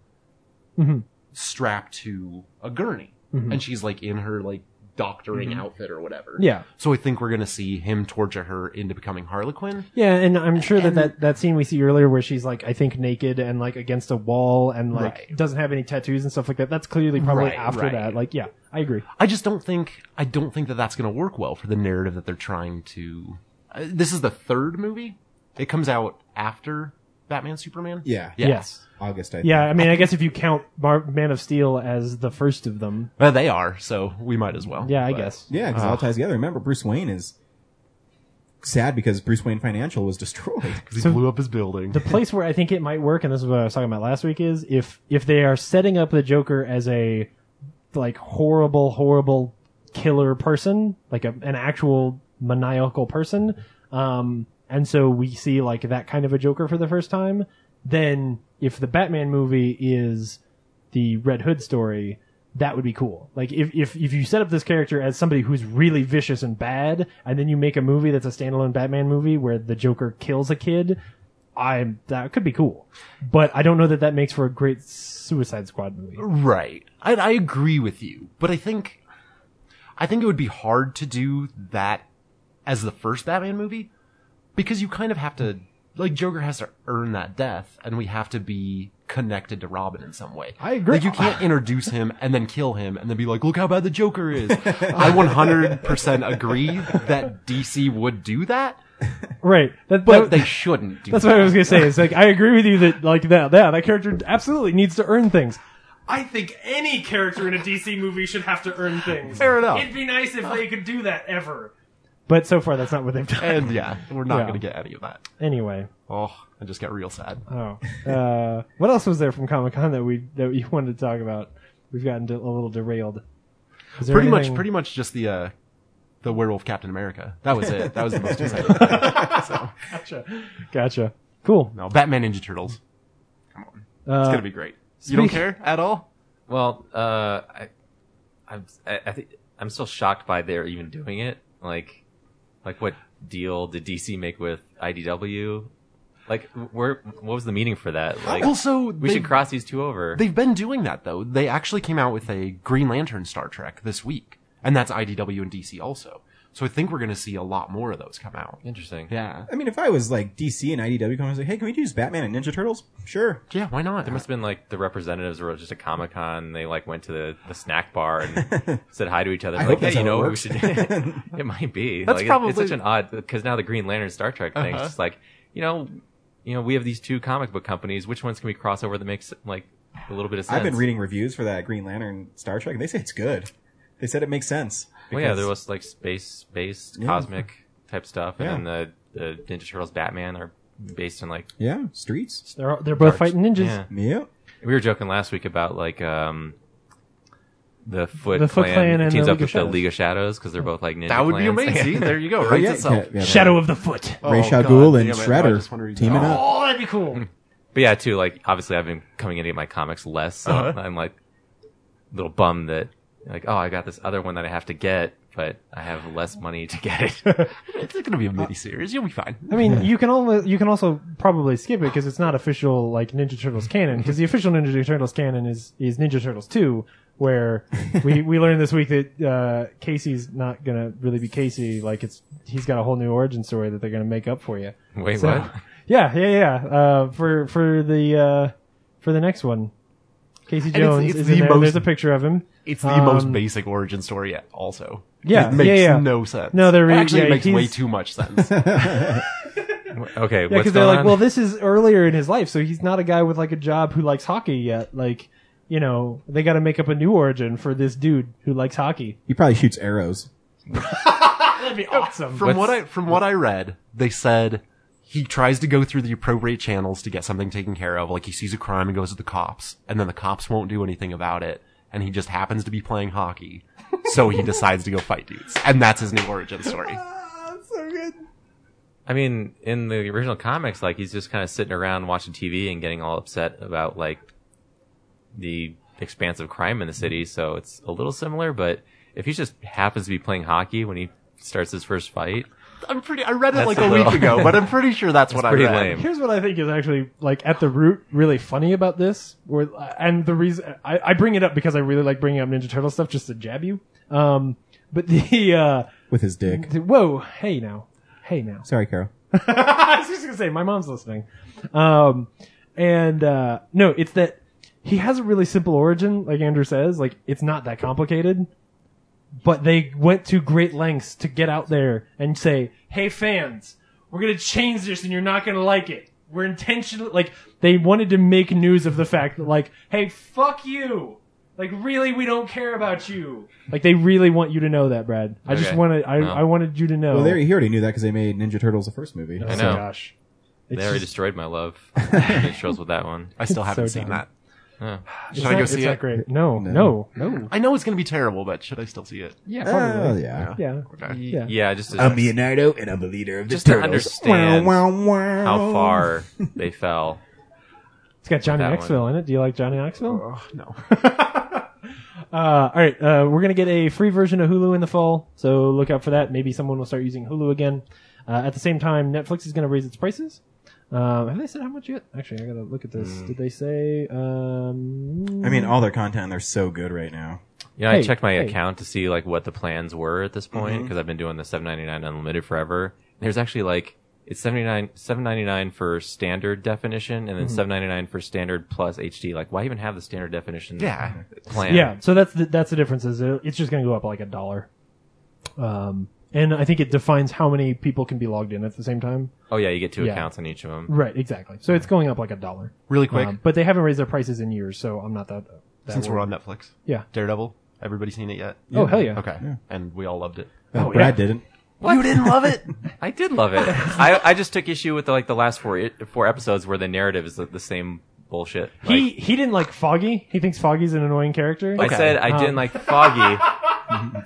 Speaker 2: strapped to a gurney and she's like in her like doctoring outfit or whatever.
Speaker 3: Yeah.
Speaker 2: So I think we're gonna see him torture her into becoming Harlequin.
Speaker 3: Yeah, and I'm sure that, that that scene we see earlier where she's like, I think naked and like against a wall and like
Speaker 2: Right.
Speaker 3: doesn't have any tattoos and stuff like that. That's clearly probably
Speaker 2: Right,
Speaker 3: after
Speaker 2: right.
Speaker 3: that. Like, yeah, I agree.
Speaker 2: I just don't think I don't think that that's gonna work well for the narrative that they're trying to. Uh, this is the third movie. It comes out after Batman Superman.
Speaker 1: Yeah,
Speaker 2: Yes.
Speaker 3: Yes.
Speaker 1: August. I think.
Speaker 3: Yeah, I mean, I guess if you count Mar- Man of Steel as the first of them,
Speaker 2: Well, they are, so we might as well.
Speaker 3: yeah, I
Speaker 2: But-
Speaker 3: guess.
Speaker 1: yeah, because it all ties together. Remember, Bruce Wayne is sad because Bruce Wayne Financial was [LAUGHS] destroyed.
Speaker 2: Because he blew up his building.
Speaker 3: the place where I think it might work, and this is what I was talking about last week, is if if they are setting up the Joker as a like horrible, horrible killer person, like a, an actual maniacal person, um, and so we see like that kind of a Joker for the first time, then if the Batman movie is the Red Hood story, that would be cool. Like if, if if you set up this character as somebody who's really vicious and bad, and then you make a movie that's a standalone Batman movie where the Joker kills a kid, I that could be cool. But I don't know that that makes for a great Suicide Squad movie.
Speaker 2: Right. I, I agree with you, but I think, I think it would be hard to do that as the first Batman movie because you kind of have to, like, Joker has to earn that death, and we have to be connected to Robin in some way. I
Speaker 3: agree.
Speaker 2: Like, you can't introduce him and then kill him and then be like, look how bad the
Speaker 3: [LAUGHS]
Speaker 2: Joker is. I 100% agree that DC would do that,
Speaker 3: Right. That,
Speaker 2: but
Speaker 3: but
Speaker 2: they shouldn't do
Speaker 3: that's
Speaker 2: that.
Speaker 3: what I was gonna say. It's like I agree with you that like that that that character absolutely needs to earn things. I think any character in a DC movie should have to earn things.
Speaker 2: Fair enough.
Speaker 3: be nice if they could do that ever. But so far, that's not what they've done.
Speaker 2: and yeah, we're not
Speaker 3: Yeah.
Speaker 2: going to get any of that.
Speaker 3: Anyway,
Speaker 2: Oh, I just got real sad.
Speaker 3: oh, uh, what else was there from Comic Con that we that you wanted to talk about? We've gotten de- a little derailed. Is there
Speaker 2: pretty
Speaker 3: anything-
Speaker 2: much pretty much just the uh the werewolf captain america that was it that was the most exciting thing. so
Speaker 3: Gotcha. Gotcha. Cool.
Speaker 2: no batman ninja turtles
Speaker 3: Uh,
Speaker 2: it's gonna be great you don't care at all
Speaker 4: Well, uh, I, I'm I, I think I'm still shocked by they're even doing it. Like, like what deal did DC make with IDW? Like, where what was the meaning for that? Like,
Speaker 2: also
Speaker 4: we should cross these two over.
Speaker 2: they've been doing that though they actually came out with a green lantern star trek this week and that's idw and dc also so i think we're gonna see a lot more of those come out
Speaker 4: Interesting.
Speaker 2: yeah
Speaker 1: I mean, if I was like DC and IDW, coming, I was like, hey, can we use Batman and Ninja Turtles? Sure.
Speaker 2: yeah why not
Speaker 4: There must have been like the representatives were just at Comic Con. They like went to the, the snack bar
Speaker 1: [LAUGHS]
Speaker 4: and said hi to each other.
Speaker 1: I
Speaker 4: like,
Speaker 1: hope that's
Speaker 4: hey, you
Speaker 1: how
Speaker 4: know
Speaker 1: it
Speaker 4: what we
Speaker 1: works."
Speaker 4: should. [LAUGHS] it might be.
Speaker 1: [LAUGHS]
Speaker 2: That's
Speaker 4: like, it-
Speaker 2: probably-
Speaker 1: Uh-huh.
Speaker 4: it's such an odd because now the Green Lantern Star Trek thing. It's just like you know you know, we have these two comic book companies. Which ones can we cross over that makes like a little bit of sense?
Speaker 1: I've been reading reviews for that Green Lantern Star Trek, and they say it's good. They said it makes sense.
Speaker 4: Well, yeah,
Speaker 1: because-
Speaker 4: there was like space based
Speaker 1: Yeah.
Speaker 4: cosmic type stuff,
Speaker 1: Yeah.
Speaker 4: and then the the Ninja Turtles, Batman are based in like
Speaker 1: yeah streets.
Speaker 3: They're they're both fighting ninjas.
Speaker 4: yeah.
Speaker 1: Yep.
Speaker 4: We were joking last week about like um the Foot,
Speaker 3: The Foot Clan and
Speaker 4: teams
Speaker 3: the
Speaker 4: up
Speaker 3: League of
Speaker 4: with the
Speaker 3: Shadows.
Speaker 4: League of Shadows because they're both like ninja.
Speaker 2: That would be
Speaker 4: clans. [LAUGHS]
Speaker 1: [LAUGHS]
Speaker 2: amazing. See, there you go.
Speaker 1: Oh,
Speaker 2: Right
Speaker 1: yeah,
Speaker 2: itself.
Speaker 1: yeah, yeah,
Speaker 3: Shadow of the Foot.
Speaker 1: yeah. Ra's
Speaker 2: Oh,
Speaker 1: al
Speaker 2: God
Speaker 1: Ghul and
Speaker 2: damn it. I just wanna
Speaker 1: Shredder
Speaker 2: read that.
Speaker 1: teaming up.
Speaker 3: Oh, that'd be cool.
Speaker 4: But yeah, too, like obviously I've been coming in to get my comics less, so
Speaker 2: Uh-huh.
Speaker 4: I'm like a little bummed that like, oh, I got this other one that I have to get, but I have less money to get it. [LAUGHS]
Speaker 2: It's going to be a mini series. You'll be fine.
Speaker 3: I mean, you can almost you can also probably skip it because it's not official like Ninja Turtles canon. Because the official Ninja Turtles canon is is Ninja Turtles two, where we we learned this week that uh, Casey's not gonna really be Casey. Like it's he's got a whole new origin story that they're gonna make up for you.
Speaker 4: Wait,
Speaker 3: So-
Speaker 4: what?
Speaker 3: Yeah, yeah, yeah. Uh, for for the uh, for the next one, Casey Jones
Speaker 2: it's
Speaker 3: is
Speaker 2: the
Speaker 3: in there.
Speaker 2: most-
Speaker 3: There's a picture of him.
Speaker 2: It's the most
Speaker 3: Um,
Speaker 2: basic origin story yet, also.
Speaker 3: Yeah,
Speaker 2: It makes
Speaker 3: yeah, yeah.
Speaker 2: no sense.
Speaker 3: No, they're re-
Speaker 2: actually
Speaker 3: yeah,
Speaker 2: it makes way
Speaker 3: he's- [LAUGHS]
Speaker 2: too much sense.
Speaker 4: Okay,
Speaker 3: Yeah,
Speaker 4: what's
Speaker 3: because they're
Speaker 4: going
Speaker 3: like,
Speaker 4: on?
Speaker 3: well, this is earlier in his life, so he's not a guy with like a job who likes hockey yet. Like, you know, they got to make up a new origin for this dude who likes hockey.
Speaker 1: He probably shoots arrows.
Speaker 3: That'd be awesome.
Speaker 2: from what I from what I read, they said he tries to go through the appropriate channels to get something taken care of. Like he sees a crime and goes to the cops, and then the cops won't do anything about it, and he just happens to be playing hockey, so he decides to go fight dudes, and that's his new origin story.
Speaker 4: I mean, in the original comics, like he's just kind of sitting around watching TV and getting all upset about like the expanse of crime in the city. So it's a little similar, but if he just happens to be playing hockey when he starts his first fight,
Speaker 2: I'm pretty. I read it
Speaker 4: That's
Speaker 2: like
Speaker 4: a
Speaker 2: a
Speaker 4: little-
Speaker 2: week ago, but I'm pretty sure [LAUGHS] that's what
Speaker 4: pretty
Speaker 2: I read.
Speaker 4: lame.
Speaker 3: Here's what I think is actually like at the root really funny about this, where and the reason I, I bring it up because I really like bringing up Ninja Turtle stuff just to jab you. Um, but the uh,
Speaker 1: With his dick.
Speaker 3: the- whoa, hey now, hey now.
Speaker 1: Sorry, Carol.
Speaker 3: [LAUGHS] I was just gonna say my mom's listening. Um, and uh, no, it's that he has a really simple origin, like Andrew says. Like it's not that complicated, but they went to great lengths to get out there and say, "Hey, fans, we're gonna change this, and you're not gonna like it." We're intentionally like they wanted to make news of the fact that like, "Hey, fuck you." Like really, we don't care about you. Like they really want you to know that, Brad. I just
Speaker 4: Okay.
Speaker 3: wanted I,
Speaker 4: No.
Speaker 3: I wanted you to know.
Speaker 1: Well, there he already knew that because they made Ninja Turtles the first movie.
Speaker 4: I
Speaker 3: Oh,
Speaker 4: know.
Speaker 3: gosh.
Speaker 4: they
Speaker 3: It's
Speaker 4: already
Speaker 3: just-
Speaker 4: destroyed my love. It shows with that one.
Speaker 2: I still
Speaker 3: It's
Speaker 2: haven't
Speaker 3: so
Speaker 2: seen
Speaker 3: dumb.
Speaker 2: that.
Speaker 4: Oh.
Speaker 2: Should
Speaker 3: It's
Speaker 2: I go
Speaker 3: not-
Speaker 2: see
Speaker 3: it's
Speaker 2: it?
Speaker 3: Not great. No,
Speaker 1: No.
Speaker 3: no, no.
Speaker 2: I know it's going to be terrible, but should I still see it?
Speaker 3: Yeah,
Speaker 1: Oh,
Speaker 3: probably.
Speaker 1: yeah.
Speaker 3: yeah.
Speaker 2: Okay.
Speaker 3: Yeah.
Speaker 4: Yeah, just to,
Speaker 1: Leonardo, and I'm the leader of the
Speaker 4: just to understand
Speaker 1: wow.
Speaker 4: how far they fell.
Speaker 3: It's got Johnny
Speaker 4: That
Speaker 3: Knoxville in it. Do you like Johnny Knoxville?
Speaker 2: Oh, no.
Speaker 3: [LAUGHS] Uh, all right, uh, we're gonna get a free version of Hulu in the fall, so look out for that. Maybe someone will start using Hulu again. Uh, at the same time, Netflix is gonna raise its prices. Um, have they said how much yet? Actually, I gotta look at this. Did they say? Um,
Speaker 1: I mean, all their content, they're so good right now.
Speaker 4: Yeah, I
Speaker 3: Hey,
Speaker 4: checked my
Speaker 3: hey.
Speaker 4: account to see like what the plans were at this point because I've been doing the 7.99 unlimited forever. There's actually like it's 79 7.99 for standard definition and then
Speaker 3: Mm-hmm.
Speaker 4: 7.99 for standard plus HD. Like why even have the standard definition
Speaker 2: Yeah.
Speaker 4: plan?
Speaker 3: yeah. So that's the, that's the difference. Is it, it's just gonna go up like a dollar. Um, and I think it defines how many people can be logged in at the same time.
Speaker 4: Oh yeah, you get two
Speaker 3: Yeah.
Speaker 4: accounts on each of them.
Speaker 3: Right. Exactly. So it's going up like a dollar.
Speaker 2: Really quick,
Speaker 3: Um, but they haven't raised their prices in years, so I'm not that. that
Speaker 2: since we're
Speaker 3: worried.
Speaker 2: on Netflix,
Speaker 3: Yeah.
Speaker 2: Daredevil. Everybody seen it yet?
Speaker 3: Oh hell yeah.
Speaker 2: Okay. And we all loved it.
Speaker 1: Uh,
Speaker 3: Oh,
Speaker 1: Brad
Speaker 3: yeah.
Speaker 1: didn't.
Speaker 2: You didn't love it?
Speaker 4: I did
Speaker 3: [LAUGHS]
Speaker 4: love it. I, I just took issue with the, like the last four it, four episodes where the narrative is like, the same bullshit. Like,
Speaker 3: He he didn't like Foggy. He thinks Foggy's an annoying character.
Speaker 4: I said I
Speaker 3: Um,
Speaker 4: didn't like
Speaker 3: [LAUGHS]
Speaker 4: Foggy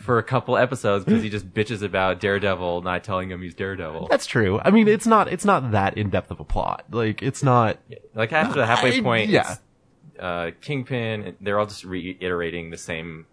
Speaker 4: for a couple episodes because he just bitches about Daredevil not telling him he's Daredevil.
Speaker 2: That's true. I mean, it's not it's not that in depth of a plot. Like, it's not.
Speaker 4: Like after the halfway
Speaker 2: I-
Speaker 4: point,
Speaker 2: yeah.
Speaker 4: it's, uh, Kingpin, they're all just reiterating the same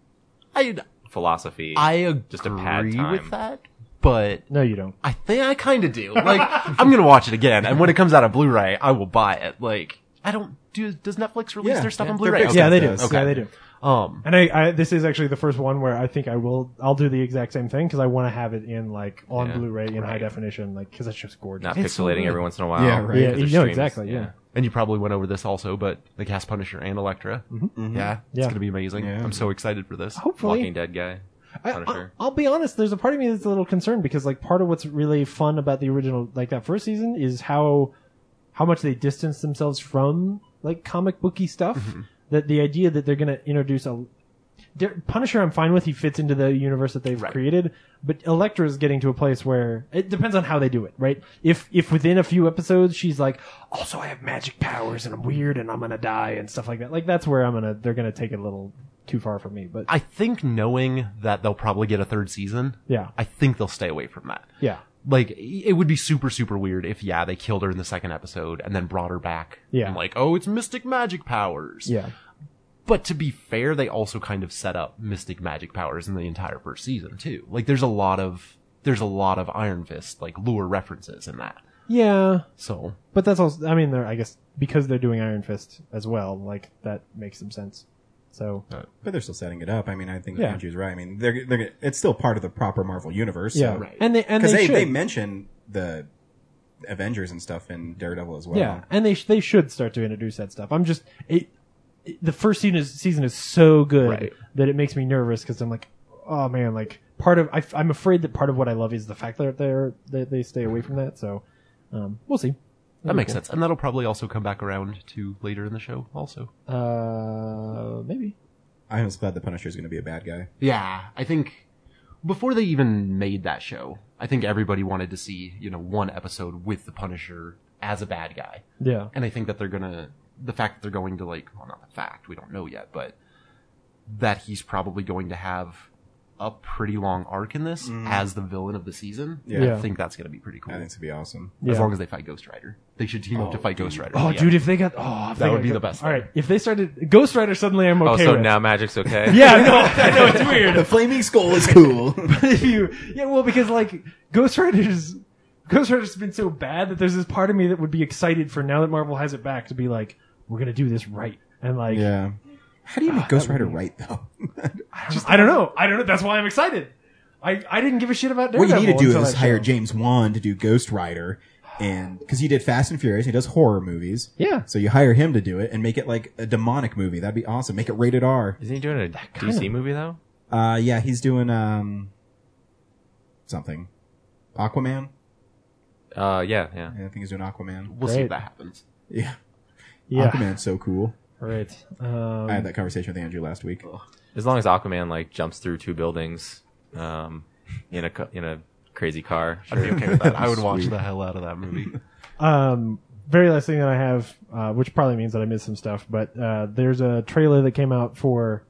Speaker 2: I
Speaker 4: philosophy.
Speaker 2: I agree
Speaker 4: Just a pad time.
Speaker 2: with that, but
Speaker 3: No, you don't.
Speaker 2: I think I kind of do. Like, I'm gonna watch it again, and when it comes out on Blu-ray, I will buy it. Like, I don't do. Does Netflix release
Speaker 1: Yeah,
Speaker 2: their stuff
Speaker 1: yeah,
Speaker 2: on
Speaker 1: they're
Speaker 2: Blu-ray?
Speaker 1: big
Speaker 2: Okay.
Speaker 3: Yeah, they do.
Speaker 1: does.
Speaker 3: Yeah, they do.
Speaker 2: Um,
Speaker 3: And I, I this is actually the first one where I think I will I'll do the exact same thing because I want to have it in like on
Speaker 4: Yeah,
Speaker 3: Blu-ray in high definition, like because that's just gorgeous.
Speaker 4: not
Speaker 2: It's so
Speaker 4: pixelating
Speaker 2: good.
Speaker 4: every once in a while.
Speaker 1: Yeah, right.
Speaker 3: yeah,
Speaker 4: because
Speaker 3: you
Speaker 4: there's
Speaker 3: know
Speaker 4: streams.
Speaker 3: exactly. Yeah.
Speaker 2: and you probably went over this also, but the Cast Punisher and Elektra. Yeah, it's
Speaker 3: Mm-hmm. Yeah.
Speaker 2: gonna be amazing.
Speaker 1: Yeah.
Speaker 2: I'm so excited for this.
Speaker 4: Walking
Speaker 3: Hopefully,
Speaker 4: Dead guy.
Speaker 3: I,
Speaker 4: Punisher.
Speaker 3: will be honest. There's a part of me that's a little concerned because like part of what's really fun about the original, like that first season, is how how much they distance themselves from like comic booky stuff. That the idea that they're going to introduce a Der- Punisher, I'm fine with. He fits into the universe that they've created, but Elektra is getting to a place where it depends on how they do it, right? If if within a few episodes she's like, also I have magic powers and I'm weird and I'm gonna die and stuff like that, like that's where I'm gonna they're gonna take it a little too far for me. But
Speaker 2: I think knowing that they'll probably get a third season,
Speaker 3: Yeah.
Speaker 2: I think they'll stay away from that.
Speaker 3: yeah,
Speaker 2: Like, it would be super, super weird if, yeah, they killed her in the second episode and then brought her back.
Speaker 3: Yeah.
Speaker 2: And like, oh, it's mystic magic powers.
Speaker 3: yeah,
Speaker 2: But to be fair, they also kind of set up mystic magic powers in the entire first season, too. Like, there's a lot of, there's a lot of Iron Fist, like, lure references in that.
Speaker 3: yeah.
Speaker 2: So,
Speaker 3: But that's also I mean they're I guess because they're doing Iron Fist as well, like that makes some sense. So
Speaker 1: But they're still setting it up. I mean, I think
Speaker 3: Yeah.
Speaker 1: Andrew's right. I mean, they're, they're it's still part of the proper Marvel universe.
Speaker 3: yeah, and they and
Speaker 1: because they,
Speaker 3: they,
Speaker 1: they
Speaker 3: should.
Speaker 1: mention the Avengers and stuff in Daredevil as well.
Speaker 3: Yeah, and they sh- they should start to introduce that stuff. I'm just it, it- the first season is season is so good
Speaker 2: Right.
Speaker 3: that it makes me nervous because I'm like, oh man, like part of I, am afraid that part of what I love is the fact that they're that they stay away from that. So um, we'll see.
Speaker 2: that makes sense. And that'll probably also come back around to later in the show, also.
Speaker 3: Uh, maybe.
Speaker 1: I'm just glad the Punisher's going to be a bad guy.
Speaker 2: Yeah, I think before they even made that show, I think everybody wanted to see, you know, one episode with the Punisher as a bad guy.
Speaker 3: Yeah.
Speaker 2: And I think that they're gonna, the fact that they're going to like, well, not the fact, we don't know yet, but that he's probably going to have a pretty long arc in this as the villain of the season.
Speaker 1: Yeah.
Speaker 3: Yeah.
Speaker 2: I think that's gonna be pretty cool.
Speaker 1: I think it's going to be awesome.
Speaker 3: Yeah.
Speaker 2: As long as they fight Ghost Rider, they should team up to fight Ghost Rider.
Speaker 3: Oh,
Speaker 2: Yeah.
Speaker 3: dude, if they got oh, if
Speaker 2: That
Speaker 3: they
Speaker 2: would
Speaker 3: got-
Speaker 2: be the best
Speaker 3: All
Speaker 2: thing.
Speaker 3: right, if they started Ghost Rider, suddenly I'm okay.
Speaker 4: oh, so
Speaker 3: with.
Speaker 4: now magic's okay.
Speaker 3: [LAUGHS] yeah,
Speaker 2: [LAUGHS]
Speaker 3: no, I know it's
Speaker 1: [LAUGHS]
Speaker 3: weird. [LAUGHS]
Speaker 1: The flaming skull is [LAUGHS] cool.
Speaker 3: if you yeah well because like ghost rider's ghost rider's been so bad that there's this part of me that would be excited for now that marvel has it back to be like we're gonna do this right and like
Speaker 1: yeah. How do you
Speaker 3: Ah,
Speaker 1: make Ghost Rider right
Speaker 3: [LAUGHS]
Speaker 1: though?
Speaker 3: I, don't, I don't know i don't know that's why i'm excited i i didn't give a shit about
Speaker 1: what
Speaker 3: Daredevil
Speaker 1: you need to do
Speaker 3: until
Speaker 1: is
Speaker 3: that
Speaker 1: hire
Speaker 3: show.
Speaker 1: James Wan to do Ghost Rider, and because he did Fast and Furious, he does horror movies.
Speaker 3: yeah
Speaker 1: So you hire him to do it and make it like a demonic movie. That'd be awesome. Make it rated R.
Speaker 4: Isn't he doing a DC movie though?
Speaker 1: Uh, yeah, he's doing um something. Aquaman.
Speaker 4: Uh, yeah, yeah.
Speaker 1: I think he's doing Aquaman.
Speaker 2: we'll see
Speaker 3: Great.
Speaker 2: if that happens.
Speaker 1: Yeah,
Speaker 3: yeah
Speaker 1: Aquaman's so cool.
Speaker 3: right
Speaker 1: I
Speaker 3: um,
Speaker 1: had that conversation with Andrew last week.
Speaker 4: As long as Aquaman like jumps through two buildings, um, in a cu- in a crazy car.
Speaker 2: I'd be okay with that. I would watch the hell out of that movie.
Speaker 3: [LAUGHS] um very last thing that i have uh which probably means that i missed some stuff but uh there's a trailer that came out for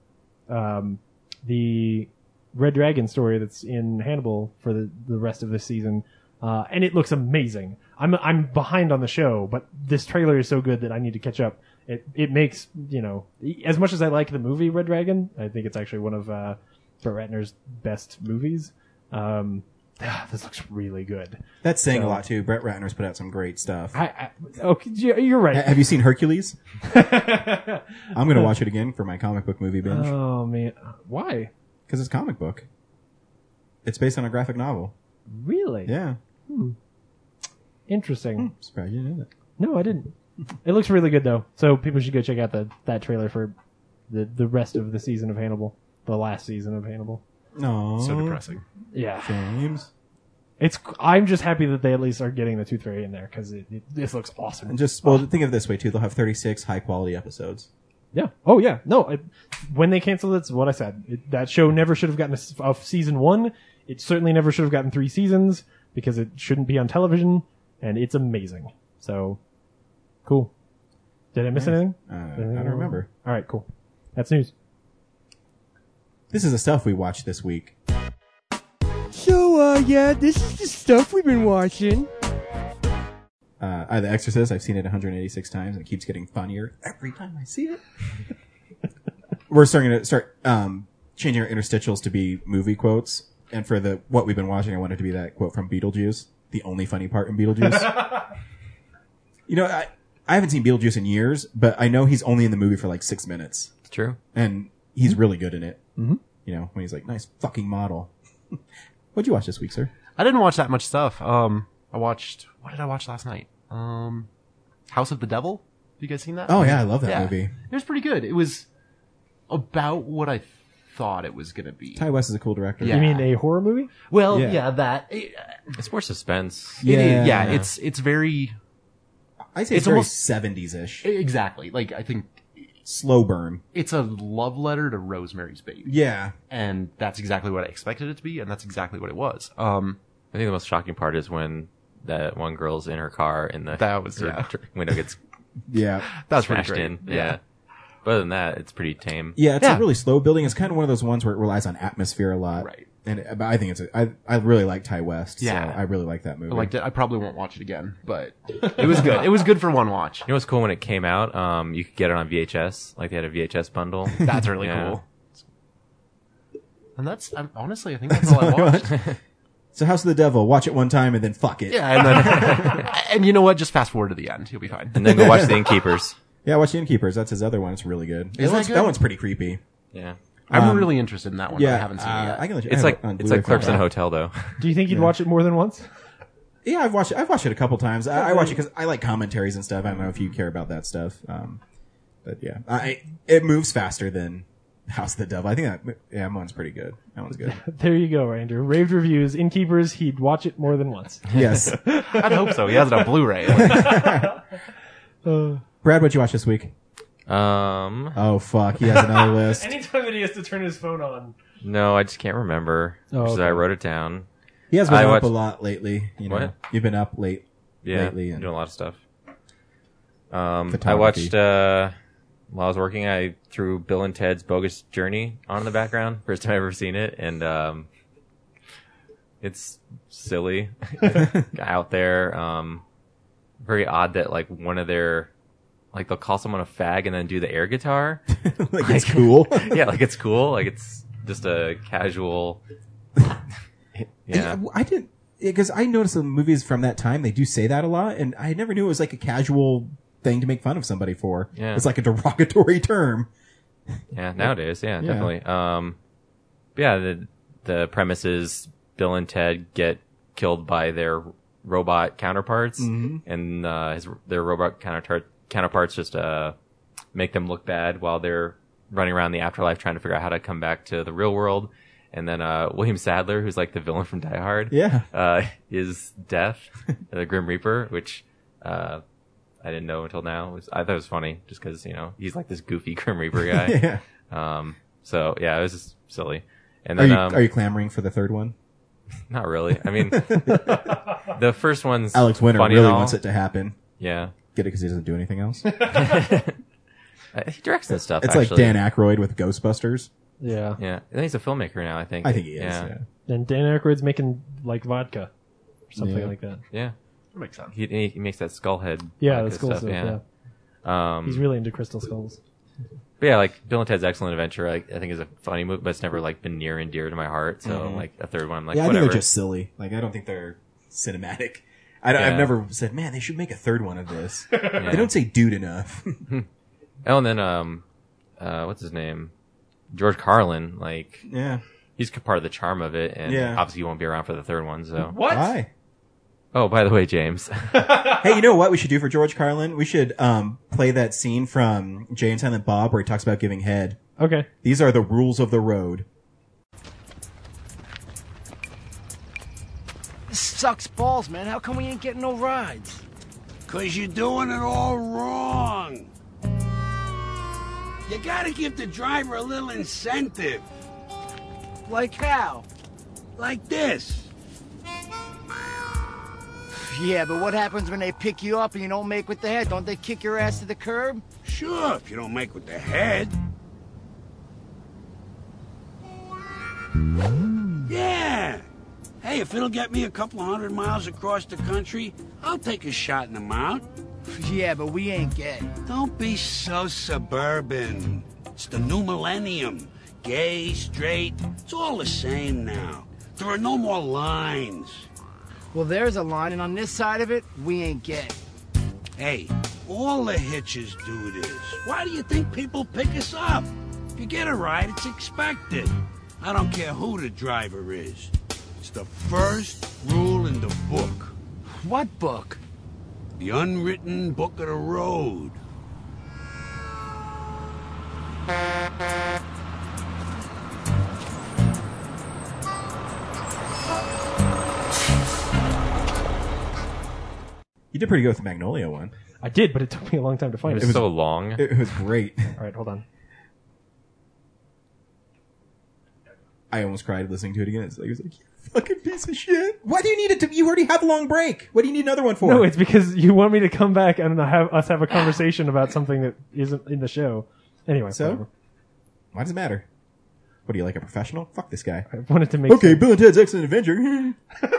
Speaker 3: um the Red Dragon story that's in Hannibal for the, the rest of this season, uh, and it looks amazing. I'm I'm behind on the show, but this trailer is so good that I need to catch up. It it makes you know as much as I like the movie Red Dragon, I think it's actually one of uh, Brett Ratner's best movies. Um, [SIGHS] this looks really good.
Speaker 1: That's saying
Speaker 3: So-
Speaker 1: a lot too. Brett Ratner's put out some great stuff.
Speaker 3: I, I okay, you- you're
Speaker 1: Ha-
Speaker 3: right.
Speaker 1: Have you seen Hercules? I'm gonna watch it again for my comic book movie [LAUGHS] binge because
Speaker 3: oh man, why?
Speaker 1: it's a comic book. It's based on a graphic novel.
Speaker 3: Really?
Speaker 1: Yeah,
Speaker 3: Interesting.
Speaker 1: surprised you didn't know that.
Speaker 3: No, I didn't. It looks really good though, so people should go check out the that trailer for the the rest of the season of Hannibal, the last season of Hannibal.
Speaker 1: No,
Speaker 2: So depressing.
Speaker 3: Yeah,
Speaker 1: James.
Speaker 3: it's. I'm just happy that they at least are getting the Tooth Fairy in there because it, it this looks awesome.
Speaker 1: And just well, think of it this way too. They'll have 36 high quality episodes.
Speaker 3: Yeah. Oh yeah. No. I, when they canceled, that's what I said. It, that show never should have gotten a s a season one. It certainly never should have gotten three seasons because it shouldn't be on television, and it's amazing. So, cool. Did I miss anything?
Speaker 1: Uh, I don't remember.
Speaker 3: All right. Cool. That's news.
Speaker 1: This is the stuff we watched this week.
Speaker 9: So, uh, yeah, this is the stuff we've been watching.
Speaker 1: Uh, I, The Exorcist. I've seen it 186 times, and it keeps getting funnier every time I see it. [LAUGHS] We're starting to start um, changing our interstitials to be movie quotes, and for the what we've been watching, I wanted to be that quote from Beetlejuice, the only funny part in Beetlejuice. [LAUGHS] you know, I, I haven't seen Beetlejuice in years, but I know he's only in the movie for like six minutes.
Speaker 4: It's true.
Speaker 1: and he's really good in it. Mm-hmm. You know, when he's like, "Nice fucking model." [LAUGHS] What'd you watch this week, sir?
Speaker 2: I didn't watch that much stuff. Um, I watched. What did I watch last night? Um, House of the Devil. Have you guys seen that?
Speaker 1: Oh yeah, I love that
Speaker 2: Yeah.
Speaker 1: movie.
Speaker 2: It was pretty good. It was about what I thought it was gonna be.
Speaker 1: Ty West is a cool director.
Speaker 2: Yeah.
Speaker 3: You mean a horror movie?
Speaker 2: Well,
Speaker 1: Yeah.
Speaker 2: yeah, that. It,
Speaker 4: It's more suspense.
Speaker 2: it is-
Speaker 1: Yeah.
Speaker 2: yeah, it's it's very
Speaker 1: I say it's,
Speaker 2: It's
Speaker 1: very
Speaker 2: almost-
Speaker 1: 70s ish.
Speaker 2: Exactly. Like I think
Speaker 1: Slow burn.
Speaker 2: it's a love letter to Rosemary's Baby,
Speaker 1: Yeah.
Speaker 2: and that's exactly what I expected it to be, and that's exactly what it was. Um,
Speaker 4: I think the most shocking part is when that one girl's in her car and the [LAUGHS]
Speaker 2: That was-
Speaker 4: third
Speaker 2: yeah.
Speaker 4: tr- window gets
Speaker 1: Yeah.
Speaker 2: that's pretty
Speaker 4: smashed
Speaker 2: great.
Speaker 4: in. Yeah. But other than that, it's pretty tame.
Speaker 1: Yeah, it's
Speaker 2: Yeah.
Speaker 1: a really slow building. It's kind of one of those ones where it relies on atmosphere a lot.
Speaker 2: Right.
Speaker 1: And uh, but I think it's a, I, I really like Ty West.
Speaker 2: Yeah.
Speaker 1: So I really like that movie.
Speaker 2: I liked it. I probably won't watch it again,
Speaker 4: [LAUGHS]
Speaker 2: but it was good. It was good for one watch.
Speaker 4: You know what's cool when it came out? Um, you could get it on VHS. Like they had a VHS bundle.
Speaker 2: That's really
Speaker 4: Yeah.
Speaker 2: cool. And that's i honestly, I think that's all I watched.
Speaker 1: So House of the Devil, watch it one time and then fuck it.
Speaker 2: Yeah, and then [LAUGHS] and you know what? Just fast forward to the end. You'll be fine.
Speaker 4: And then go watch The Innkeepers.
Speaker 1: Yeah, watch The Innkeepers. That's his other one. It's really good.
Speaker 2: that
Speaker 1: That one's,
Speaker 2: good?
Speaker 1: that one's pretty creepy.
Speaker 4: Yeah.
Speaker 2: I'm
Speaker 1: Um,
Speaker 2: really interested in that one.
Speaker 1: Yeah,
Speaker 2: I haven't seen
Speaker 1: uh,
Speaker 2: it yet.
Speaker 1: I can let you,
Speaker 4: It's
Speaker 1: I have
Speaker 4: like
Speaker 1: it on
Speaker 4: it's
Speaker 1: Blu-ray
Speaker 4: like
Speaker 1: for you.
Speaker 4: Clerks in a Hotel though. [LAUGHS]
Speaker 3: Do you think you'd watch it more than once? [LAUGHS]
Speaker 1: Yeah, I've watched it. I've watched it a couple times. I, I watch it because I like commentaries and stuff. I don't know if you care about that stuff, um, but yeah, I it moves faster than House of the Devil. I think that yeah, that one's pretty good. That one's good.
Speaker 3: There you go, Andrew. Raved reviews, innkeepers. He'd watch it more than once.
Speaker 1: yes,
Speaker 2: I'd hope so. He has it on Blu-ray.
Speaker 1: Brad, what you watch this week?
Speaker 4: Um,
Speaker 1: Oh fuck, he has another list.
Speaker 3: [LAUGHS] Anytime that he has to turn his phone on.
Speaker 4: no, I just can't remember.
Speaker 3: Oh,
Speaker 4: So
Speaker 3: okay.
Speaker 4: I wrote it down.
Speaker 1: He has been
Speaker 4: I
Speaker 1: up
Speaker 4: watched-
Speaker 1: a lot lately. You know,
Speaker 4: What?
Speaker 1: you've been up late. [LAUGHS]
Speaker 4: Yeah,
Speaker 1: lately and-
Speaker 4: doing a lot of stuff. Um, I
Speaker 1: Photography.
Speaker 4: watched uh, while I was working. I threw Bill and Ted's Bogus Journey on in the background. First time I've ever seen it, and um, it's silly [LAUGHS] out there. Um, very odd that like one of their like they'll call someone a fag and then do the air
Speaker 1: [LAUGHS]
Speaker 4: guitar.
Speaker 1: like it's cool. [LAUGHS]
Speaker 4: yeah, like it's cool. Like it's just a
Speaker 1: [LAUGHS]
Speaker 4: casual. Yeah.
Speaker 1: I, I didn't because I noticed in movies from that time they do say that a lot, and I never knew it was like a casual thing to make fun of somebody for.
Speaker 4: Yeah.
Speaker 1: It's like a derogatory term.
Speaker 4: Yeah, nowadays, yeah, definitely. Um, yeah, the the premise is Bill and Ted get killed by their robot counterparts, and uh, his, their robot counterpart counterparts just uh make them look bad while they're running around the afterlife trying to figure out how to come back to the real world. And then uh, William Sadler, who's like the villain from Die Hard,
Speaker 1: Yeah.
Speaker 4: uh, is Death, [LAUGHS] the Grim Reaper, which uh, I didn't know until now. It was, I thought it was funny just because you know he's like this goofy [LAUGHS] Grim Reaper guy.
Speaker 1: [LAUGHS] yeah.
Speaker 4: Um, so yeah, it was just silly. And
Speaker 1: Are
Speaker 4: then,
Speaker 1: you
Speaker 4: um,
Speaker 1: are you clamoring for the third
Speaker 4: [LAUGHS]
Speaker 1: one?
Speaker 4: not really. I mean, the first one's
Speaker 1: Alex Winter
Speaker 4: funny
Speaker 1: really
Speaker 4: and all.
Speaker 1: wants it to happen.
Speaker 4: Yeah,
Speaker 1: Get it because he doesn't do anything
Speaker 4: [LAUGHS]
Speaker 1: else.
Speaker 4: Uh, he directs that stuff.
Speaker 1: It's like
Speaker 4: actually.
Speaker 1: Dan Aykroyd with Ghostbusters.
Speaker 3: Yeah.
Speaker 4: Yeah, I think he's a filmmaker now. I think.
Speaker 1: I think he is.
Speaker 4: Yeah,
Speaker 1: Yeah.
Speaker 3: And Dan Aykroyd's making like vodka or something
Speaker 1: Yeah.
Speaker 3: like that.
Speaker 4: yeah.
Speaker 2: that makes sense.
Speaker 4: He, he- he makes that skull head.
Speaker 3: Yeah,
Speaker 4: vodka
Speaker 3: that's cool stuff. yeah.
Speaker 4: Um,
Speaker 3: He's really into crystal skulls.
Speaker 4: but yeah, like Bill and Ted's Excellent Adventure. I, I think is a funny movie, but it's never like been near and dear to my heart. So
Speaker 3: Mm-hmm.
Speaker 4: like a third one, I'm like
Speaker 1: Yeah, I
Speaker 4: whatever.
Speaker 1: think they're just silly. Like I don't think they're cinematic. I don't,
Speaker 4: Yeah.
Speaker 1: I've never said, man, they should make a third one of this.
Speaker 4: [LAUGHS] Yeah.
Speaker 1: They don't say dude enough. [LAUGHS]
Speaker 4: Oh, and then um, uh, what's his name? George Carlin. Like
Speaker 1: yeah.
Speaker 4: he's part of the charm of it, and
Speaker 1: Yeah.
Speaker 4: obviously he won't be around for the third one. So
Speaker 2: What?
Speaker 1: Why?
Speaker 4: Oh, by the way, James. [LAUGHS]
Speaker 1: Hey, you know what we should do for George Carlin? We should um, play that scene from Jay and Silent Bob where he talks about giving head.
Speaker 3: Okay.
Speaker 1: These are the rules of the road.
Speaker 6: This sucks balls, man. How come we ain't getting no rides? Cause you're doing it all wrong. You gotta give the driver a little incentive. Like how? Like this.
Speaker 9: Yeah, but what happens when they pick you up and you don't make with the head? Don't they kick your ass to the curb?
Speaker 6: Sure, if you don't make with the head. Yeah. Hey, if it'll get me a couple hundred miles across the country, I'll take a shot in the mouth.
Speaker 9: Yeah, but we ain't gay.
Speaker 6: Don't be so suburban. It's the new millennium. Gay, straight, it's all the same now. There are no more lines.
Speaker 9: Well, there's a line, and on this side of it, we ain't gay.
Speaker 6: Hey, all the hitches do this. Why do you think people pick us up? If you get a ride, it's expected. I don't care who the driver is. It's the first rule in the book.
Speaker 9: What book?
Speaker 6: The unwritten book of the road.
Speaker 1: You did pretty good with the Magnolia one.
Speaker 3: I did, but it took me a long time to find
Speaker 4: It
Speaker 3: it.
Speaker 4: was so long.
Speaker 1: It was great. [LAUGHS]
Speaker 3: All right, hold on.
Speaker 1: I almost cried listening to it again. It's like, it was like, you fucking piece of shit. Why do you need it to? You already have a long break. What do you need another one for?
Speaker 3: No, it's because you want me to come back and have us have a conversation about something that isn't in the show. Anyway,
Speaker 1: So?
Speaker 3: whatever.
Speaker 1: Why does it matter? What are you like a professional? Fuck this guy.
Speaker 3: I wanted to make
Speaker 1: [LAUGHS] Okay, Bill and Ted's Excellent Adventure. [LAUGHS]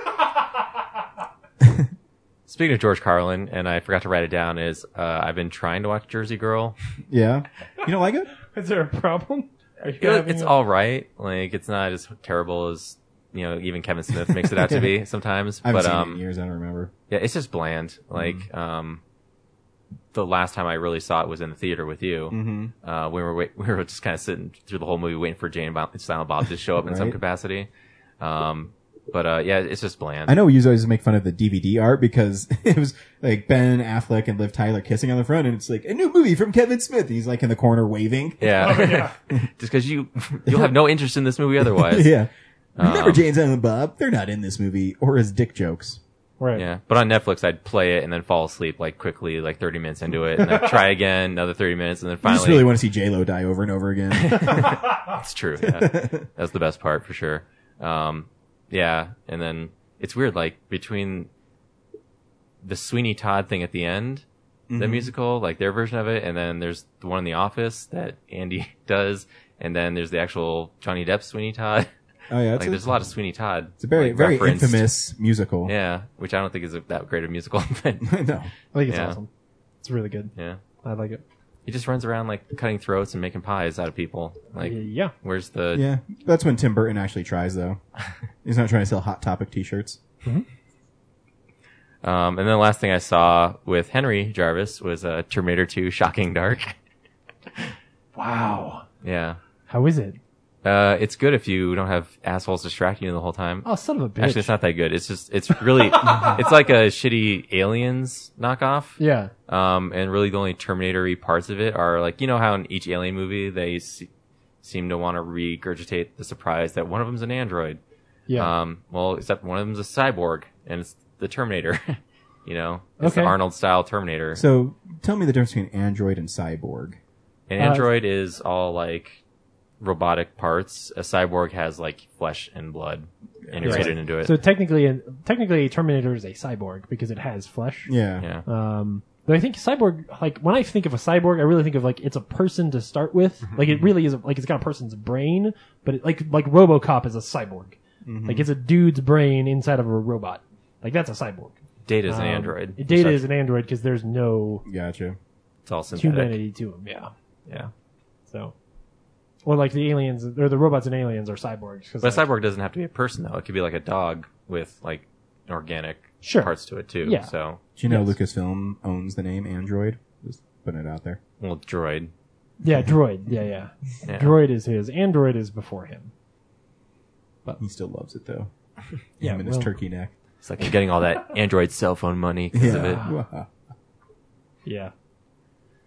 Speaker 4: Speaking of George Carlin, and I forgot to write it down, is uh, I've been trying to watch Jersey Girl.
Speaker 1: yeah, you don't like it?
Speaker 3: Is there a problem? Are you
Speaker 4: It-
Speaker 3: having
Speaker 4: it's
Speaker 3: a-
Speaker 4: all right. Like it's not as terrible as you know, even Kevin Smith makes it out to
Speaker 1: [LAUGHS]
Speaker 4: be sometimes.
Speaker 1: I haven't
Speaker 4: but
Speaker 1: seen
Speaker 4: um,
Speaker 1: it in years. Mm-hmm. I don't remember.
Speaker 4: Yeah, it's just bland. Like, um, the last time I really saw it was in the theater with you. Mm-hmm. Uh, we were wait- [LAUGHS] we were just kind of sitting through the whole movie waiting for Jane Bob- Silent Bob to show up in some
Speaker 1: Right.
Speaker 4: capacity. Um, but uh, yeah, it's just bland.
Speaker 1: I know we used to always make fun of the DVD art because [LAUGHS] it was like Ben Affleck and Liv Tyler kissing on the front, and it's like a new movie from Kevin Smith. He's like in the corner waving.
Speaker 4: Yeah, [LAUGHS] just because you you'll have no interest in this movie
Speaker 1: [LAUGHS]
Speaker 4: otherwise.
Speaker 1: yeah. Remember
Speaker 4: Um,
Speaker 1: Jane's and Bob? They're not in this movie or as dick jokes.
Speaker 3: right.
Speaker 4: Yeah, but on Netflix, I'd play it and then fall asleep like quickly, like thirty minutes into it, and
Speaker 1: [LAUGHS]
Speaker 4: then try again another thirty minutes, and then
Speaker 1: I
Speaker 4: finally,
Speaker 1: just
Speaker 4: [LAUGHS]
Speaker 1: really want to see J Lo die over and over again.
Speaker 4: That's true.
Speaker 1: [LAUGHS]
Speaker 4: Yeah. That's the best part for sure. Um, yeah. And then it's weird, like between the Sweeney Todd thing at the end, the
Speaker 1: Mm-hmm.
Speaker 4: musical, like their version of it, and then there's the one in the office that Andy [LAUGHS] does, and then there's the actual Johnny Depp Sweeney Todd.
Speaker 1: oh yeah, it's
Speaker 4: like
Speaker 1: a,
Speaker 4: there's a lot of Sweeney Todd.
Speaker 1: it's a very
Speaker 4: like,
Speaker 1: very
Speaker 4: referenced.
Speaker 1: infamous musical. [LAUGHS]
Speaker 4: Yeah, which I don't think is a, that great a musical, [LAUGHS] but
Speaker 1: no.
Speaker 3: I think it's
Speaker 4: Yeah.
Speaker 3: awesome. It's really good.
Speaker 4: yeah,
Speaker 3: I like it.
Speaker 4: he just runs around like cutting throats and making pies out of people. Like,
Speaker 3: Yeah.
Speaker 4: where's the
Speaker 1: Yeah, that's when Tim Burton actually tries
Speaker 4: [LAUGHS]
Speaker 1: though. He's not trying to sell Hot Topic T-shirts.
Speaker 4: Um, and then the last thing I saw with Henry Jarvis was uh, Terminator 2
Speaker 3: [LAUGHS]
Speaker 4: Shocking Dark.
Speaker 10: Wow.
Speaker 4: yeah.
Speaker 3: How is it?
Speaker 4: Uh, it's good if you don't have assholes distracting you the whole time.
Speaker 3: Oh, son of a bitch.
Speaker 4: Actually, it's not that good. It's just, it's
Speaker 3: [LAUGHS]
Speaker 4: really, it's like a shitty Aliens knockoff.
Speaker 3: yeah.
Speaker 4: Um, and really the only Terminator-y parts of it are like, you know how in each Alien movie they se- seem to want to regurgitate the surprise that one of them's an android.
Speaker 3: Yeah.
Speaker 4: Um, well, except one of them's a cyborg and it's the Terminator. [LAUGHS] you know, it's the
Speaker 3: Okay.
Speaker 4: Arnold-style Terminator.
Speaker 1: So tell me the difference between android and cyborg.
Speaker 4: An
Speaker 3: Uh,
Speaker 4: android is all like robotic parts. A cyborg has like flesh and blood integrated into it.
Speaker 3: so technically, technically, Terminator is a cyborg because it has flesh.
Speaker 1: Yeah.
Speaker 4: yeah.
Speaker 3: Um, but I think cyborg, like when I think of a cyborg, I really think of like it's a person to start with.
Speaker 4: Mm-hmm.
Speaker 3: Like it really is, a, like it's got a person's brain, but it, like like RoboCop is a cyborg.
Speaker 4: Mm-hmm.
Speaker 3: Like it's a dude's brain inside of a robot. Like that's a cyborg.
Speaker 4: Data is an
Speaker 3: Um,
Speaker 4: android.
Speaker 3: Data
Speaker 4: So
Speaker 3: is an android because there's no
Speaker 1: Gotcha.
Speaker 4: It's all synthetic.
Speaker 3: humanity to him. Yeah.
Speaker 4: Yeah.
Speaker 3: So, or like the aliens or the robots and aliens are cyborgs. 'cause,
Speaker 4: But a
Speaker 3: like,
Speaker 4: cyborg doesn't have to be a person though. It could be like a dog with like organic
Speaker 3: Sure.
Speaker 4: parts to it too.
Speaker 3: Yeah.
Speaker 4: So,
Speaker 1: Do you know Lucasfilm owns the name Android? Just putting it out there.
Speaker 4: well, droid.
Speaker 3: yeah, droid. Yeah, yeah,
Speaker 4: Yeah.
Speaker 3: Droid is his. Android is before him.
Speaker 1: He still loves it
Speaker 4: [LAUGHS]
Speaker 1: though.
Speaker 3: Yeah,
Speaker 1: Him and his
Speaker 3: well-
Speaker 1: turkey neck.
Speaker 4: It's like you're getting all that android cell phone money because of it. Uh,
Speaker 1: Wow.
Speaker 3: Yeah.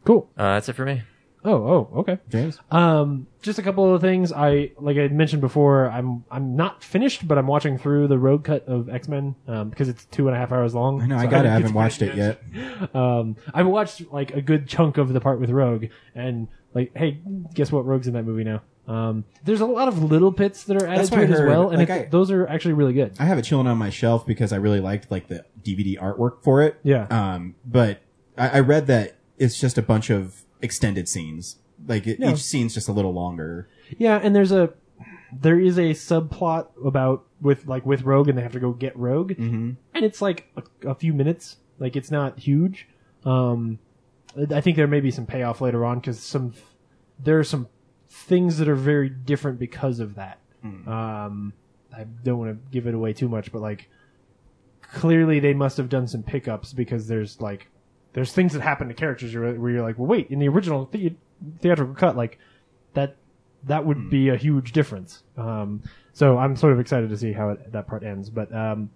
Speaker 3: Cool.
Speaker 4: Uh, that's it for me.
Speaker 3: Oh, oh, okay.
Speaker 1: James.
Speaker 3: Um, just a couple of things. I like I mentioned before. I'm I'm not finished, but I'm watching through the road cut of X Men um, because it's two and a half hours long.
Speaker 1: I know. I
Speaker 3: So [LAUGHS]
Speaker 1: got it. I
Speaker 3: think
Speaker 1: haven't watched it yet.
Speaker 3: um, I've watched like a good chunk of the part with Rogue, and like, hey, guess what? Rogue's in that movie now. Um, there's a lot of little bits that are added
Speaker 1: That's
Speaker 3: to
Speaker 1: what
Speaker 3: it
Speaker 1: I
Speaker 3: as
Speaker 1: heard.
Speaker 3: well, and
Speaker 1: Like,
Speaker 3: it's-
Speaker 1: I-
Speaker 3: those are actually really good.
Speaker 1: I have it chilling on my shelf because I really liked like the DVD artwork for it.
Speaker 3: Yeah.
Speaker 1: Um, but I, I read that it's just a bunch of extended scenes. Like it,
Speaker 3: Yeah.
Speaker 1: each scene's just a little longer.
Speaker 3: Yeah, and there's a there is a subplot about with like with Rogue, and they have to go get Rogue, mm-hmm. and it's like a, a few minutes. Like it's not huge. Um, I think there may be some payoff later on because some there are some things that are very different because of that. Um, I don't want to give it away too much, but like clearly they must have done some pickups because there's like there's things that happen to characters where where you're like, well, wait, in the original the- theatrical cut, like that that would be a huge difference. Um, so I'm sort of excited to see how it, that part ends. But um,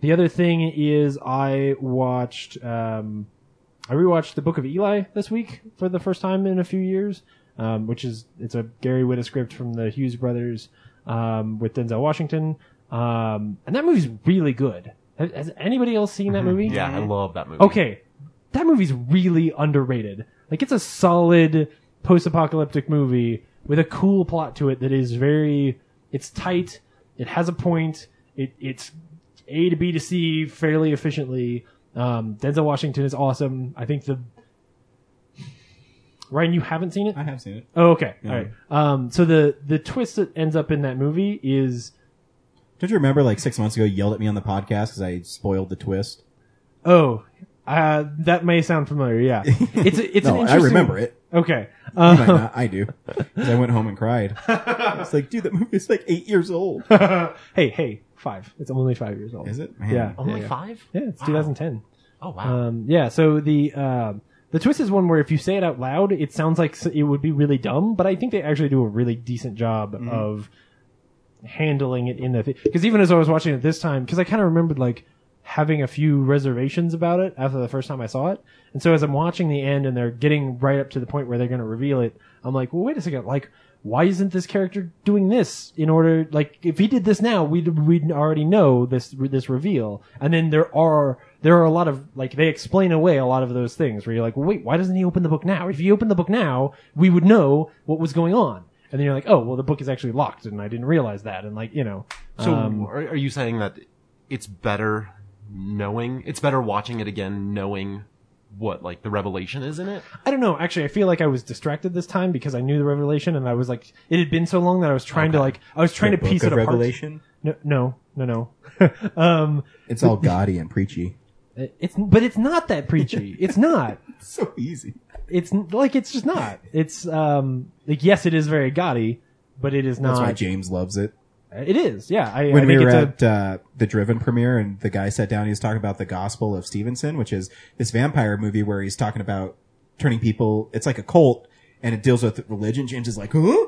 Speaker 3: the other thing is, I watched um, I rewatched the Book of Eli this week for the first time in a few years, um, which is it's a Gary Whitta script from the Hughes brothers um, with Denzel Washington, um, and that movie's really good. Has, has anybody else seen that movie?
Speaker 10: Yeah, I love that movie.
Speaker 3: Okay. that movie's really underrated. Like it's a solid post-apocalyptic movie with a cool plot to it that is very it's tight, it has a point, it it's A to B to C fairly efficiently. Um, Denzel Washington is awesome. I think the Ryan, you haven't seen it?
Speaker 1: I have seen it.
Speaker 3: Oh, okay. All right. Um, so the the twist that ends up in that movie is
Speaker 1: Don't you remember like six months ago you yelled at me on the podcast because I spoiled the twist?
Speaker 3: oh, uh, that may sound familiar.
Speaker 1: [LAUGHS]
Speaker 3: Yeah, it's a- it's
Speaker 1: No,
Speaker 3: an
Speaker 1: I
Speaker 3: interesting.
Speaker 1: remember it.
Speaker 3: Okay.
Speaker 1: You
Speaker 3: Um,
Speaker 1: might not. I do. 'Cause I went home and
Speaker 3: [LAUGHS]
Speaker 1: cried. It's like, dude, that movie's like eight years old.
Speaker 3: [LAUGHS] hey, hey, five. It's only five years old.
Speaker 1: Is it? Man.
Speaker 3: Yeah.
Speaker 2: Only five?
Speaker 3: Yeah, it's 2010.
Speaker 2: Oh wow.
Speaker 3: Um, yeah. So the um, the twist is one where if you say it out loud, it sounds like s- it would be really dumb, but I think they actually do a really decent job
Speaker 1: Mm-hmm.
Speaker 3: of handling it in the because even as I was watching it this time, because I kind of remembered like having a few reservations about it after the first time I saw it, and so as I'm watching the end and they're getting right up to the point where they're going to reveal it, I'm like, well, wait a second, like. Why isn't this character doing this? In order, like, if he did this now, we'd we'd already know this this reveal. And then there are there are a lot of like they explain away a lot of those things where you're like, wait, why doesn't he open the book now? If he opened the book now, we would know what was going on. And then you're like, oh, well, the book is actually locked, and I didn't realize that. And like, you know,
Speaker 2: So
Speaker 3: um,
Speaker 2: are, are you saying that it's better knowing? It's better watching it again, knowing what like the revelation is in it.
Speaker 3: I don't know. Actually, I feel like I was distracted this time because I knew the revelation, and I was like, it had been so long that I was trying to like, I was trying
Speaker 1: The
Speaker 3: to piece
Speaker 1: Book
Speaker 3: it
Speaker 1: of
Speaker 3: apart.
Speaker 1: Revelation.
Speaker 3: No, no, no, [LAUGHS] no. um,
Speaker 1: It's
Speaker 3: [LAUGHS]
Speaker 1: all gaudy and preachy.
Speaker 3: it's but it's not
Speaker 1: [LAUGHS]
Speaker 3: that preachy. it's not.
Speaker 1: It's so easy.
Speaker 3: It's n- like it's just not. It's um like yes, it is very gaudy, but it is
Speaker 1: That's why
Speaker 3: not.
Speaker 1: James loves it.
Speaker 3: It is. Yeah, I, I
Speaker 1: when
Speaker 3: think
Speaker 1: we were
Speaker 3: it's a
Speaker 1: at uh, the Driven premiere, and the guy sat down, he was talking about the Gospel of Stevenson, which is this vampire movie where he's talking about turning people. It's like a cult, and it deals with religion. James is like, huh?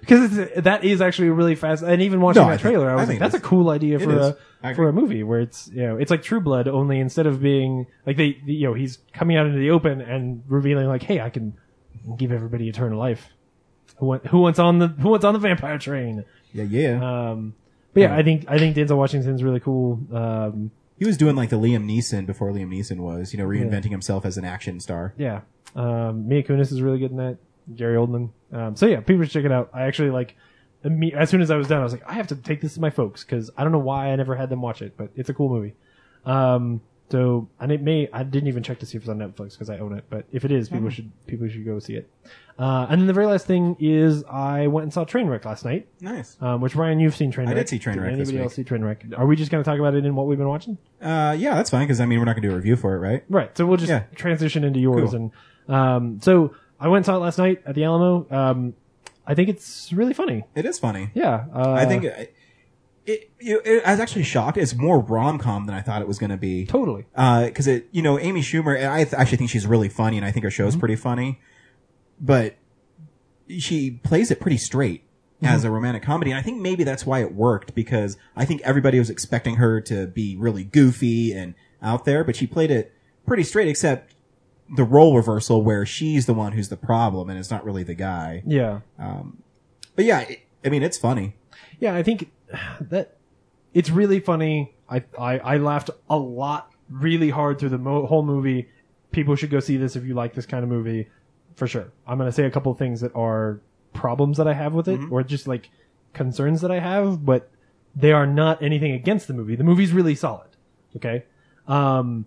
Speaker 3: because it's, that is actually really fast. And even watching
Speaker 1: No, I
Speaker 3: that
Speaker 1: think-
Speaker 3: trailer, I
Speaker 1: I
Speaker 3: was like,
Speaker 1: think
Speaker 3: "That's a
Speaker 1: it's-
Speaker 3: cool idea
Speaker 1: it
Speaker 3: for
Speaker 1: is.
Speaker 3: a
Speaker 1: I agree.
Speaker 3: for a movie where it's you know it's like True Blood only instead of being like they you know he's coming out into the open and revealing like, hey, I can give everybody eternal life. Who, want, who wants on the who wants on the vampire train?
Speaker 1: Yeah, yeah.
Speaker 3: Um, but yeah, I think I think Denzel Washington's really cool. Um,
Speaker 1: he was doing like the Liam Neeson before Liam Neeson was, you know, reinventing himself as an action star.
Speaker 3: yeah, um, Mia Kunis is really good in that. Jerry Oldman. Um, so yeah, people should check it out. I actually like. imme- As soon as I was done, I was like, I have to take this to my folks because I don't know why I never had them watch it, but it's a cool movie. Um, so and it may I didn't even check to see if it's on Netflix because I own it, but if it is, people should people should go see it. Uh, and then the very last thing is I went and saw Trainwreck last night,
Speaker 1: Nice.
Speaker 3: um, which Ryan, you've seen Trainwreck.
Speaker 1: did see Trainwreck
Speaker 3: Did
Speaker 1: this
Speaker 3: anybody
Speaker 1: week.
Speaker 3: else see Trainwreck? Are we just going to talk about it in what we've been watching?
Speaker 1: Uh, yeah, that's fine because I mean we're not gonna do a review for it, right?
Speaker 3: Right. So we'll just
Speaker 1: Yeah.
Speaker 3: transition into yours.
Speaker 1: Cool.
Speaker 3: And um, so I went and saw it last night at the Alamo. Um, I think it's really funny.
Speaker 1: It is funny.
Speaker 3: Yeah. Uh,
Speaker 1: I think it. It, you it. I was actually shocked. It's more rom com than I thought it was gonna be.
Speaker 3: totally.
Speaker 1: because Uh, it you know Amy Schumer and I th- actually think she's really funny and I think her
Speaker 3: Mm-hmm.
Speaker 1: show's pretty funny, but she plays it pretty straight
Speaker 3: Mm-hmm.
Speaker 1: as a romantic comedy and I think maybe that's why it worked because I think everybody was expecting her to be really goofy and out there, but she played it pretty straight except the role reversal where she's the one who's the problem and it's not really the guy.
Speaker 3: Yeah.
Speaker 1: But yeah, it, I mean it's funny.
Speaker 3: Yeah. I think that it's really funny. I I, I laughed a lot, really hard through the mo- whole movie. People should go see this if you like this kind of movie, for sure. I'm going to say a couple of things that are problems that I have with it,
Speaker 1: Mm-hmm.
Speaker 3: or just like concerns that I have, but they are not anything against the movie. The movie's really solid. Okay. Um,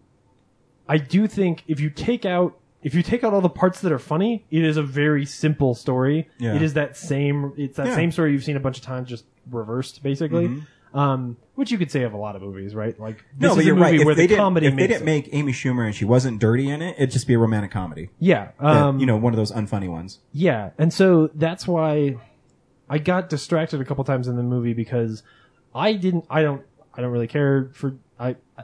Speaker 3: I do think if you take out if you take out all the parts that are funny, it is a very simple story.
Speaker 1: Yeah.
Speaker 3: It is that same it's that
Speaker 1: Yeah.
Speaker 3: same story you've seen a bunch of times, just reversed basically. Um, which you could say of a lot of movies, right? Like this
Speaker 1: Mm-hmm. no, but
Speaker 3: is
Speaker 1: you're
Speaker 3: a movie
Speaker 1: right. If
Speaker 3: where
Speaker 1: they
Speaker 3: the
Speaker 1: didn't,
Speaker 3: comedy
Speaker 1: if they
Speaker 3: makes
Speaker 1: didn't
Speaker 3: it.
Speaker 1: make Amy Schumer and she wasn't dirty in it, it'd just be a romantic comedy.
Speaker 3: yeah,
Speaker 1: That,
Speaker 3: um,
Speaker 1: you know, one of those unfunny ones.
Speaker 3: Yeah, and so that's why I got distracted a couple times in the movie because I didn't. I don't. I don't really care for. I. I-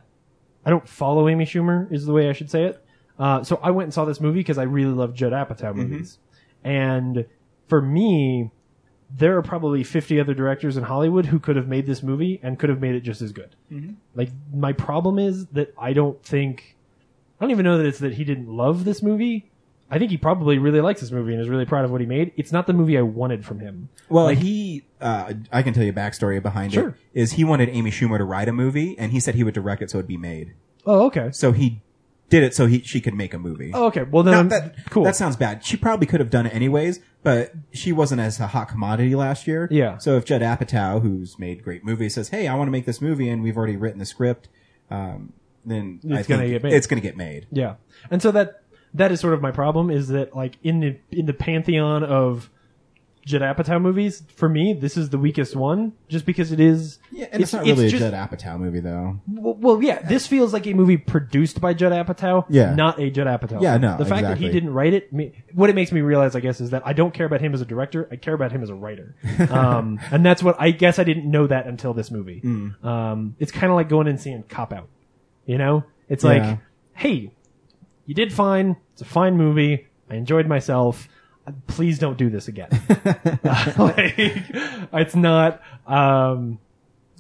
Speaker 3: I don't follow Amy Schumer is the way I should say it. Uh, so I went and saw this movie because I really love Judd Apatow movies, and for me, there are probably fifty other directors in Hollywood who could have made this movie and could have made it just as good. Like my problem is that I don't think I don't even know that it's that he didn't love this movie. I think he probably really likes this movie and is really proud of what he made. It's not the movie I wanted from him.
Speaker 1: Well, he, uh, I can tell you a backstory behind
Speaker 3: Sure.
Speaker 1: it. Is he wanted Amy Schumer to write a movie, and he said he would direct it so it'd be made.
Speaker 3: Oh, okay.
Speaker 1: So he did it so he she could make a movie.
Speaker 3: Oh, okay. Well, then,
Speaker 1: Not
Speaker 3: I'm-
Speaker 1: that,
Speaker 3: cool.
Speaker 1: That sounds bad. She probably could have done it anyways, but she wasn't as a hot commodity last year.
Speaker 3: Yeah.
Speaker 1: So if Judd Apatow, who's made great movies, says, "Hey, I want to make this movie, and we've already written the script," um, then I
Speaker 3: It's gonna
Speaker 1: think
Speaker 3: get made.
Speaker 1: It's going to get made.
Speaker 3: Yeah, and so that that is sort of my problem is that like in the in the pantheon of Judd Apatow movies, for me, this is the weakest one, just because it is.
Speaker 1: Yeah, and it's, not really
Speaker 3: just-
Speaker 1: a Judd Apatow movie, though.
Speaker 3: Well, well, yeah, this feels like a movie produced by Judd Apatow,
Speaker 1: Yeah.
Speaker 3: not a Judd Apatow.
Speaker 1: Yeah, no,
Speaker 3: The fact that he
Speaker 1: exactly.
Speaker 3: didn't write it, me, what it makes me realize, I guess, is that I don't care about him as a director. I care about him as
Speaker 1: [LAUGHS]
Speaker 3: a writer, um, and that's what I guess I didn't know that until this movie.
Speaker 1: Mm.
Speaker 3: Um, it's kind of like going and seeing Cop Out. You know, it's like,
Speaker 1: Yeah.
Speaker 3: hey, you did fine. It's a fine movie. I enjoyed myself. Uh, Please don't do
Speaker 1: [LAUGHS]
Speaker 3: this again. [LAUGHS] like, it's not. Um,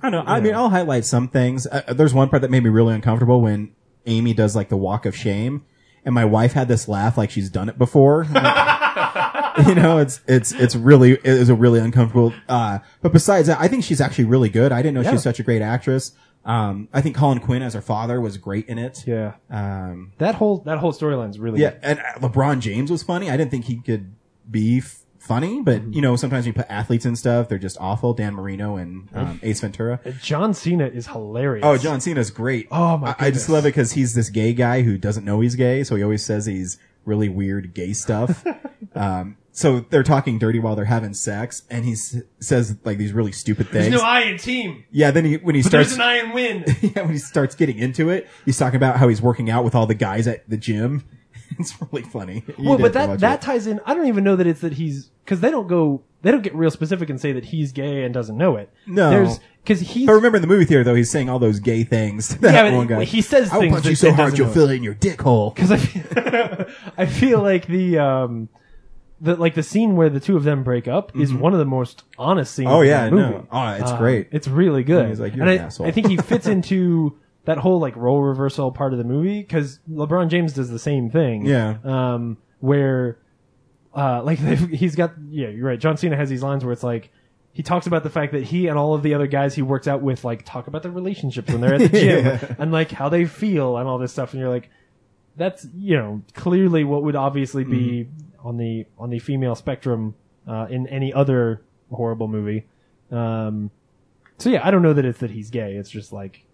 Speaker 1: I don't know. I mean, I'll highlight some things. Uh, there's one part that made me really uncomfortable when Amy does like the walk of shame, and my wife had this laugh like she's done it before. [LAUGHS] you know, it's it's it's really it is a really uncomfortable. Uh, but besides that, I think she's actually really good. I didn't know
Speaker 3: Yeah.
Speaker 1: she's such a great actress. Um, I think Colin Quinn as her father was great in it.
Speaker 3: yeah,
Speaker 1: Um,
Speaker 3: that whole that whole storyline's really
Speaker 1: yeah, and uh, LeBron James was funny. I didn't think he could be f- funny, but you know, sometimes you put athletes and stuff, they're just awful. Dan Marino and um, Ace Ventura.
Speaker 3: John Cena is hilarious.
Speaker 1: Oh, John Cena's great.
Speaker 3: Oh, my
Speaker 1: I- I
Speaker 3: goodness.
Speaker 1: just love it because he's this gay guy who doesn't know he's gay, so he always says he's really weird gay
Speaker 3: [LAUGHS]
Speaker 1: stuff. um, so they're talking dirty while they're having sex, and he s- says like these really stupid things.
Speaker 3: I in team.
Speaker 1: yeah, then he,
Speaker 3: [LAUGHS]
Speaker 1: when he starts,
Speaker 3: I in win.
Speaker 1: yeah, when [LAUGHS] he starts getting into it, he's talking about how he's working out with all the guys at the gym. [LAUGHS] it's really funny. You
Speaker 3: well,
Speaker 1: did watch
Speaker 3: but that
Speaker 1: it.
Speaker 3: that ties in. I don't even know that it's that he's because they don't go they don't get real specific and say that he's gay and doesn't know it.
Speaker 1: No.
Speaker 3: there's because he's
Speaker 1: But remember in the movie theater though, he's saying all those gay things. to That
Speaker 3: but
Speaker 1: one guy.
Speaker 3: he says
Speaker 1: "I will
Speaker 3: things
Speaker 1: punch
Speaker 3: that-
Speaker 1: you so
Speaker 3: that
Speaker 1: hard
Speaker 3: doesn't
Speaker 1: you'll
Speaker 3: [LAUGHS] know."
Speaker 1: fill it in your dick hole."
Speaker 3: because I feel, [LAUGHS] I feel like the um the like the scene where the two of them break up is one of the most honest scenes.
Speaker 1: Mm-hmm. Oh
Speaker 3: in
Speaker 1: yeah,
Speaker 3: the movie.
Speaker 1: no, oh, it's
Speaker 3: Uh,
Speaker 1: great.
Speaker 3: It's really good.
Speaker 1: he's like, "You're
Speaker 3: and
Speaker 1: an
Speaker 3: I,
Speaker 1: asshole."
Speaker 3: I think
Speaker 1: [LAUGHS]
Speaker 3: he fits into that whole like role reversal part of the movie because LeBron James does the same thing.
Speaker 1: Yeah.
Speaker 3: Um, where, uh, like [LAUGHS] they've- he's got yeah, you're right. John Cena has these lines where it's like. He talks about the fact that he and all of the other guys he works out with like talk about their relationships
Speaker 1: [LAUGHS]
Speaker 3: when they're at the gym and like how they feel and all this stuff and you're like that's you know clearly what would obviously be
Speaker 1: Mm-hmm.
Speaker 3: on the on the female spectrum uh, in any other horrible movie. Um, so yeah, I don't know that it's that he's gay. It's just like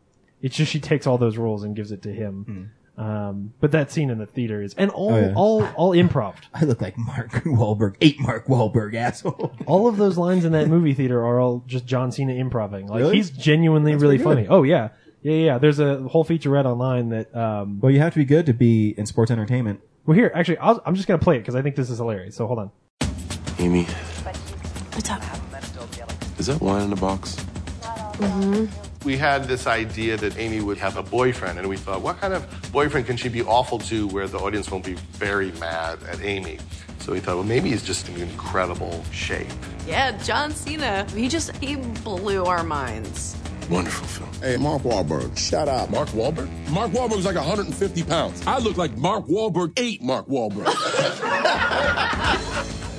Speaker 3: it's just she takes all those roles and gives it to him. Um, but that scene in the theater is and all
Speaker 1: Oh, yeah.
Speaker 3: all all improv.
Speaker 1: I look like Mark [LAUGHS] Wahlberg, eight Mark Wahlberg asshole.
Speaker 3: All of those lines in that movie theater are all just John Cena improving. Like
Speaker 1: Really?
Speaker 3: he's genuinely really
Speaker 1: pretty
Speaker 3: funny.
Speaker 1: good.
Speaker 3: Oh yeah. Yeah, yeah, yeah. There's a whole featurette online that
Speaker 1: [LAUGHS]
Speaker 3: um,
Speaker 1: Well, you have to be good to be in sports entertainment.
Speaker 3: well, here actually, I'll, I'm just gonna play it because I think this is hilarious. So hold on.
Speaker 6: Amy,
Speaker 11: What's up?
Speaker 6: is that wine in the box? We had this idea that Amy would have a boyfriend, and we thought, what kind of boyfriend can she be awful to where the audience won't be very mad at Amy? So we thought, well, maybe he's just in incredible shape.
Speaker 11: Yeah, John Cena. He just he blew our minds.
Speaker 6: Wonderful film.
Speaker 9: Hey, Mark Wahlberg, shut up.
Speaker 6: Mark Wahlberg? Mark Wahlberg's like 150 pounds. I look like Mark Wahlberg ate Mark Wahlberg. [LAUGHS]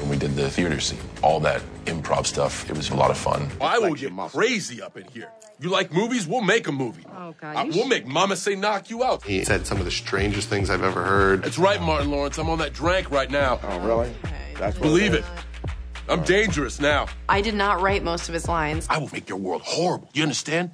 Speaker 6: when we did the theater scene, all that improv stuff, it was a lot of fun. I will get crazy up in here. You like movies? We'll make a movie.
Speaker 11: Oh, God, you
Speaker 6: we'll make Mama Say knock you out. He said some of the strangest things I've ever heard. That's right, Martin Lawrence. I'm on that drank right now. Oh, really? Believe it. I'm dangerous now.
Speaker 11: I did not write most of his lines.
Speaker 6: I will make your world horrible. You understand?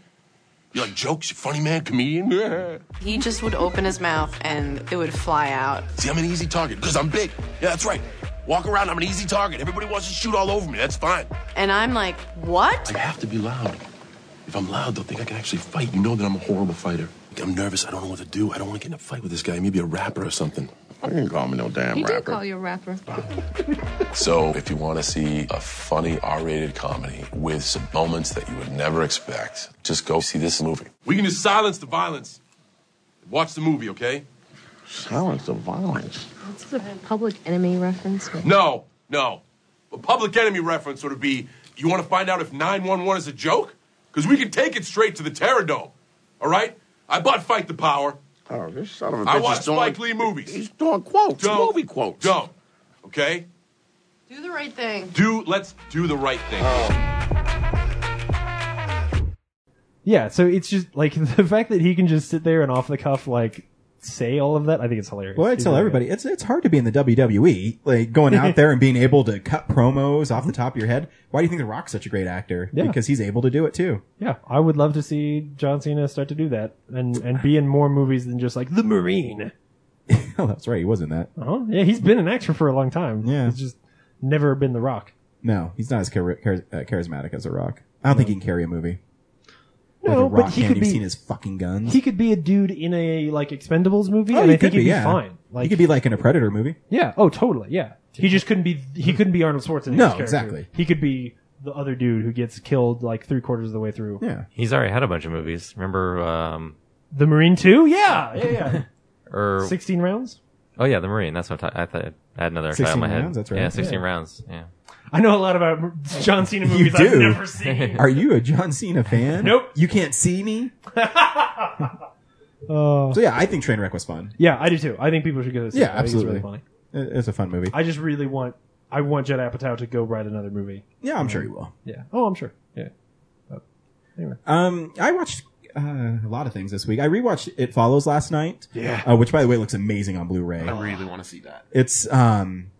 Speaker 6: You like jokes? You funny man, comedian? [LAUGHS] Yeah.
Speaker 11: He just would open his mouth and it would fly out.
Speaker 6: See, I'm an easy target because I'm big. Yeah, that's right. Walk around, I'm an easy target. Everybody wants to shoot all over me. That's fine.
Speaker 11: And I'm like, what?
Speaker 6: I have to be loud. If I'm loud, they'll think I can actually fight. You know that I'm a horrible fighter. I'm nervous. I don't know what to do. I don't want to get in a fight with this guy. Maybe a rapper or something. I didn't call me no damn rapper.
Speaker 11: you a rapper.
Speaker 6: [LAUGHS] So, if you want to see a funny R-rated comedy with some moments that you would never expect, just go see this movie. We can just silence the violence. Watch the movie, okay?
Speaker 9: Silence the violence.
Speaker 11: This is a public enemy reference.
Speaker 6: No, no. A public enemy reference would be you want to find out if 911 is a joke? Because we can take it straight to the Terror Dome. All right? I bought Fight the Power.
Speaker 9: Oh, this son of a
Speaker 6: I
Speaker 9: bitch
Speaker 6: watch
Speaker 9: is doing...
Speaker 6: Spike Lee movies.
Speaker 9: He's doing quotes,
Speaker 6: Don't.
Speaker 9: movie quotes.
Speaker 6: Don't. Okay?
Speaker 11: Do the right thing.
Speaker 6: Do, let's do the right thing.
Speaker 3: [LAUGHS] Yeah, so it's just like the fact that he can just sit there and off the cuff like say all of that. I think it's hilarious.
Speaker 1: Well, I
Speaker 3: He's
Speaker 1: tell
Speaker 3: really
Speaker 1: everybody it's it's hard to be in the WWE, like going [LAUGHS] out there and being able to cut promos off the top of your head. Why do you think The Rock's such a great actor?
Speaker 3: Yeah.
Speaker 1: Because he's able to do it too. [LAUGHS]
Speaker 3: good. Yeah, I would love to see John Cena start to do that and and be in more movies than just like the Marine.
Speaker 1: oh, that's right, he was in that.
Speaker 3: Oh, yeah, he's been an actor for a long time. Yeah, he's just never been The Rock.
Speaker 1: No, he's not as chari- chari- uh, charismatic as The Rock. I don't think he can carry a movie. Oh,
Speaker 3: No,
Speaker 1: the
Speaker 3: but
Speaker 1: Rock
Speaker 3: he
Speaker 1: can't
Speaker 3: could
Speaker 1: even
Speaker 3: be-
Speaker 1: seen his fucking guns. Oh,
Speaker 3: He could be a dude in a like Expendables movie, and
Speaker 1: he
Speaker 3: I think he'd be
Speaker 1: yeah.
Speaker 3: fine.
Speaker 1: he
Speaker 3: Like,
Speaker 1: could be like in a Predator movie.
Speaker 3: yeah, oh, totally, yeah. He just couldn't be. He couldn't be Arnold Schwarzenegger's
Speaker 1: Hmm. No,
Speaker 3: character.
Speaker 1: exactly.
Speaker 3: He could be the other dude who gets killed like three quarters of the way through.
Speaker 4: He's already had a bunch of movies. Remember, um,
Speaker 3: The Marine Two,
Speaker 1: [LAUGHS]
Speaker 3: yeah, yeah,
Speaker 4: or
Speaker 3: yeah. Sixteen rounds.
Speaker 4: oh yeah, the Marine. That's what I'm ta- I thought. I had another title in
Speaker 1: 16
Speaker 4: my head.
Speaker 1: rounds, that's right.
Speaker 4: Yeah, sixteen
Speaker 1: Yeah.
Speaker 4: rounds. Yeah.
Speaker 3: I know a lot about John Cena
Speaker 1: You
Speaker 3: movies
Speaker 1: do.
Speaker 3: I've
Speaker 1: [LAUGHS]
Speaker 3: never seen.
Speaker 1: Are you a John Cena fan?
Speaker 3: Nope.
Speaker 1: You can't see me.
Speaker 3: Uh,
Speaker 1: So yeah, I think Trainwreck was fun.
Speaker 3: yeah, I do too. I think people should go. See
Speaker 1: Yeah,
Speaker 3: it. I think
Speaker 1: absolutely.
Speaker 3: It's really funny.
Speaker 1: It- It's a fun movie.
Speaker 3: I just really want. I want Judd Apatow to go write another movie.
Speaker 1: Yeah, I'm sure he will.
Speaker 3: Yeah. Oh, I'm sure. Yeah. But anyway.
Speaker 1: Um, I watched uh, a lot of things this week. I rewatched It Follows last night.
Speaker 2: Yeah.
Speaker 1: Uh, which, by the way, looks amazing on Blu-ray.
Speaker 2: I really want to see that.
Speaker 1: It's um,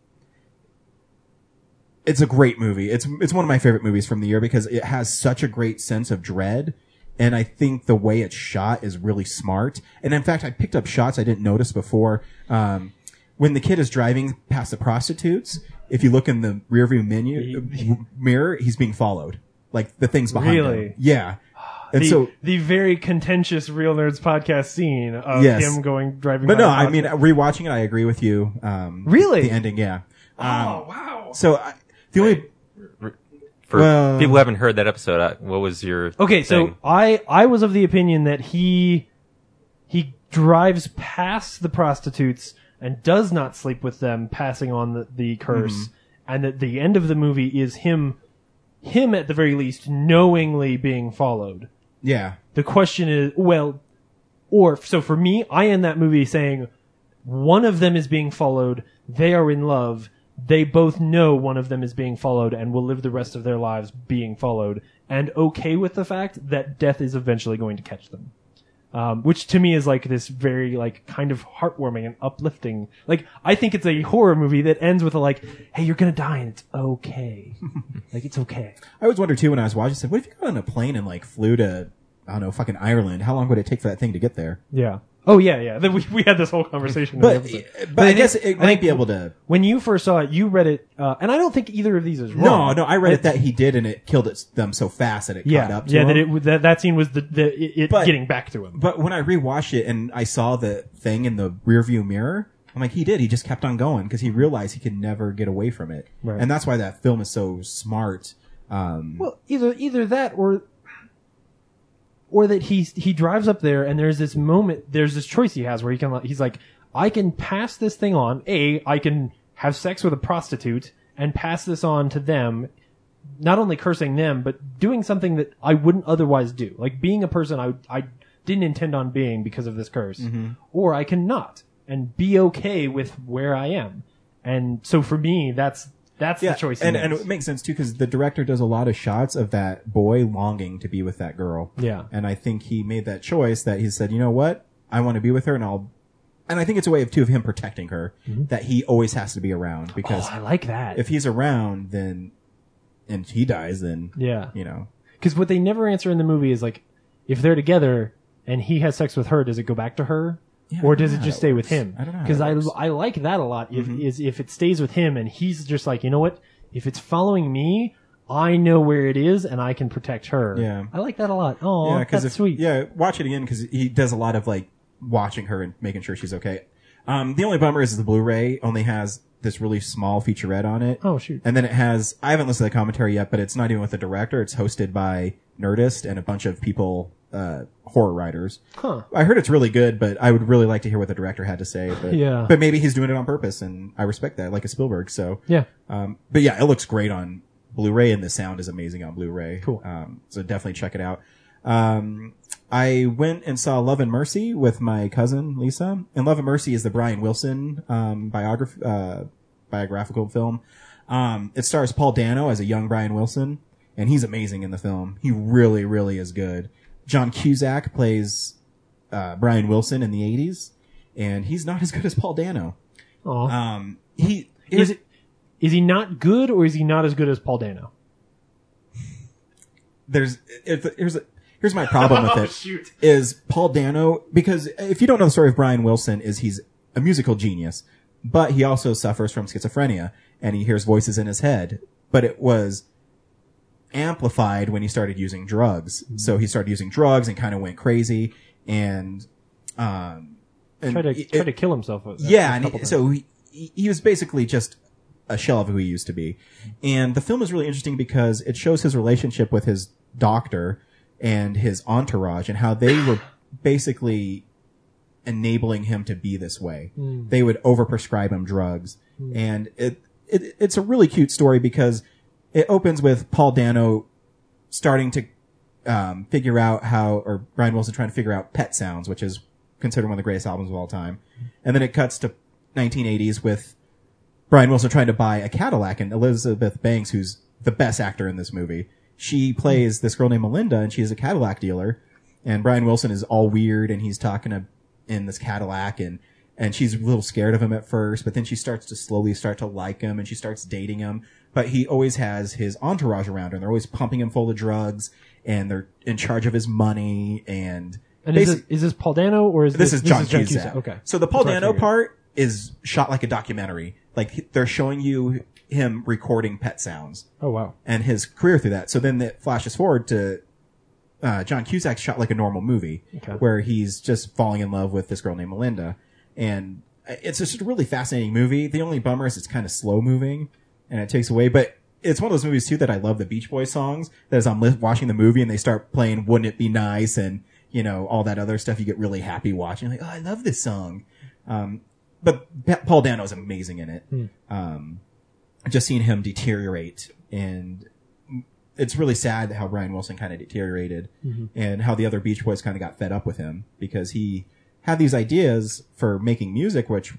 Speaker 1: it's a great movie. It's it's one of my favorite movies from the year because it has such a great sense of dread, and I think the way it's shot is really smart. And in fact, I picked up shots I didn't notice before. Um, when the kid is driving past the prostitutes, if you look in the rearview menu mirror, he's being followed. Like the things behind
Speaker 3: Really?
Speaker 1: him.
Speaker 3: [SIGHS]
Speaker 1: Yeah. And
Speaker 3: the,
Speaker 1: so
Speaker 3: the very contentious Real Nerds podcast scene of
Speaker 1: Yes.
Speaker 3: him going driving.
Speaker 1: But
Speaker 3: by
Speaker 1: no,
Speaker 3: the
Speaker 1: I
Speaker 3: hospital.
Speaker 1: mean rewatching it. I agree with you. Um,
Speaker 3: Really?
Speaker 1: the ending, yeah. Um,
Speaker 3: oh wow.
Speaker 1: So I, the only
Speaker 4: For
Speaker 1: Uh,
Speaker 4: people who haven't heard that episode, I, what was your
Speaker 3: Okay, so
Speaker 4: thing?
Speaker 3: I I was of the opinion that he he drives past the prostitutes and does not sleep with them, passing on the, the curse,
Speaker 1: Mm-hmm.
Speaker 3: and that the end of the movie is him him at the very least knowingly being followed.
Speaker 1: yeah,
Speaker 3: The question is, well, or so for me, I end that movie saying one of them is being followed, they are in love, they both know one of them is being followed and will live the rest of their lives being followed, and okay with the fact that death is eventually going to catch them. Um, which to me is like this very like kind of heartwarming and uplifting. Like I think it's a horror movie that ends with a like, "Hey, you're gonna die and it's okay. like it's okay."
Speaker 1: I always wondered too when I was watching. I said, what if you got on a plane and like flew to I don't know, fucking Ireland? How long would it take for that thing to get there?
Speaker 3: Yeah. Oh yeah, yeah. Then we we had this whole conversation. in the
Speaker 1: But
Speaker 3: episode.
Speaker 1: but, I, guess it might be able to.
Speaker 3: When you first saw it, you read it, uh, and I don't think either of these is
Speaker 1: No,
Speaker 3: wrong.
Speaker 1: no, I read it that he did, and it killed it, them so fast that it
Speaker 3: yeah,
Speaker 1: caught up. To
Speaker 3: yeah. That
Speaker 1: him.
Speaker 3: it w- that, that scene was the, the it, it
Speaker 1: But-
Speaker 3: getting back to him.
Speaker 1: But when I rewatched it and I saw the thing in the rearview mirror, I'm like, he did. He just kept on going because he realized he could never get away from it,
Speaker 3: Right.
Speaker 1: and that's why that film is so smart. Um,
Speaker 3: Well, either either that or or that he he drives up there and there's this moment, there's this choice he has where he can like- he's like, I can pass this thing on. A, I can have sex with a prostitute and pass this on to them. Not only cursing them, but doing something that I wouldn't otherwise do, like being a person I I didn't intend on being because of this curse,
Speaker 1: Mm-hmm.
Speaker 3: or I can not and be okay with where I am. And so for me, that's that's the choice. he
Speaker 1: and and
Speaker 3: makes.
Speaker 1: it makes sense too because the director does a lot of shots of that boy longing to be with that girl.
Speaker 3: Yeah.
Speaker 1: and I think he made that choice that he said, you know what, I want to be with her, and I'll. And I think it's a way of two of him protecting her that he always has to be around because
Speaker 3: Mm-hmm. oh, I like that.
Speaker 1: if he's around, then and he dies, then
Speaker 3: Yeah.
Speaker 1: you know,
Speaker 3: Because what they never answer in the movie is like, if they're together and he has sex with her, does it go back to her,
Speaker 1: Yeah,
Speaker 3: or
Speaker 1: I don't
Speaker 3: does
Speaker 1: know
Speaker 3: it
Speaker 1: how
Speaker 3: just
Speaker 1: that
Speaker 3: stay with
Speaker 1: works.
Speaker 3: him?
Speaker 1: I don't know how
Speaker 3: Because
Speaker 1: that
Speaker 3: I,
Speaker 1: works. Mm-hmm.
Speaker 3: I like that a lot. If is if it stays with him and he's just like, you know what? If it's following me, I know where it is and I can protect her.
Speaker 1: Yeah.
Speaker 3: I like that a lot. Oh, that's
Speaker 1: if-
Speaker 3: sweet.
Speaker 1: Yeah, watch it again because he does a lot of like watching her and making sure she's okay. Um, the only bummer is the Blu-ray only has this really small featurette on it.
Speaker 3: Oh shoot.
Speaker 1: And then it has, I haven't listened to the commentary yet, but it's not even with the director. It's hosted by Nerdist and a bunch of people, uh, horror writers.
Speaker 3: Huh.
Speaker 1: I heard it's really good, but I would really like to hear what the director had to say. But,
Speaker 3: Yeah.
Speaker 1: But maybe he's doing it on purpose and I respect that, like a Spielberg. So,
Speaker 3: Yeah.
Speaker 1: um, but yeah, it looks great on Blu-ray and the sound is amazing on Blu-ray.
Speaker 3: Cool.
Speaker 1: Um, so definitely check it out. Um, I went and saw Love and Mercy with my cousin Lisa, and Love and Mercy is the Brian Wilson um, biograph uh, biographical film. Um, it stars Paul Dano as a young Brian Wilson, and he's amazing in the film. He really, really is good. John Cusack plays uh, Brian Wilson in the '80s, and he's not as good as Paul Dano.
Speaker 3: Aw.
Speaker 1: Um, he
Speaker 3: is it is he not good or is he not as good as Paul Dano?
Speaker 1: there's it's, here's a, here's my problem with
Speaker 3: [LAUGHS] Oh,
Speaker 1: it is
Speaker 3: shoot.
Speaker 1: Paul Dano because if you don't know the story of Brian Wilson is he's a musical genius, but he also suffers from schizophrenia and he hears voices in his head, but it was amplified when he started using drugs. So he started using drugs and kind of went crazy and um and
Speaker 3: Tried to
Speaker 1: it-
Speaker 3: tried to kill himself. with that
Speaker 1: yeah,
Speaker 3: a
Speaker 1: and
Speaker 3: couple
Speaker 1: he,
Speaker 3: times.
Speaker 1: so he, he he was basically just a shell of who he used to be. And the film is really interesting because it shows his relationship with his doctor and his entourage and how they were [COUGHS] basically enabling him to be this way.
Speaker 3: Hmm.
Speaker 12: Mm.
Speaker 1: They would overprescribe him drugs.
Speaker 12: Mm.
Speaker 1: And it, it it's a really cute story because it opens with Paul Dano starting to um, figure out how, or Brian Wilson trying to figure out Pet Sounds, which is considered one of the greatest albums of all time. And then it cuts to 1980s with Brian Wilson trying to buy a Cadillac and Elizabeth Banks, who's the best actor in this movie, she plays this girl named Melinda and she's a Cadillac dealer. And Brian Wilson is all weird and he's talking to, in this Cadillac and, and she's a little scared of him at first, but then she starts to slowly start to like him and she starts dating him. But he always has his entourage around her and they're always pumping him full of drugs and they're in charge of his money and,
Speaker 3: and is
Speaker 1: basi-
Speaker 3: this, is this Paul Dano or is
Speaker 1: this,
Speaker 3: this,
Speaker 1: is John
Speaker 3: John
Speaker 1: Cusack.
Speaker 3: Cusack? Okay.
Speaker 1: So the Paul
Speaker 3: That's what I
Speaker 1: Dano
Speaker 3: figured.
Speaker 1: part is shot like a documentary. Like he- they're showing you him recording pet sounds
Speaker 3: Oh wow.
Speaker 1: and his career through that. So then it flashes forward to uh, John Cusack shot like a normal movie
Speaker 3: Okay.
Speaker 1: where he's just falling in love with this girl named Melinda. And it's just a really fascinating movie. The only bummer is it's kind of slow moving and it takes away, but it's one of those movies too that I love the Beach Boys songs that as I'm li- watching the movie and they start playing Wouldn't It Be Nice and, you know, all that other stuff, you get really happy watching. Like, oh, I love this song. Um, but Pa- Paul Dano is amazing in it.
Speaker 12: Hmm.
Speaker 1: Um, just seeing him deteriorate and it's really sad how Brian Wilson kind of deteriorated
Speaker 12: Mhm.
Speaker 1: and how the other Beach Boys kind of got fed up with him because he had these ideas for making music, which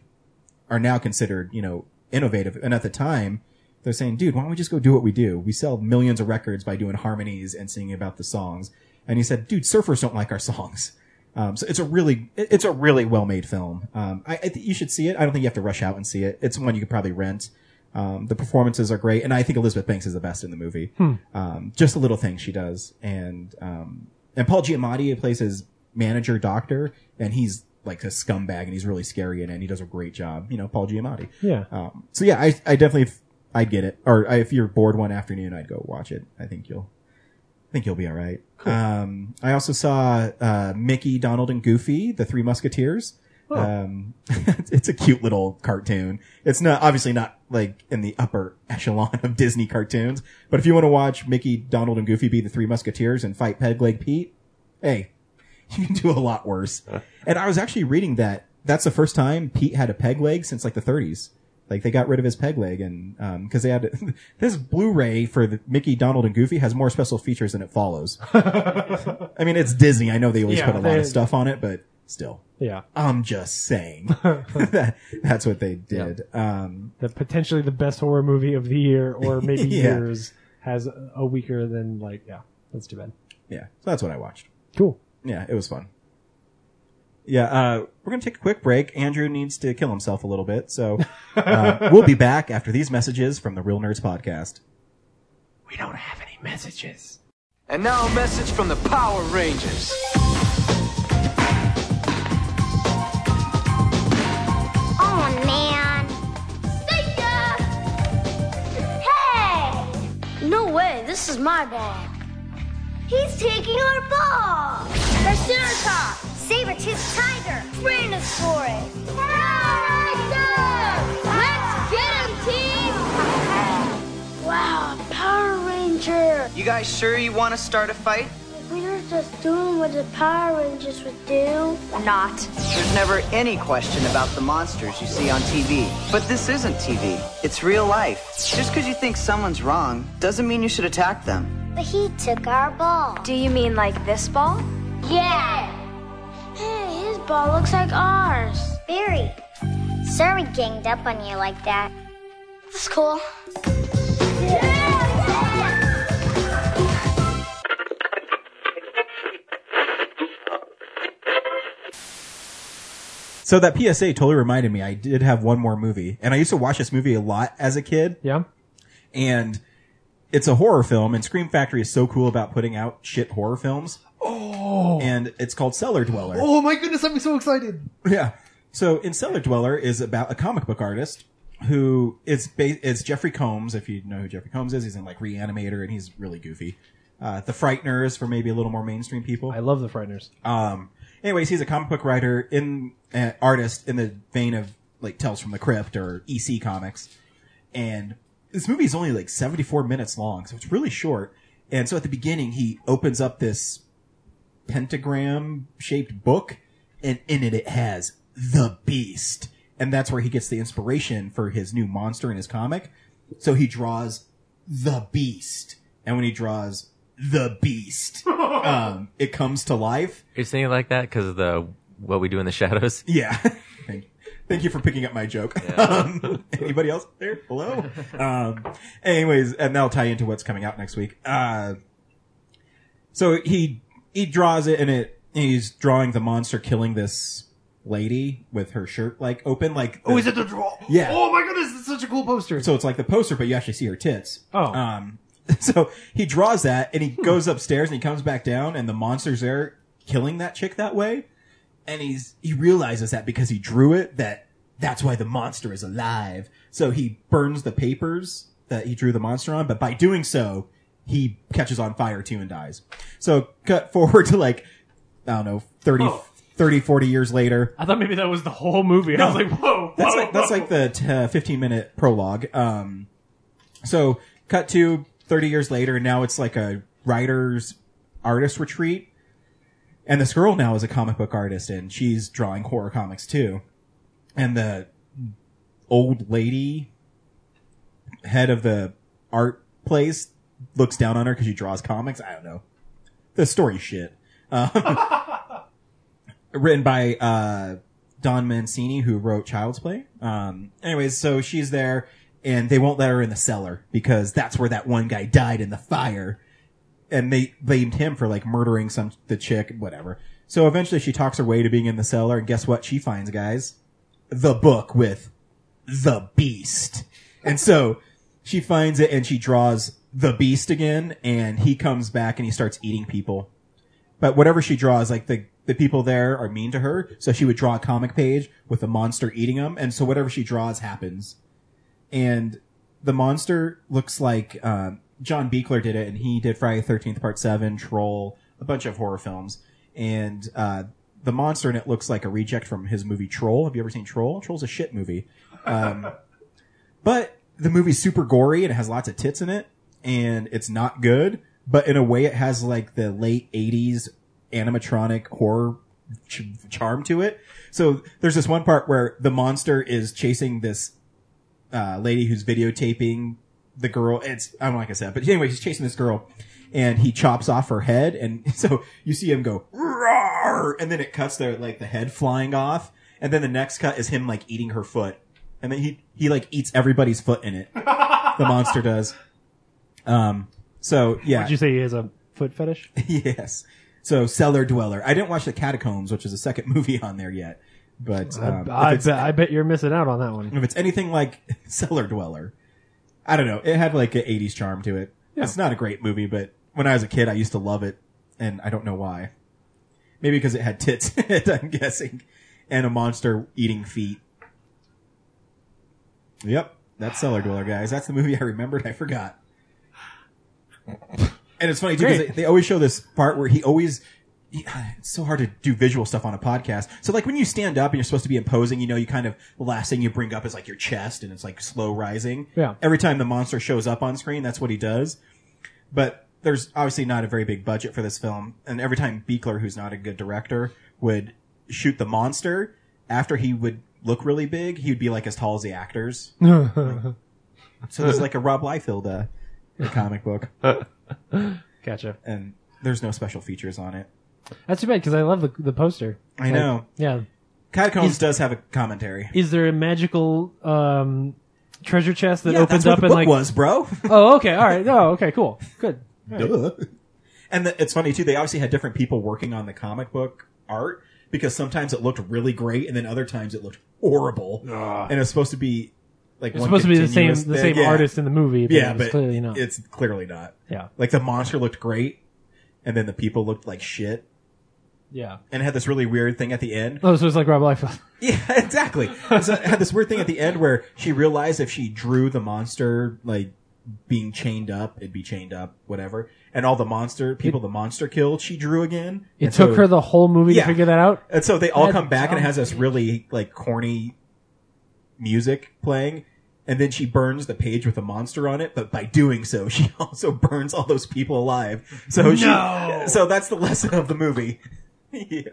Speaker 1: are now considered, you know, innovative. And at the time, they're saying, dude, why don't we just go do what we do? We sell millions of records by doing harmonies and singing about the songs. And he said, dude, surfers don't like our songs. Um, so it's a really, it- it's a really well made film. Um, I, I think you should see it. I don't think you have to rush out and see it. It's one you could probably rent. Um, the performances are great. And I think Elizabeth Banks is the best in the movie.
Speaker 12: Hmm.
Speaker 1: Um, just a little thing she does. And, um, and Paul Giamatti plays his manager doctor and he's like a scumbag and he's really scary in it and he does a great job. You know, Paul Giamatti.
Speaker 3: Yeah.
Speaker 1: Um, so yeah, I, I definitely, I'd get it. Or I, if you're bored one afternoon, I'd go watch it. I think you'll, I think you'll be all right. Um, I also saw uh, Mickey, Donald, and Goofy, the Three Musketeers.
Speaker 12: Oh.
Speaker 1: Um, it's a cute little cartoon. It's not obviously not like in the upper echelon of Disney cartoons, but if you want to watch Mickey, Donald, and Goofy be the Three Musketeers and fight Pegleg Pete, hey, [LAUGHS] you can do a lot worse. and I was actually reading that that's the first time Pete had a peg leg since like the 30s. Like they got rid of his peg leg and um 'cause cause they had [LAUGHS] this Blu-ray for the Mickey, Donald, and Goofy has more special features than it
Speaker 12: [LAUGHS]
Speaker 1: follows. I mean, it's Disney. I know they always
Speaker 12: Yeah,
Speaker 1: put a lot
Speaker 12: they-
Speaker 1: of stuff on it, but still.
Speaker 3: Yeah.
Speaker 1: I'm just saying
Speaker 12: [LAUGHS]
Speaker 1: [LAUGHS] that, that's what they did. Um,
Speaker 3: That potentially the best horror movie of the year
Speaker 1: [LAUGHS]
Speaker 3: or maybe
Speaker 1: Yeah.
Speaker 3: years has a weaker than like yeah. That's too bad.
Speaker 1: yeah. So that's what I watched.
Speaker 3: Cool.
Speaker 1: Yeah. It was fun. Yeah. Uh, we're going to take a quick break. Andrew needs to kill himself a little bit. So, uh, we'll be back after these messages from the Real Nerds podcast.
Speaker 2: We don't have any messages. And now a message from the Power Rangers.
Speaker 9: Oh man. See ya! Hey! No way, this is my ball. He's taking our ball! Triceratops! Saber-toothed tiger! Tyrannosaurus! Let's get him, team! Wow, Power Ranger!
Speaker 13: You guys sure you want to start a fight?
Speaker 9: We were just doing what the Power Rangers would do. Not.
Speaker 13: There's never any question about the monsters you see on TV. But this isn't TV, it's real life. Just because you think someone's wrong doesn't mean you should attack them.
Speaker 9: But he took our ball. Do you mean like this ball? Yeah. Hey, his ball looks like ours. Very. Sorry we ganged up on you like that. That's cool.
Speaker 1: So that PSA totally reminded me. I did have one more movie, and I used to watch this movie a lot as a kid.
Speaker 3: Yeah.
Speaker 1: And it's a horror film, and Scream Factory is so cool about putting out shit horror films.
Speaker 2: Oh.
Speaker 1: And it's called Cellar Dweller.
Speaker 2: Oh my goodness, I'm so excited.
Speaker 1: Yeah. So in Cellar Dweller is about a comic book artist who is ba- is Jeffrey Combs. If you know who Jeffrey Combs is, he's in like Reanimator, and he's really goofy. Uh, the Frighteners for maybe a little more mainstream people. I
Speaker 3: love the Frighteners.
Speaker 1: Um. Anyways, he's a comic book writer in uh, artist in the vein of like Tales from the Crypt or EC Comics, and this movie is only like seventy four minutes long, so it's really short. And so at the beginning, he opens up this pentagram shaped book and in it it has the beast and that's where he gets the inspiration for his new monster in his comic so he draws the beast and when he draws the beast um, it comes to life
Speaker 4: You're saying it like that because of the what we do in the shadows. [LAUGHS]
Speaker 1: yeah [LAUGHS] thank, thank you for picking up my joke [LAUGHS] um, anybody else there
Speaker 2: [LAUGHS]
Speaker 1: hello um, anyways and that'll tie into what's coming out next week uh, so he he draws it and it and he's drawing the monster killing this lady with her shirt like open like
Speaker 2: Oh, is it the draw?
Speaker 1: yeah
Speaker 2: Oh my goodness, it's such a cool poster.
Speaker 1: so it's like the poster, but you actually see her tits.
Speaker 3: Oh.
Speaker 1: Um, [LAUGHS] so he draws that and he goes upstairs and he comes back down and the monster's there killing that chick that way. And he's, he realizes that because he drew it that that's why the monster is alive. So he burns the papers that he drew the monster on, but by doing so, he catches on fire too and dies. So cut forward to like, I don't know, 30,
Speaker 3: Oh.
Speaker 1: 30, 40 years later.
Speaker 3: I thought maybe that was the whole movie. I was like, whoa,
Speaker 1: That's
Speaker 3: whoa,
Speaker 1: like that's
Speaker 3: whoa.
Speaker 1: like the t- uh, 15 minute prologue. Um, so cut to 30 years later, and now it's like a writer's artist retreat. And this girl now is a comic book artist, and she's drawing horror comics too. And the old lady, head of the art place, looks down on her because she draws comics. I don't know. The story shit. Um, [LAUGHS] written by uh, Don Mancini, who wrote Child's Play. Um, anyways, so she's there, and they won't let her in the cellar because that's where that one guy died in the fire, and they blamed him for like murdering some the chick, whatever. So eventually, she talks her way to being in the cellar, and guess what? She finds guys the book with the beast, and so she finds it and she draws the beast again, and he comes back and he starts eating people but whatever she draws, like the the people there are mean to her, so she would draw a comic page with the monster eating them, and so whatever she draws happens. And the monster looks like um, John Beekler did it, and he did Friday Thirteenth Part Seven, Troll, a bunch of horror films, and uh, the monster in it looks like a reject from his movie Troll. Have you ever seen Troll? Troll's a shit movie. Um, but the movie's super gory and it has lots of tits in it, and it's not good. But in a way, it has like the late '80s animatronic horror ch- charm to it. So there's this one part where the monster is chasing this uh, lady who's videotaping the girl. It's I don't know, like I said, but anyway, he's chasing this girl, and he chops off her head, and [LAUGHS] so you see him go roar, and then it cuts there like the head flying off, and then the next cut is him like eating her foot, and then he he like eats everybody's foot in it. the monster does. Um. So yeah.
Speaker 3: Would you say he has a foot fetish?
Speaker 1: [LAUGHS] yes. So cellar dweller. I didn't watch the catacombs, which is the second [LAUGHS] movie on there yet. But um, [LAUGHS]
Speaker 3: I,
Speaker 1: if
Speaker 3: I
Speaker 1: it's-
Speaker 3: bet, I bet you're missing out on that one.
Speaker 1: if it's anything like [LAUGHS] Cellar Dweller, I don't know. It had like an 80s charm to it.
Speaker 3: Yeah.
Speaker 1: It's not a great movie, but when I was a kid, I used to love it, and I don't know why. Maybe because it had tits [LAUGHS] in it, I'm guessing, and a monster eating feet. Yep, that's Cellar Dweller, guys. That's the movie I remembered. I forgot. And it's funny too because they,
Speaker 3: Great.
Speaker 1: they always show this part where he always. he- [SIGHS] It's so hard to do visual stuff on a podcast. So like when you stand up and you're supposed to be imposing, you know, you kind of the last thing you bring up is like your chest and it's like slow rising.
Speaker 3: Yeah.
Speaker 1: Every time the monster shows up on screen, that's what he does. But there's obviously not a very big budget for this film, and every time Beekler, who's not a good director, would shoot the monster, after he would look really big, he'd be like as tall as the actors. [LAUGHS] So there's
Speaker 3: [LAUGHS]
Speaker 1: like a Rob Liefeld uh, a comic book.
Speaker 3: Gotcha.
Speaker 1: And there's no special features on it.
Speaker 3: That's too bad because I love the, the poster.
Speaker 1: I know.
Speaker 3: Yeah.
Speaker 1: Catacombs
Speaker 3: Is-
Speaker 1: does have a commentary.
Speaker 3: Is there a magical um, treasure chest that
Speaker 1: Yeah,
Speaker 3: opens
Speaker 1: that's what
Speaker 3: up
Speaker 1: the
Speaker 3: and
Speaker 1: book
Speaker 3: like
Speaker 1: was,
Speaker 3: [LAUGHS]
Speaker 1: bro.
Speaker 3: oh, okay. All right. Oh, okay. Cool. Good. All right.
Speaker 1: Duh. And the, it's funny too. They obviously had different people working on the comic book art. because sometimes it looked really great and then other times it looked horrible.
Speaker 3: Ugh.
Speaker 1: And it's supposed to be like
Speaker 3: It's
Speaker 1: one
Speaker 3: supposed to be the same-
Speaker 1: continuous
Speaker 3: the same
Speaker 1: thing. Yeah.
Speaker 3: artist in the movie, but
Speaker 1: yeah,
Speaker 3: it's
Speaker 1: but
Speaker 3: clearly not.
Speaker 1: It's clearly not.
Speaker 3: Yeah.
Speaker 1: like the monster looked great, and then the people looked like shit.
Speaker 3: Yeah.
Speaker 1: and it had this really weird thing at the end.
Speaker 3: Oh, so it's like Rob Liefeld. [LAUGHS]
Speaker 1: [LAUGHS] Yeah, exactly. so it had this weird thing at the end where she realized if she drew the monster like being chained up, it'd be chained up, whatever. And all the monster people, the monster killed, she drew again.
Speaker 3: It
Speaker 1: And
Speaker 3: took
Speaker 1: so-
Speaker 3: her the whole movie to figure that out.
Speaker 1: And so they all
Speaker 3: That
Speaker 1: come back, and it
Speaker 3: dumb-
Speaker 1: has this really like corny music playing. And then she burns the page with a monster on it, but by doing so, [LAUGHS] she also burns all those people alive. So
Speaker 14: No!
Speaker 1: she, so that's the lesson of the movie. [LAUGHS] Yeah.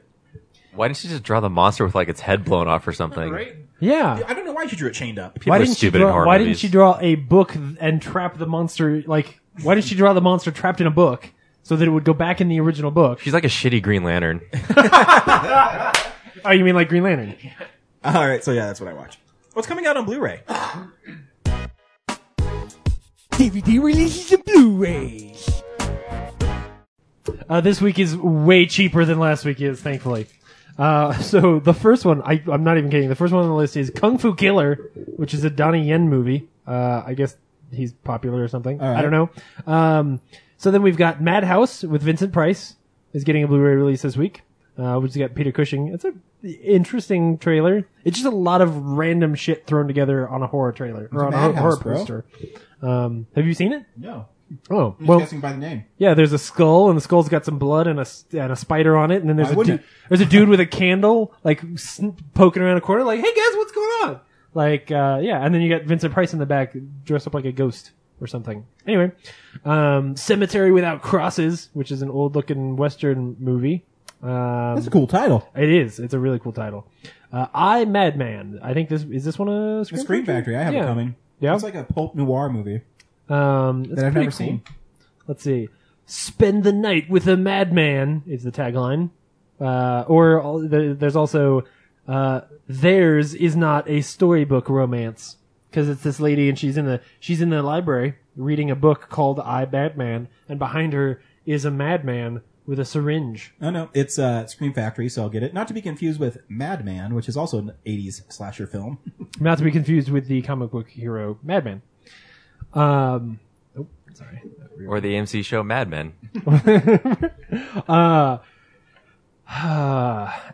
Speaker 4: Why didn't she just draw the monster with like its head blown off or something?
Speaker 3: Yeah.
Speaker 1: I don't know why she drew it chained up.
Speaker 4: People are stupid
Speaker 3: she draw,
Speaker 4: in horror
Speaker 3: Why
Speaker 4: movies.
Speaker 3: didn't she draw a book and trap the monster? Like, why didn't she draw the monster trapped in a book so that it would go back in the original book?
Speaker 4: She's like a shitty Green Lantern.
Speaker 3: Oh, you mean like Green Lantern?
Speaker 1: All right, so yeah, that's what I watch. What's coming out on Blu-ray?
Speaker 9: DVD releases and Blu-rays.
Speaker 3: Uh, this week is way cheaper than last week is, thankfully. Uh, [LAUGHS] so the first one, I, I'm not even kidding. The first one on the list is Kung Fu Killer, which is a Donnie Yen movie. Uh, I guess he's popular or something.
Speaker 9: right.
Speaker 3: I don't know. Um, so then we've got Madhouse with Vincent Price is getting a Blu-ray release this week. Uh, we've got Peter Cushing. It's a interesting trailer. It's just a lot of random shit thrown together on a horror trailer or on a
Speaker 1: Madhouse,
Speaker 3: horror
Speaker 1: bro.
Speaker 3: poster. Um, have you seen it?
Speaker 1: No.
Speaker 3: Oh,
Speaker 1: I'm just
Speaker 3: well,
Speaker 1: guessing by the name.
Speaker 3: Yeah, there's a skull, and the skull's got some blood and a s- and a spider on it, and then there's
Speaker 1: Why
Speaker 3: a
Speaker 1: wouldn't
Speaker 3: dude, there's a dude with a candle like sn- poking around a corner, like, "Hey guys, what's going on?" Like, uh, yeah, and then you got Vincent Price in the back dressed up like a ghost or something. Anyway, um, Cemetery Without Crosses, which is an old looking Western movie. Um,
Speaker 1: That's a cool title.
Speaker 3: It is. It's a really cool title. Uh, I Madman. I think this is this one a Scream,
Speaker 1: Scream Factory, I have it
Speaker 3: Yeah.
Speaker 1: coming.
Speaker 3: Yeah,
Speaker 1: It's like a pulp noir movie.
Speaker 3: um, it's
Speaker 1: That I've
Speaker 3: pretty
Speaker 1: never
Speaker 3: cool.
Speaker 1: seen.
Speaker 3: Let's see. Spend the night with a madman is the tagline. Uh, or al- there- there's also uh, theirs is not a storybook romance because it's this lady and she's in the she's in the library reading a book called I Batman and behind her is a madman with a syringe.
Speaker 1: Oh no, it's uh, Scream Factory, so I'll get it. Not to be confused with Madman, which is also an '80s slasher film.
Speaker 3: Not to be confused with the comic book hero Madman. Um, oh, sorry.
Speaker 4: or the AMC show Mad Men.
Speaker 3: uh,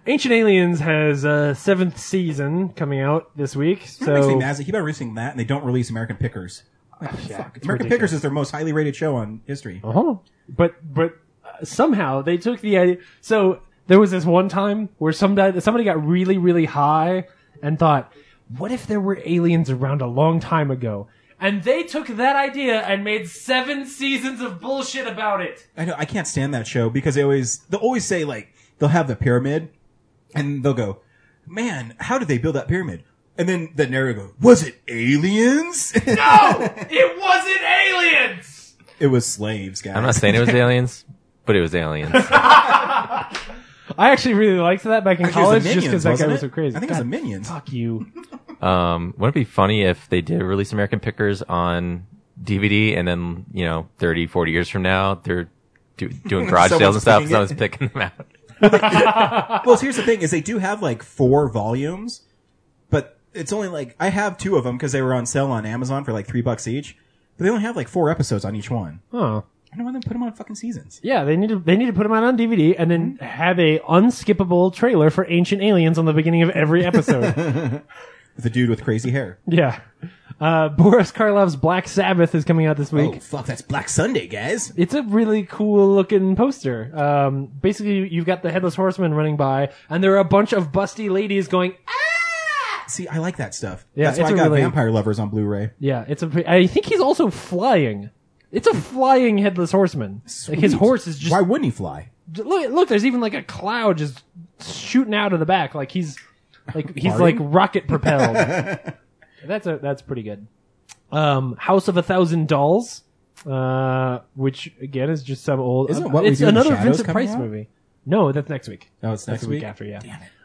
Speaker 3: Ancient Aliens has a seventh season coming out this week.
Speaker 1: So makes me
Speaker 3: So
Speaker 1: mad. They keep on releasing that, and they don't release American Pickers. Like, fuck.
Speaker 3: Oh. it's
Speaker 1: American
Speaker 3: ridiculous.
Speaker 1: Pickers is their most highly rated show on history.
Speaker 3: Uh-huh. But but uh, somehow they took the idea. So there was this one time where somebody somebody got really really high and thought, what if there were aliens around a long time ago? And they took that idea and made seven seasons of bullshit
Speaker 1: [LAUGHS]
Speaker 3: about it.
Speaker 1: I know I can't stand that show because they always they will always say like they'll have the pyramid, and they'll go, "Man, how did they build that pyramid?" And then the narrator goes, "Was it aliens? [LAUGHS] Oh!
Speaker 3: No, [LAUGHS] it wasn't aliens.
Speaker 1: it was slaves, guys."
Speaker 4: I'm not saying it was aliens, but it was aliens.
Speaker 3: I actually really liked that back in
Speaker 1: Actually, it was
Speaker 3: [LAUGHS] college,
Speaker 1: the
Speaker 3: just
Speaker 1: Minions,
Speaker 3: because that guy
Speaker 1: wasn't
Speaker 3: was
Speaker 1: it?
Speaker 3: so crazy.
Speaker 1: I think it was
Speaker 3: God,
Speaker 1: the Minions.
Speaker 3: Fuck you.
Speaker 4: Um, wouldn't it be funny if they did release American Pickers on DVD and then, you know, 30, 40 years from now, they're do,
Speaker 3: [LAUGHS]
Speaker 4: doing garage sales and
Speaker 1: Someone's
Speaker 4: stuff.
Speaker 1: picking it.
Speaker 4: Someone's picking them out.
Speaker 1: well, here's the thing: is they do have like four volumes, but it's only like I have two of them because they were on sale on Amazon for like three bucks each. But they only have like four episodes on each one.
Speaker 3: Oh.
Speaker 1: I don't know why they put them on fucking seasons.
Speaker 3: Yeah, they need to they need to put them out on DVD and then
Speaker 1: Mm-hmm.
Speaker 3: have a unskippable trailer for Ancient Aliens on the beginning of every episode.
Speaker 1: With the dude with crazy hair.
Speaker 3: yeah. Uh, [LAUGHS] Boris Karloff's Black Sabbath is coming out this week.
Speaker 1: Oh fuck, that's Black Sunday, guys.
Speaker 3: It's a really cool looking poster. Um, basically, you've got the headless horseman running by, and there are a bunch of busty ladies going.
Speaker 1: See, I like that stuff.
Speaker 3: Yeah,
Speaker 1: that's why
Speaker 3: it's
Speaker 1: I
Speaker 3: a
Speaker 1: got
Speaker 3: really-
Speaker 1: Vampire Lovers on Blu-ray.
Speaker 3: Yeah, it's a. Pre- I think he's also flying. It's a flying headless horseman. Like
Speaker 1: Sweet.
Speaker 3: his horse is just
Speaker 1: Why wouldn't he fly?
Speaker 3: look, look, there's even like a cloud just shooting out of the back, like he's like he's like
Speaker 1: Martin? [LAUGHS]
Speaker 3: rocket propelled. that's a that's pretty good. Um, House of a Thousand Dolls, uh, which again is just some old. uh,
Speaker 1: Isn't What We
Speaker 3: it's
Speaker 1: Do in the
Speaker 3: another
Speaker 1: Shadows
Speaker 3: Vincent
Speaker 1: coming
Speaker 3: Price
Speaker 1: out?
Speaker 3: movie. No, that's next week.
Speaker 1: Oh, it's
Speaker 3: That's
Speaker 1: next
Speaker 3: the week
Speaker 1: week?
Speaker 3: after. Yeah.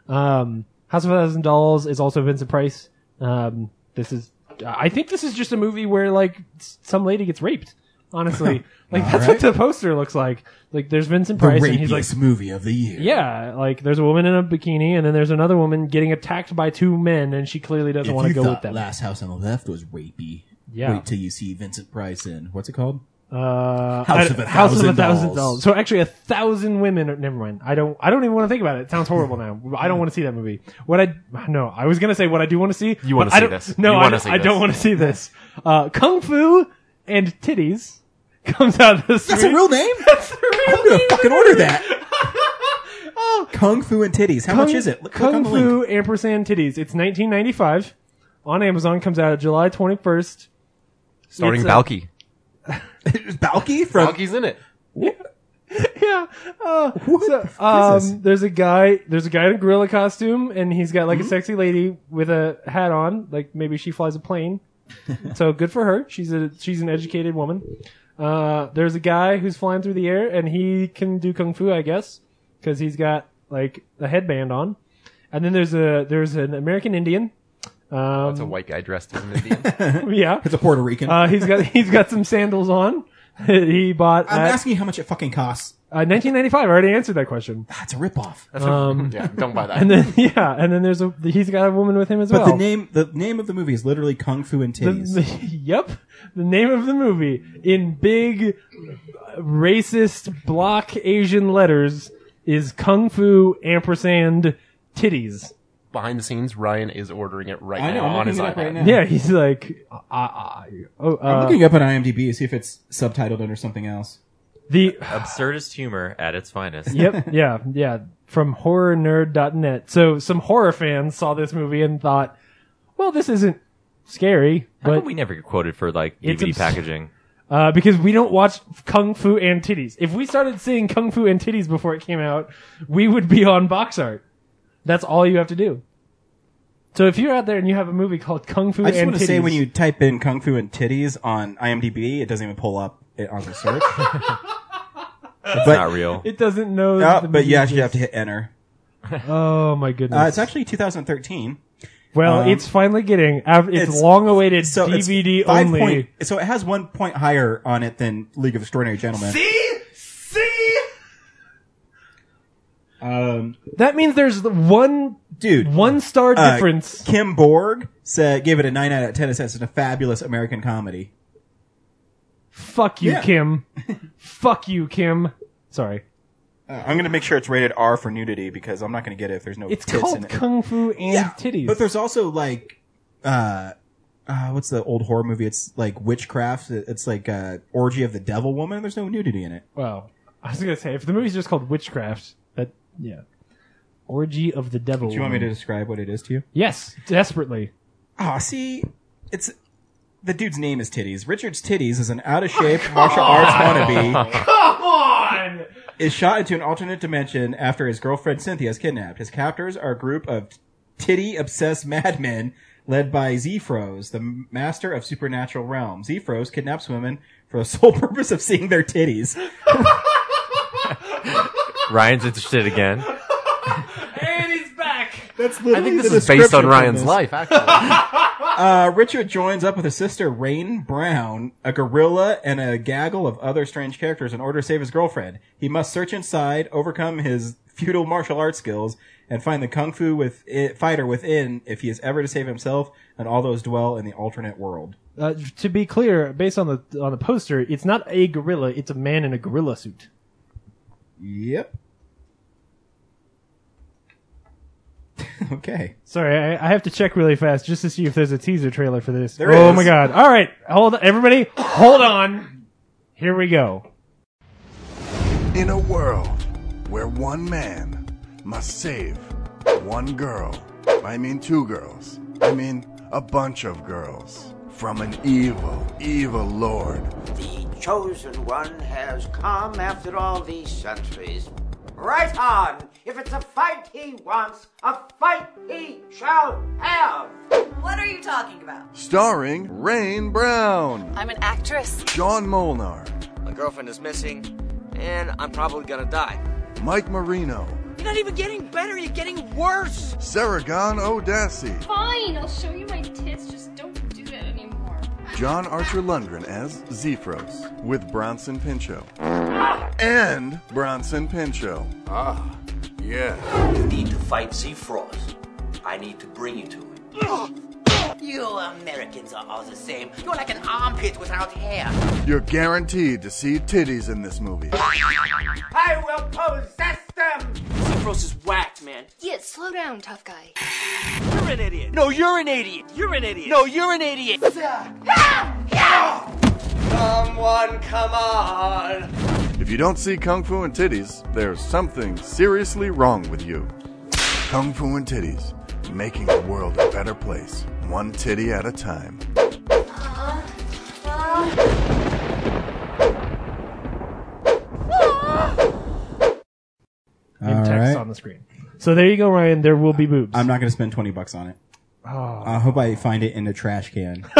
Speaker 3: Um, House of a Thousand Dolls is also Vincent Price. Um, this is. I think this is just a movie where like s- some lady gets raped.
Speaker 1: [LAUGHS]
Speaker 3: Honestly, like
Speaker 1: All
Speaker 3: that's
Speaker 1: right.
Speaker 3: what the poster looks like. Like there's Vincent
Speaker 1: The
Speaker 3: Price, and he's like
Speaker 1: rapiest movie of the year.
Speaker 3: Yeah, like there's a woman in a bikini, and then there's another woman getting attacked by two men, and she clearly doesn't
Speaker 1: If
Speaker 3: want to
Speaker 1: you
Speaker 3: go
Speaker 1: thought
Speaker 3: with them.
Speaker 1: Last House on the Left was rapey,
Speaker 3: Yeah.
Speaker 1: wait till you see Vincent Price in what's it called?
Speaker 3: Uh,
Speaker 1: House
Speaker 3: I-
Speaker 1: of a
Speaker 3: House of a
Speaker 1: Thousand
Speaker 3: Thousand
Speaker 1: Dolls.
Speaker 3: So actually, a thousand women. Are, never mind. I don't. I don't even want to think about it. It sounds horrible now. I don't want to see that movie. What I no, I was gonna say what I do want to see.
Speaker 2: You wanna
Speaker 3: but I
Speaker 2: see
Speaker 3: don't-
Speaker 2: this.
Speaker 3: No,
Speaker 2: You
Speaker 3: I,
Speaker 2: wanna
Speaker 3: don't-
Speaker 2: see
Speaker 3: I don't
Speaker 2: this.
Speaker 3: want to see this. Uh, Kung Fu and titties [LAUGHS] comes out this.
Speaker 1: That's a real name.
Speaker 3: [LAUGHS] That's a real Oh.
Speaker 1: I'm gonna fucking order
Speaker 3: [LAUGHS]
Speaker 1: that. Kung Fu and titties. How
Speaker 3: Kung,
Speaker 1: much is it? Look, click
Speaker 3: Kung
Speaker 1: on the link.
Speaker 3: Fu ampersand titties. It's 1995 on Amazon. Comes out July 21st.
Speaker 4: Starring
Speaker 3: It's a-
Speaker 4: Balky.
Speaker 1: [LAUGHS] Balky from
Speaker 2: Balky's in it.
Speaker 3: [LAUGHS] yeah. Uh, so, um, there's a guy. There's a guy in a gorilla costume, and he's got
Speaker 1: Mm-hmm.
Speaker 3: like a sexy lady with a hat on. Like maybe she flies
Speaker 1: [LAUGHS]
Speaker 3: a plane. so good for her. She's a she's an educated woman. Uh, there's a guy who's flying through the air, and he can do kung fu, I guess, because he's got like a headband on. And then there's a there's an American Indian. [LAUGHS] Um,
Speaker 2: That's a white guy dressed as an
Speaker 1: [LAUGHS]
Speaker 2: Indian.
Speaker 3: yeah,
Speaker 1: it's a Puerto Rican.
Speaker 3: Uh, he's got he's got some sandals on. [LAUGHS] he bought.
Speaker 1: I'm
Speaker 3: at-
Speaker 1: asking you how much it fucking costs.
Speaker 3: uh, 1995. I already answered that question.
Speaker 1: That's a ripoff.
Speaker 2: That's a-
Speaker 1: um,
Speaker 2: [LAUGHS] yeah, don't buy that.
Speaker 3: And then [LAUGHS] yeah, and then there's a he's got a woman with him as
Speaker 1: But the
Speaker 3: well. [LAUGHS]
Speaker 1: name the name of the movie is literally Kung Fu and
Speaker 3: The-
Speaker 1: titties.
Speaker 3: the- yep, the name of the movie in big uh, racist block Asian letters is Kung Fu ampersand titties.
Speaker 2: Behind the scenes, Ryan is ordering it right
Speaker 1: I know,
Speaker 2: now
Speaker 1: I'm
Speaker 2: on
Speaker 1: looking
Speaker 2: his
Speaker 1: it up
Speaker 2: iPad.
Speaker 1: right now.
Speaker 3: Yeah, he's like, uh, uh, oh,
Speaker 1: I'm
Speaker 3: uh,
Speaker 1: looking up on IMDb to see if it's subtitled under something else.
Speaker 3: the [LAUGHS]
Speaker 4: Absurdist humor at its
Speaker 1: [LAUGHS]
Speaker 4: finest.
Speaker 3: yep, yeah, yeah. From horrornerd.net. So some horror fans saw this movie and thought, well, this isn't scary,
Speaker 4: How
Speaker 3: but
Speaker 4: come we never get quoted for like
Speaker 3: It's
Speaker 4: DVD
Speaker 3: abs- [LAUGHS]
Speaker 4: packaging?
Speaker 3: Uh, because we don't watch Kung Fu and Titties. If we started seeing Kung Fu and Titties before it came out, we would be on box art. That's all you have to do. So if you're out there and you have a movie called Kung Fu
Speaker 1: I just
Speaker 3: and
Speaker 1: want
Speaker 3: Titties,
Speaker 1: to say when you type in Kung Fu and titties on IMDb, it doesn't even pull up it on the search. [LAUGHS]
Speaker 4: That's
Speaker 1: But-
Speaker 4: not real.
Speaker 3: it doesn't know. that
Speaker 1: oh,
Speaker 3: the
Speaker 1: but
Speaker 3: movie
Speaker 1: you actually have
Speaker 3: exists.
Speaker 1: to hit
Speaker 3: [LAUGHS]
Speaker 1: enter.
Speaker 3: Oh my goodness!
Speaker 1: Uh, it's actually 2013.
Speaker 3: well,
Speaker 1: um,
Speaker 3: it's finally getting. av- It's,
Speaker 1: it's-
Speaker 3: long-awaited
Speaker 1: So it's
Speaker 3: DVD
Speaker 1: five
Speaker 3: only.
Speaker 1: Point, so it has one point higher on it than League of Extraordinary Gentlemen.
Speaker 2: See? See?
Speaker 1: Um,
Speaker 3: That means there's the one
Speaker 1: dude,
Speaker 3: one star
Speaker 1: uh,
Speaker 3: difference.
Speaker 1: Kim Borg said gave it a nine out of ten. It says it's a fabulous American comedy.
Speaker 3: Fuck you,
Speaker 1: yeah. [LAUGHS]
Speaker 3: Kim. Fuck you, Kim. Sorry.
Speaker 1: Uh, I'm gonna make sure it's rated R for nudity because I'm not gonna get it if there's no
Speaker 3: It's
Speaker 1: tits in
Speaker 3: called
Speaker 1: it.
Speaker 3: Kung Fu and Titties.
Speaker 1: But there's also like, uh, uh, what's the old horror movie? It's like witchcraft. It's like uh, orgy of the devil woman. There's no nudity in it.
Speaker 3: Well, [LAUGHS] I was gonna say if the movie's just called Witchcraft, that yeah, orgy of the devil.
Speaker 1: Do you want me to
Speaker 3: Woman.
Speaker 1: describe what it is to you?
Speaker 3: Yes, desperately.
Speaker 1: Oh, see, it's the dude's name is Titties. Richard's Titties is an out of shape
Speaker 3: [LAUGHS]
Speaker 1: martial arts wannabe.
Speaker 3: Come on.
Speaker 1: Is shot into an alternate dimension after his girlfriend Cynthia is kidnapped. His captors are a group of titty obsessed madmen led by Zefros, the master of supernatural realms. Zefros kidnaps women for the [LAUGHS] sole purpose of seeing their titties.
Speaker 4: Ryan's
Speaker 3: [LAUGHS]
Speaker 4: interested again.
Speaker 3: And he's back.
Speaker 1: That's
Speaker 2: I
Speaker 1: literally
Speaker 2: think this
Speaker 1: the
Speaker 2: is based
Speaker 1: description
Speaker 2: on
Speaker 1: from
Speaker 2: Ryan's
Speaker 1: this.
Speaker 3: [LAUGHS]
Speaker 2: life, actually.
Speaker 1: Uh, Richard joins up with his sister Rain Brown, a gorilla, and a gaggle of other strange characters in order to save his girlfriend. He must search inside, overcome his feudal martial arts skills, and find the kung fu with fighter within if he is ever to save himself and all those dwell in the alternate world.
Speaker 3: Uh, to be clear, based on the on the poster, it's not a gorilla; it's a man in a gorilla suit.
Speaker 1: Yep. [LAUGHS] okay.
Speaker 3: Sorry, I, I have to check really fast just to see if there's a teaser trailer for this.
Speaker 1: There
Speaker 3: oh
Speaker 1: is.
Speaker 3: my god! All right, hold on, everybody, hold on. Here we go.
Speaker 9: In a world where one man must save one girl, I mean two girls, I mean a bunch of girls, from an evil, evil lord.
Speaker 15: The chosen one has come after all these centuries. Right on! If it's a fight he wants, a fight he shall have!
Speaker 16: What are you talking about?
Speaker 9: Starring Rain Brown,
Speaker 16: I'm an actress.
Speaker 9: John Molnar,
Speaker 17: My girlfriend is missing, and I'm probably gonna die.
Speaker 9: Mike Marino,
Speaker 17: You're not even getting better, you're getting worse!
Speaker 9: Saragon Odassi,
Speaker 11: Fine, I'll show you my tits. Just don't do that anymore.
Speaker 9: John Archer Lundgren as Zephros, with Bronson Pinchot. And Bronson Pinchot.
Speaker 18: Ah, yeah.
Speaker 19: You need to fight Z Frost. I need to bring you to him.
Speaker 20: [GASPS] You Americans are all the same. You're like an armpit without hair.
Speaker 9: You're guaranteed to see titties in this movie.
Speaker 21: I will possess them!
Speaker 20: Zephros is whacked, man.
Speaker 22: Yeah, slow down, tough guy.
Speaker 20: You're an idiot. No, you're an idiot. You're an idiot. No, you're an idiot.
Speaker 21: Someone come on!
Speaker 9: If you don't see Kung Fu and Titties, there's something seriously wrong with you. Kung Fu and Titties, making the world a better place, one titty at a time.
Speaker 3: in text
Speaker 1: Alright.
Speaker 3: on the screen. So there you go, Ryan. There will be boobs.
Speaker 1: I'm not going to spend 20 bucks on it.
Speaker 3: Oh.
Speaker 1: I hope I find it in a trash can. [LAUGHS]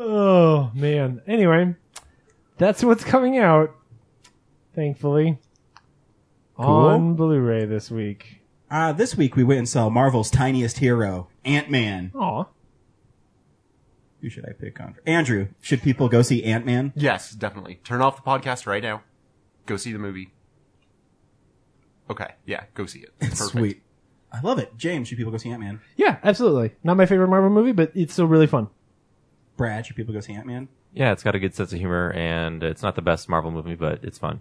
Speaker 3: Oh man. Anyway, that's what's coming out. Thankfully,
Speaker 2: Um,
Speaker 3: on Blu-ray this week.
Speaker 1: Uh, this week we went and saw Marvel's tiniest hero, Ant Man.
Speaker 3: Aw.
Speaker 1: Who should I pick on? Andrew, should people go see Ant Man?
Speaker 2: Yes, definitely. Turn off the podcast right now. Go see the movie. Okay, yeah, go see it. Perfect.
Speaker 1: [LAUGHS] Sweet. I love it. James, should people go see Ant Man?
Speaker 3: Yeah, absolutely. Not my favorite Marvel movie, but it's still really fun.
Speaker 1: Brad, should people go see Ant Man?
Speaker 4: Yeah, it's got a good sense of humor, and it's not the best Marvel movie, but it's fun.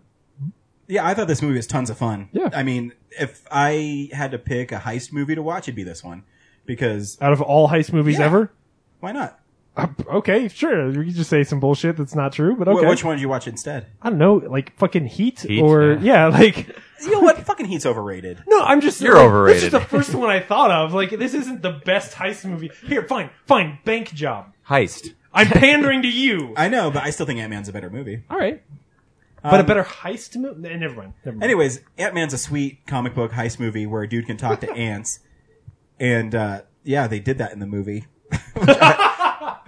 Speaker 1: Yeah, I thought this movie was tons of fun. Yeah. I mean, if I had to pick a heist movie to watch, it'd be this one. Because
Speaker 3: Out of all heist movies
Speaker 1: Yeah.
Speaker 3: ever.
Speaker 1: why not?
Speaker 3: Okay, sure. You can just say some bullshit that's not true, but
Speaker 1: Wh-
Speaker 3: okay.
Speaker 1: which one did you watch instead?
Speaker 3: I don't know, like fucking Heat,
Speaker 1: Heat,
Speaker 3: or yeah. like
Speaker 1: You know what? [LAUGHS] Fucking Heat's overrated.
Speaker 3: [LAUGHS] no, I'm just
Speaker 4: You're
Speaker 3: like,
Speaker 4: overrated.
Speaker 3: This is the first one I thought of. Like this isn't the best heist movie. Here, fine, fine, bank job.
Speaker 4: Heist.
Speaker 3: [LAUGHS] I'm pandering to you.
Speaker 1: I know, but I still think Ant Man's a better movie.
Speaker 3: All right, but a
Speaker 1: Um,
Speaker 3: better heist movie. Never mind. Never mind.
Speaker 1: Anyways, Ant Man's a sweet comic book heist movie where a dude can talk
Speaker 3: [LAUGHS]
Speaker 1: to ants, and uh, yeah, they did that in the
Speaker 3: [LAUGHS]
Speaker 1: movie. [LAUGHS]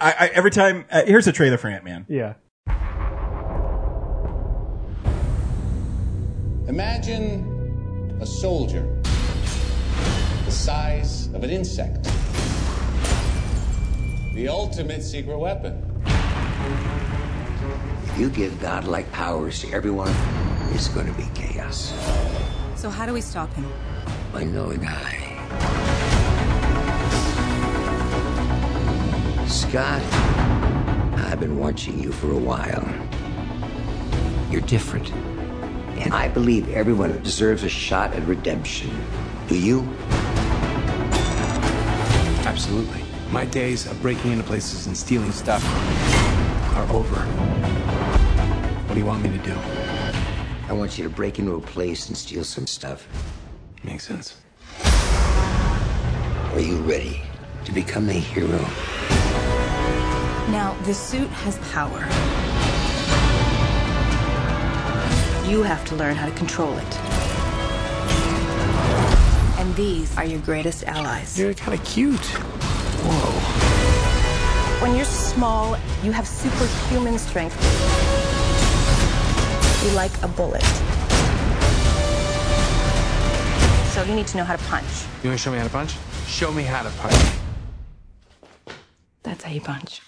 Speaker 1: I, I, every time, uh, here's a trailer for Ant Man.
Speaker 3: Yeah.
Speaker 23: Imagine a soldier the size of an insect. The ultimate secret weapon.
Speaker 20: If you give godlike powers to everyone, it's gonna be chaos.
Speaker 11: So how do we stop him?
Speaker 20: I know a guy. Scott, I've been watching you for a while. You're different. And I believe everyone deserves a shot at redemption. Do you?
Speaker 19: Absolutely. My days of breaking into places and stealing stuff are over. What do you want me to do?
Speaker 20: I want you to break into a place and steal some stuff.
Speaker 19: Makes sense.
Speaker 20: Are you ready to become a hero?
Speaker 11: Now, the suit has power. You have to learn how to control it. And these are your greatest allies. You're kind of cute. Whoa. When you're small, you have superhuman strength. You're like a bullet. So you need to know how to punch.
Speaker 19: You want to show me how to punch? Show me how to punch.
Speaker 11: That's how you punch.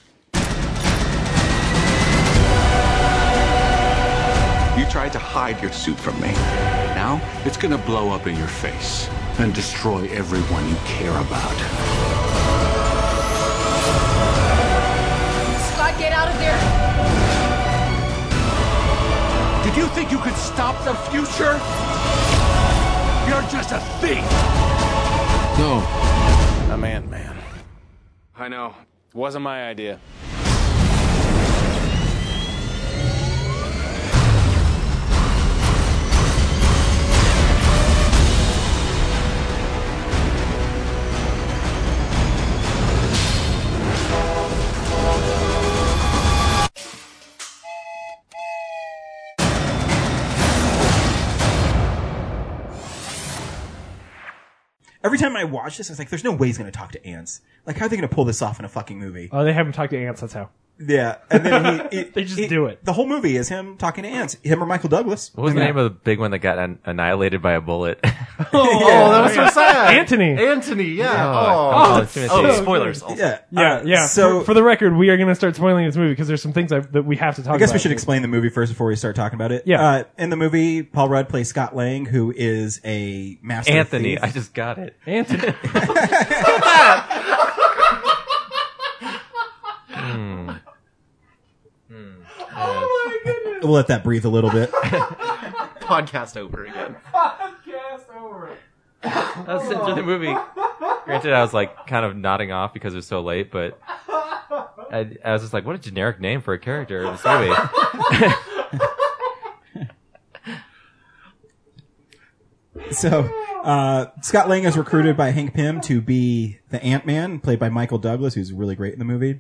Speaker 6: You tried to hide your suit from me. Now it's gonna blow up in your face and destroy everyone you care about.
Speaker 11: Scott, get out of there!
Speaker 6: Did you think you could stop the future? You're just a thief.
Speaker 19: No. I'm Ant Man. I know. It wasn't my idea.
Speaker 1: Every time I watch this, I was like, "There's no way he's going to talk to ants. Like, how are they going to pull this off in a fucking movie?"
Speaker 3: Oh, they haven't Uh, talked to ants. That's how.
Speaker 1: Yeah, and then
Speaker 3: [LAUGHS]
Speaker 1: he,
Speaker 3: they just do it.
Speaker 1: The whole movie is him talking to ants, him or Michael Douglas. [LAUGHS]
Speaker 4: What was the name of the big one that got an- annihilated by a bullet? [LAUGHS]
Speaker 2: Oh, that was so sad.
Speaker 3: Anthony.
Speaker 2: Anthony, yeah.
Speaker 4: Oh,
Speaker 2: Oh,
Speaker 4: it's gonna
Speaker 2: oh,
Speaker 4: take
Speaker 2: so
Speaker 4: spoilers
Speaker 2: good.
Speaker 4: also. Yeah.
Speaker 3: Yeah,
Speaker 1: Alright,
Speaker 3: yeah.
Speaker 1: Uh, so-
Speaker 3: Uh, So for, for the record, we are going to start spoiling this movie because there's some things I, that we have to talk.
Speaker 1: I guess
Speaker 3: about.
Speaker 1: we should explain the movie first before we start talking about it.
Speaker 3: Yeah.
Speaker 1: Uh, in the movie, Paul Rudd plays Scott Lang, who is a master
Speaker 4: Anthony,
Speaker 1: thief.
Speaker 4: I just got it. [LAUGHS]
Speaker 3: Anthony.
Speaker 4: Hmm.
Speaker 2: Oh my goodness.
Speaker 1: We'll let that breathe a little bit.
Speaker 2: Podcast over again.
Speaker 4: I was sitting through the movie. Granted, I was like kind of nodding off because it was so late, but I, I was just like, what a generic name for a character in this movie.
Speaker 1: so uh, Scott Lang is recruited by Hank Pym to be the Ant Man, played by Michael Douglas, who's really great in the movie.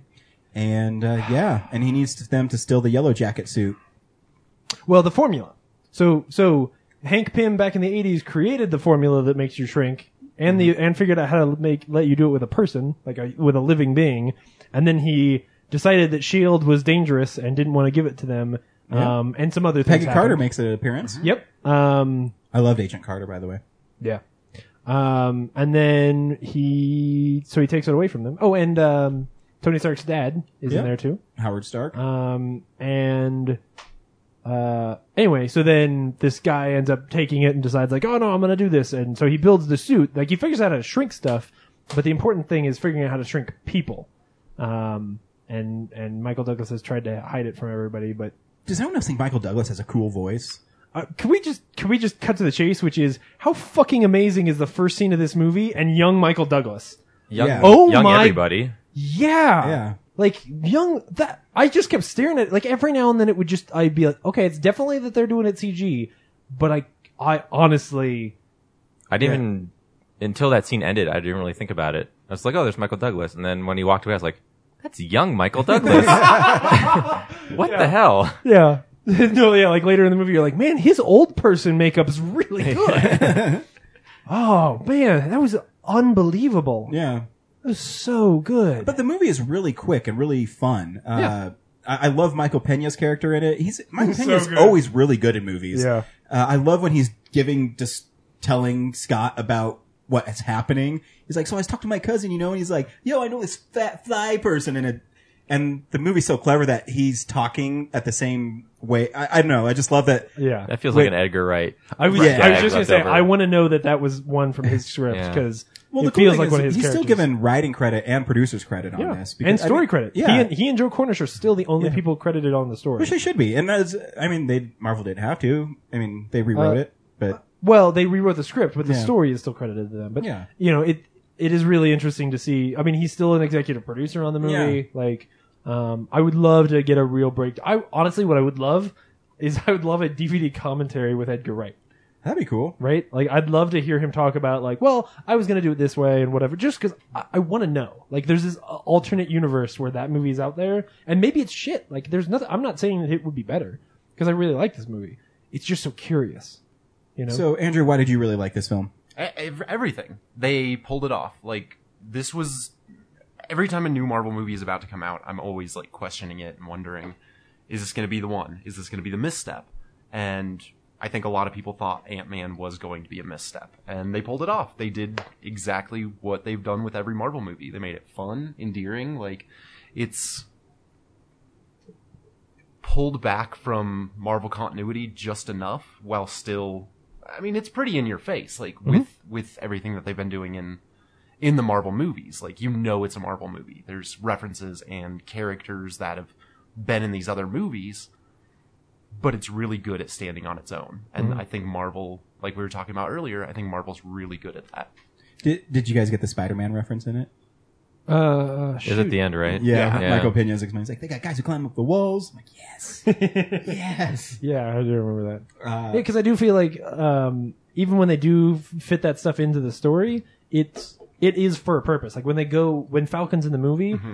Speaker 1: And uh, yeah, and he needs them to steal the yellow jacket suit.
Speaker 3: Well, the formula. So so Hank Pym back in the '80s created the formula that makes you shrink, and the and figured out how to make let you do it with a person, like a, with a living being, and then he decided that Shield E was dangerous and didn't want to give it to them,
Speaker 1: Yeah.
Speaker 3: um, and some other things.
Speaker 1: Peggy Carter
Speaker 3: happened. Mm-hmm.
Speaker 1: makes an appearance.
Speaker 3: Yep. Um,
Speaker 1: I loved Agent Carter, by the way.
Speaker 3: Yeah. Um, and then he, so he takes it away from them. Oh, and um, Tony Stark's dad is
Speaker 1: Yeah.
Speaker 3: in there too.
Speaker 1: Howard Stark.
Speaker 3: Um, and uh, anyway, so then this guy ends up taking it and decides like, oh no, I'm gonna do this, and so he builds the suit. Like he figures out how to shrink stuff, but the important thing is figuring out how to shrink people. Um, and and Michael Douglas has tried to hide it from everybody, but
Speaker 1: Does anyone else think Michael Douglas has a cool voice?
Speaker 3: uh, can we just can we just cut to the chase, which is how fucking amazing is the first scene of this movie and young Michael Douglas?
Speaker 4: Young,
Speaker 3: Oh
Speaker 4: young
Speaker 3: my.
Speaker 4: everybody.
Speaker 3: Yeah.
Speaker 1: Yeah.
Speaker 3: Like young that I just kept staring at it. like every now and then it would just I'd be like, okay, it's definitely that they're doing it CG, but I I honestly
Speaker 4: I didn't even, until that scene ended, I didn't really think about it. I was like, oh, there's Michael Douglas. And then when he walked away, I was like, that's young Michael
Speaker 3: [LAUGHS]
Speaker 4: Douglas. what the hell?
Speaker 3: Yeah. [LAUGHS] no, yeah, like later in the movie you're like, man, his old person makeup's really [LAUGHS] good. oh man, that was unbelievable.
Speaker 1: Yeah.
Speaker 3: That was so good.
Speaker 1: But the movie is really quick and really fun. Uh, I, I love Michael Pena's character in it. He's Michael
Speaker 3: [LAUGHS] So
Speaker 1: Pena's
Speaker 3: good.
Speaker 1: always really good in movies.
Speaker 3: Yeah.
Speaker 1: Uh, I love when he's giving just telling Scott about what is happening. He's like, so I was talking to my cousin, you know, and he's like, yo, I know this fat fly person in a, and the movie's so clever that he's talking at the same way. I, I don't know. I just love that.
Speaker 3: Yeah.
Speaker 4: That feels
Speaker 1: Wait.
Speaker 4: like an Edgar Wright.
Speaker 3: I was,
Speaker 1: Yeah.
Speaker 3: I was just gonna
Speaker 4: Left
Speaker 3: say,
Speaker 4: over.
Speaker 3: I want to know that that was one from his script
Speaker 4: [LAUGHS] Yeah.
Speaker 3: because
Speaker 1: Well, the
Speaker 3: it
Speaker 1: cool
Speaker 3: feels
Speaker 1: thing
Speaker 3: like
Speaker 1: is
Speaker 3: one of his
Speaker 1: he's
Speaker 3: characters.
Speaker 1: still given writing credit and producers credit on
Speaker 3: yeah.
Speaker 1: this.
Speaker 3: and
Speaker 1: I
Speaker 3: story
Speaker 1: mean,
Speaker 3: credit.
Speaker 1: Yeah.
Speaker 3: He and, he and Joe Cornish are still the only people credited on the story.
Speaker 1: Which they should be, and that's, I mean, they Marvel didn't have to. I mean, they rewrote
Speaker 3: Uh,
Speaker 1: it, but
Speaker 3: Well, they rewrote the script, but the
Speaker 1: Yeah.
Speaker 3: story is still credited to them. But
Speaker 1: Yeah.
Speaker 3: you know, it it is really interesting to see. I mean, he's still an executive producer on the movie. Like, um, I would love to get a real break. I honestly, what I would love is [LAUGHS] I would love a DVD commentary with Edgar Wright.
Speaker 1: that'd be cool.
Speaker 3: Right? Like, I'd love to hear him talk about like, well, I was gonna do it this way and whatever, just because I, I want to know. Like, there's this uh, alternate universe where that movie's out there, and maybe it's shit. Like, there's nothing. I'm not saying that it would be better because I really like this movie. It's just so curious. You know.
Speaker 1: So, Andrew, why did you really like this film?
Speaker 2: E- ev- everything. They pulled it off. Like this was every time a new Marvel movie is about to come out, I'm always like questioning it and wondering, is this going to be the one? Is this going to be the misstep? And I think a lot of people thought Ant-Man was going to be a misstep, and they pulled it off. They did exactly what they've done with every Marvel movie. They made it fun, endearing, like it's pulled back from Marvel continuity just enough while still I mean it's pretty in your face like
Speaker 3: Mm-hmm.
Speaker 2: with with everything that they've been doing in in the Marvel movies like you know it's a Marvel movie there's references and characters that have been in these other movies but it's really good at standing on its own and
Speaker 3: Mm-hmm.
Speaker 1: Mhm.
Speaker 2: I think Marvel like we were talking about earlier I think Marvel's really good at that
Speaker 1: Did Did you guys get the Spider Man reference in it?
Speaker 3: Uh,
Speaker 4: Is at the end, right?
Speaker 1: Yeah, Michael Pena's explains like they got guys who climb up the walls. I'm like, yes, yes.
Speaker 3: Yeah, I do remember that.
Speaker 1: Uh,
Speaker 3: yeah, because I do feel like um, even when they do f- fit that stuff into the story, it's it is for a purpose. Like when they go when Falcon's in the movie,
Speaker 2: Mm-hmm.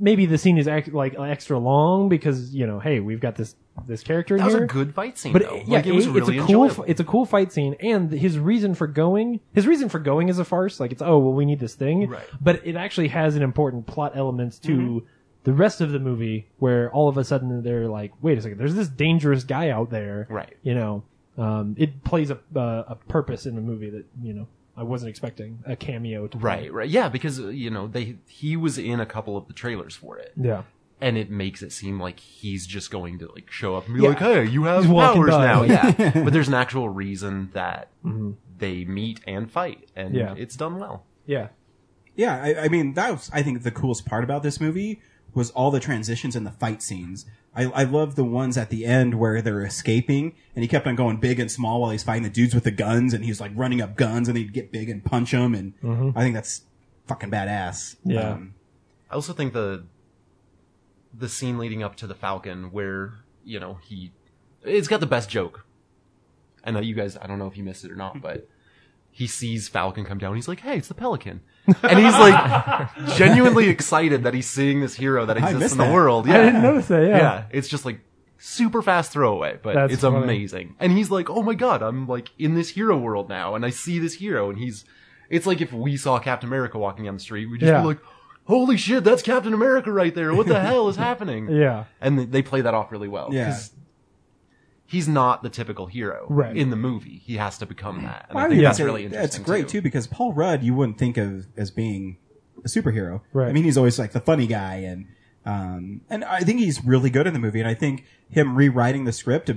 Speaker 3: maybe the scene is act, like extra long because you know, hey, we've got this this character
Speaker 2: That was
Speaker 3: here.
Speaker 2: a good fight scene,
Speaker 3: but
Speaker 2: though.
Speaker 3: yeah,
Speaker 2: Like, it was
Speaker 3: A,
Speaker 2: really
Speaker 3: it's a cool
Speaker 2: enjoyable.
Speaker 3: f- it's a cool fight scene, and his reason for going his reason for going is a farce. Like it's oh well, we need this thing,
Speaker 2: Right. Mm-hmm.
Speaker 3: but it actually has an important plot elements to the rest of the movie where all of a sudden they're like, wait a second, there's this dangerous guy out there.
Speaker 2: Right.
Speaker 3: You know, um, it plays a, uh, a purpose in the movie that, you know, I wasn't expecting a cameo to play.
Speaker 2: Right, right. Yeah, because uh, you know, they he was in a couple of the trailers for it.
Speaker 3: Yeah.
Speaker 2: And it makes it seem like he's just going to like show up and be
Speaker 3: Yeah.
Speaker 2: like, "Hey, you have
Speaker 3: He's walking
Speaker 2: powers
Speaker 3: by.
Speaker 2: now."
Speaker 3: [LAUGHS]
Speaker 2: Yeah. but there's an actual reason that
Speaker 3: Mhm.
Speaker 2: they meet and fight and
Speaker 1: Yeah.
Speaker 2: it's done well.
Speaker 3: Yeah.
Speaker 1: Yeah, I, I mean that was I think the coolest part about this movie was all the transitions and the fight scenes. I, I love the ones at the end where they're escaping and he kept on going big and small while he's fighting the dudes with the guns and he was like running up guns and he'd get big and punch them and
Speaker 2: Mhm.
Speaker 1: I think that's fucking badass.
Speaker 2: Yeah.
Speaker 1: Um,
Speaker 2: I also think the the scene leading up to the Falcon where, you know, he it's got the best joke. I know you guys I don't know if you missed it or not, but he sees Falcon come down. He's like, "Hey, it's the Pelican," and
Speaker 3: [LAUGHS]
Speaker 2: he's like genuinely excited that he's seeing this hero that
Speaker 3: I
Speaker 2: exists
Speaker 3: missed
Speaker 2: in the
Speaker 3: that.
Speaker 2: world.
Speaker 3: [LAUGHS] I
Speaker 2: Yeah,
Speaker 3: didn't notice that, yeah.
Speaker 2: it's just like super fast throwaway, but
Speaker 3: That's
Speaker 2: it's
Speaker 3: funny.
Speaker 2: amazing. And he's like, "Oh my god, I'm like in this hero world now, and I see this hero." And he's, it's like if we saw Captain America walking down the street, we'd just
Speaker 3: Yeah.
Speaker 2: be like, "Holy shit, that's Captain America right there!
Speaker 3: [LAUGHS]
Speaker 2: What the hell is happening?"
Speaker 3: Yeah.
Speaker 2: and th- they play that off really well.
Speaker 3: Yeah.
Speaker 2: 'cause He's not the typical hero
Speaker 1: Right.
Speaker 2: in the movie. He has to become that. And
Speaker 1: Well, I
Speaker 2: I think
Speaker 1: would
Speaker 2: that's
Speaker 1: say
Speaker 2: really interesting.
Speaker 1: It's great too. because Paul Rudd, you wouldn't think of as being a superhero.
Speaker 3: Right.
Speaker 1: I mean, he's always like the funny guy, and um, and I think he's really good in the movie. And I think him rewriting the script to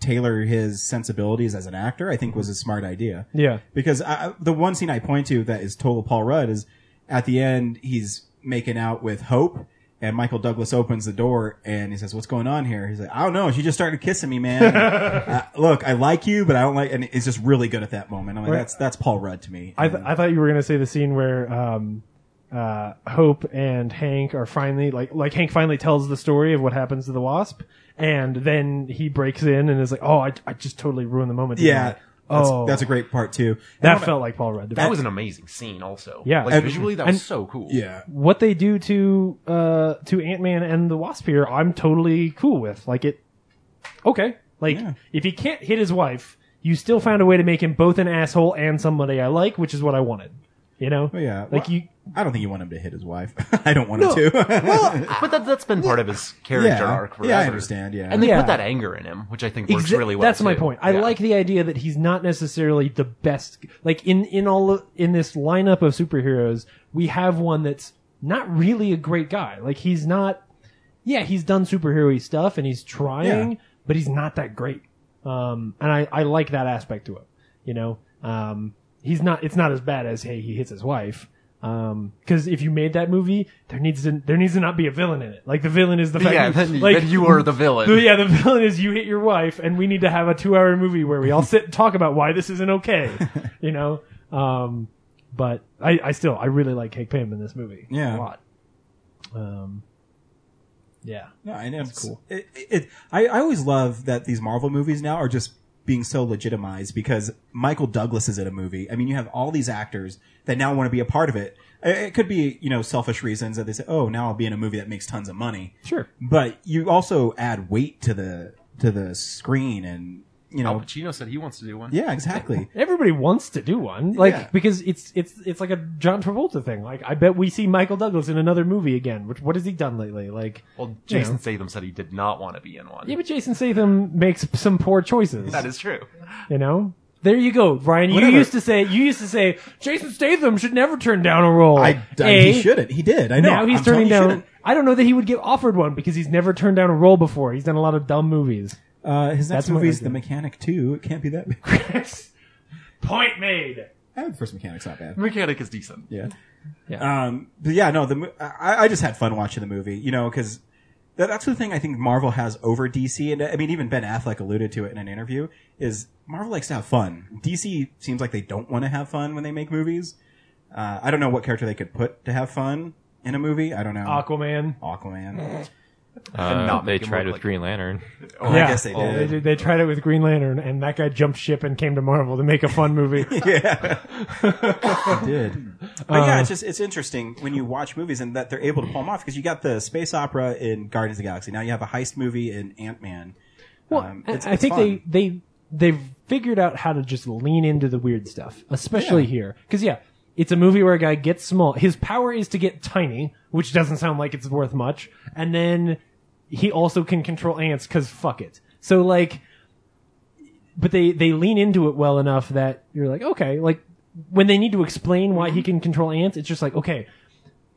Speaker 1: tailor his sensibilities as an actor, I think, was a smart idea.
Speaker 3: Yeah.
Speaker 1: Because I, I- the one scene I point to that is total Paul Rudd is at the end, he's making out with Hope. And Michael Douglas opens the door and he says, "What's going on here?" He's like, "I don't know. She just started kissing me, man. And,
Speaker 3: [LAUGHS]
Speaker 1: uh, look, I like you, but I don't like." And it's just really good at that moment. I'm like,
Speaker 3: Right.
Speaker 1: "That's that's Paul Rudd to me."
Speaker 3: I, th- I thought you were going to say the scene where um, uh, Hope and Hank are finally like like Hank finally tells the story of what happens to the Wasp, and then he breaks in and is like, "Oh, I, I just totally ruined the moment." didn't
Speaker 1: Yeah,
Speaker 3: I?"
Speaker 1: that's,
Speaker 3: oh,
Speaker 1: that's a great part too.
Speaker 3: That felt like Paul Rudd. to me.
Speaker 2: That was an amazing scene, also.
Speaker 3: Yeah,
Speaker 2: like
Speaker 3: And-
Speaker 2: visually, that
Speaker 3: and
Speaker 2: was so cool.
Speaker 3: What they do to uh to Ant Man and the Wasp here, I'm totally cool with. Like it, okay. Like if he can't hit his wife, you still found a way to make him both an asshole and somebody I like, which is what I wanted. You know?
Speaker 1: Oh, yeah.
Speaker 3: Like
Speaker 1: Well,
Speaker 3: you.
Speaker 1: I don't think you want him to hit his wife. [LAUGHS] I don't want
Speaker 3: No.
Speaker 1: him to.
Speaker 2: well, but that, that's been part of his character
Speaker 1: Yeah.
Speaker 2: arc. Forever.
Speaker 1: Yeah, I understand, yeah.
Speaker 2: and they
Speaker 3: Yeah.
Speaker 2: put that anger in him, which I think works
Speaker 3: Exa-
Speaker 2: really well.
Speaker 3: That's my
Speaker 2: too.
Speaker 3: point. I
Speaker 2: Yeah.
Speaker 3: like the idea that he's not necessarily the best. Like in in all of- in this lineup of superheroes, we have one that's not really a great guy. Like he's not. Yeah, he's done superhero stuff and he's trying,
Speaker 1: Yeah.
Speaker 3: but he's not that great. Um, and I I like that aspect to him. You know, um, he's not. It's not as bad as hey, he hits his wife. Um, because if you made that movie, there needs to there needs to not be a villain in it. Like the villain is the fact
Speaker 2: Yeah,
Speaker 3: you-
Speaker 2: then-
Speaker 3: like
Speaker 2: then you are the villain.
Speaker 3: The- yeah, the [LAUGHS] villain is you hit your wife, and we need to have a two-hour movie where we all sit and talk about why this isn't
Speaker 2: [LAUGHS]
Speaker 3: okay. You know, um, but I, I still I really like Hank Pym in this movie.
Speaker 1: Yeah.
Speaker 3: a lot. Um, yeah,
Speaker 1: No, and
Speaker 3: That's
Speaker 1: it's
Speaker 3: cool.
Speaker 1: cool. It, it, it- I, I always love that these Marvel movies now are just being so legitimized because Michael Douglas is in a movie. I mean, you have all these actors that now want to be a part of it. I- It could be, you know, selfish reasons that they say, "Oh, now I'll be in a movie that makes tons of money."
Speaker 3: Sure.
Speaker 1: But you also add weight to the to the screen, and you know,
Speaker 2: Al
Speaker 3: Oh.
Speaker 2: Pacino said he wants to do one.
Speaker 1: yeah,
Speaker 3: [LAUGHS]
Speaker 1: exactly.
Speaker 3: Everybody wants to do one, like
Speaker 1: Yeah.
Speaker 3: because it's it's it's like a John Travolta thing. Like I bet we see Michael Douglas in another movie again. Which what has he done lately? Like
Speaker 2: Well,
Speaker 3: you
Speaker 2: Jason
Speaker 3: know.
Speaker 2: Statham said he did not want to be in one.
Speaker 3: Yeah, but Jason Statham makes some poor choices.
Speaker 2: That is true.
Speaker 3: You know? There you go, Ryan. You
Speaker 2: Whatever.
Speaker 3: used to say you used to say Jason Statham should never turn down a role.
Speaker 1: I- I-
Speaker 3: A,
Speaker 1: he shouldn't. He did. I know.
Speaker 3: Eh? Now he's
Speaker 1: I'm
Speaker 3: turning
Speaker 1: telling you, he
Speaker 3: down.
Speaker 1: shouldn't.
Speaker 3: I don't know that he would get offered one because he's never turned down a role before. He's done a lot of
Speaker 1: [LAUGHS]
Speaker 3: dumb movies.
Speaker 1: Uh, his next
Speaker 3: That's my
Speaker 1: movie is The
Speaker 3: argument.
Speaker 1: Mechanic Two. It can't be [LAUGHS] that. bad.
Speaker 3: Point made.
Speaker 1: Eh, the first Mechanic's not bad.
Speaker 2: Mechanic is decent.
Speaker 1: Yeah. Um, but yeah, no, the mo- I, I just had fun watching the movie, you know, because that, that's the thing I think Marvel has over DC, and I mean even Ben Affleck alluded to it in an interview. Is Marvel likes to have fun. DC seems like they don't want to have fun when they make movies. Uh, I don't know what character they could put to have fun in a movie. I don't know.
Speaker 3: Aquaman.
Speaker 1: Aquaman.
Speaker 4: Uh, they tried with Green Lantern.
Speaker 1: Oh, I guess they did.
Speaker 3: They, they tried it with Green Lantern, and that guy jumped ship and came to Marvel to make a fun movie.
Speaker 1: yeah, They did. But yeah,
Speaker 3: Uh,
Speaker 1: it's just it's interesting when you watch movies and that they're able to pull them off because you got the space opera in Guardians of the Galaxy. Now you have a heist movie in Ant Man.
Speaker 3: Well,
Speaker 2: Um,
Speaker 3: I- I think they they they've figured out how to just lean into the weird stuff, especially here. 'Cause here. Because yeah, It's a movie where a guy gets small. His power is to get tiny, which doesn't sound like it's worth much. And then he also can control ants because fuck it. So like, but they they lean into it well enough that you're like, okay, like when they need to explain why he can control ants, it's just like, okay,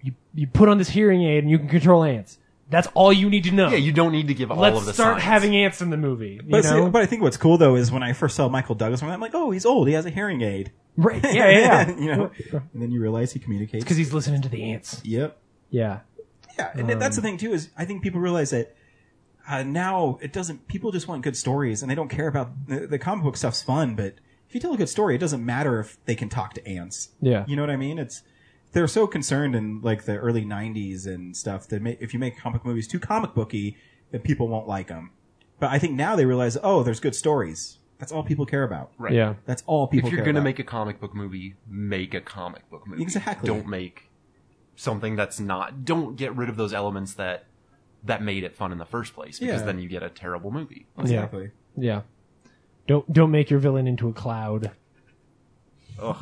Speaker 3: you you put on this hearing aid and you can control ants. That's all you need to know.
Speaker 2: Yeah, you don't need to give all
Speaker 3: Let's
Speaker 2: of the
Speaker 3: start
Speaker 2: science.
Speaker 3: having ants in the movie. You
Speaker 1: But, see-
Speaker 3: know?
Speaker 1: but I think what's cool though is when I first saw Michael Douglas, I'm like, oh, he's old. He has a hearing aid. [LAUGHS]
Speaker 3: Right. [LAUGHS] Yeah, yeah, yeah.
Speaker 1: you know, and then you realize he communicates
Speaker 3: because he's listening to the ants.
Speaker 1: Yep.
Speaker 3: Yeah.
Speaker 1: Yeah, and that's the
Speaker 3: Um.
Speaker 1: thing too is I think people realize that uh, now it doesn't. People just want good stories, and they don't care about the, the comic book stuff's fun. But if you tell a good story, it doesn't matter if they can talk to ants.
Speaker 3: Yeah.
Speaker 1: you know what I mean. It's they're so concerned in like the early '90s and stuff that ma- if you make comic movies too comic booky, then people won't like them. But I think now they realize, oh, there's good stories. That's all people care about.
Speaker 2: Right.
Speaker 1: That's all people.
Speaker 2: If you're
Speaker 1: care
Speaker 2: gonna
Speaker 1: about.
Speaker 2: make a comic book movie, make a comic book movie.
Speaker 1: Exactly.
Speaker 2: Don't make something that's not. Don't get rid of those elements that that made it fun in the first place, because
Speaker 1: Yeah.
Speaker 2: then you get a terrible movie.
Speaker 3: Yeah. yeah. Don't don't make your villain into a cloud.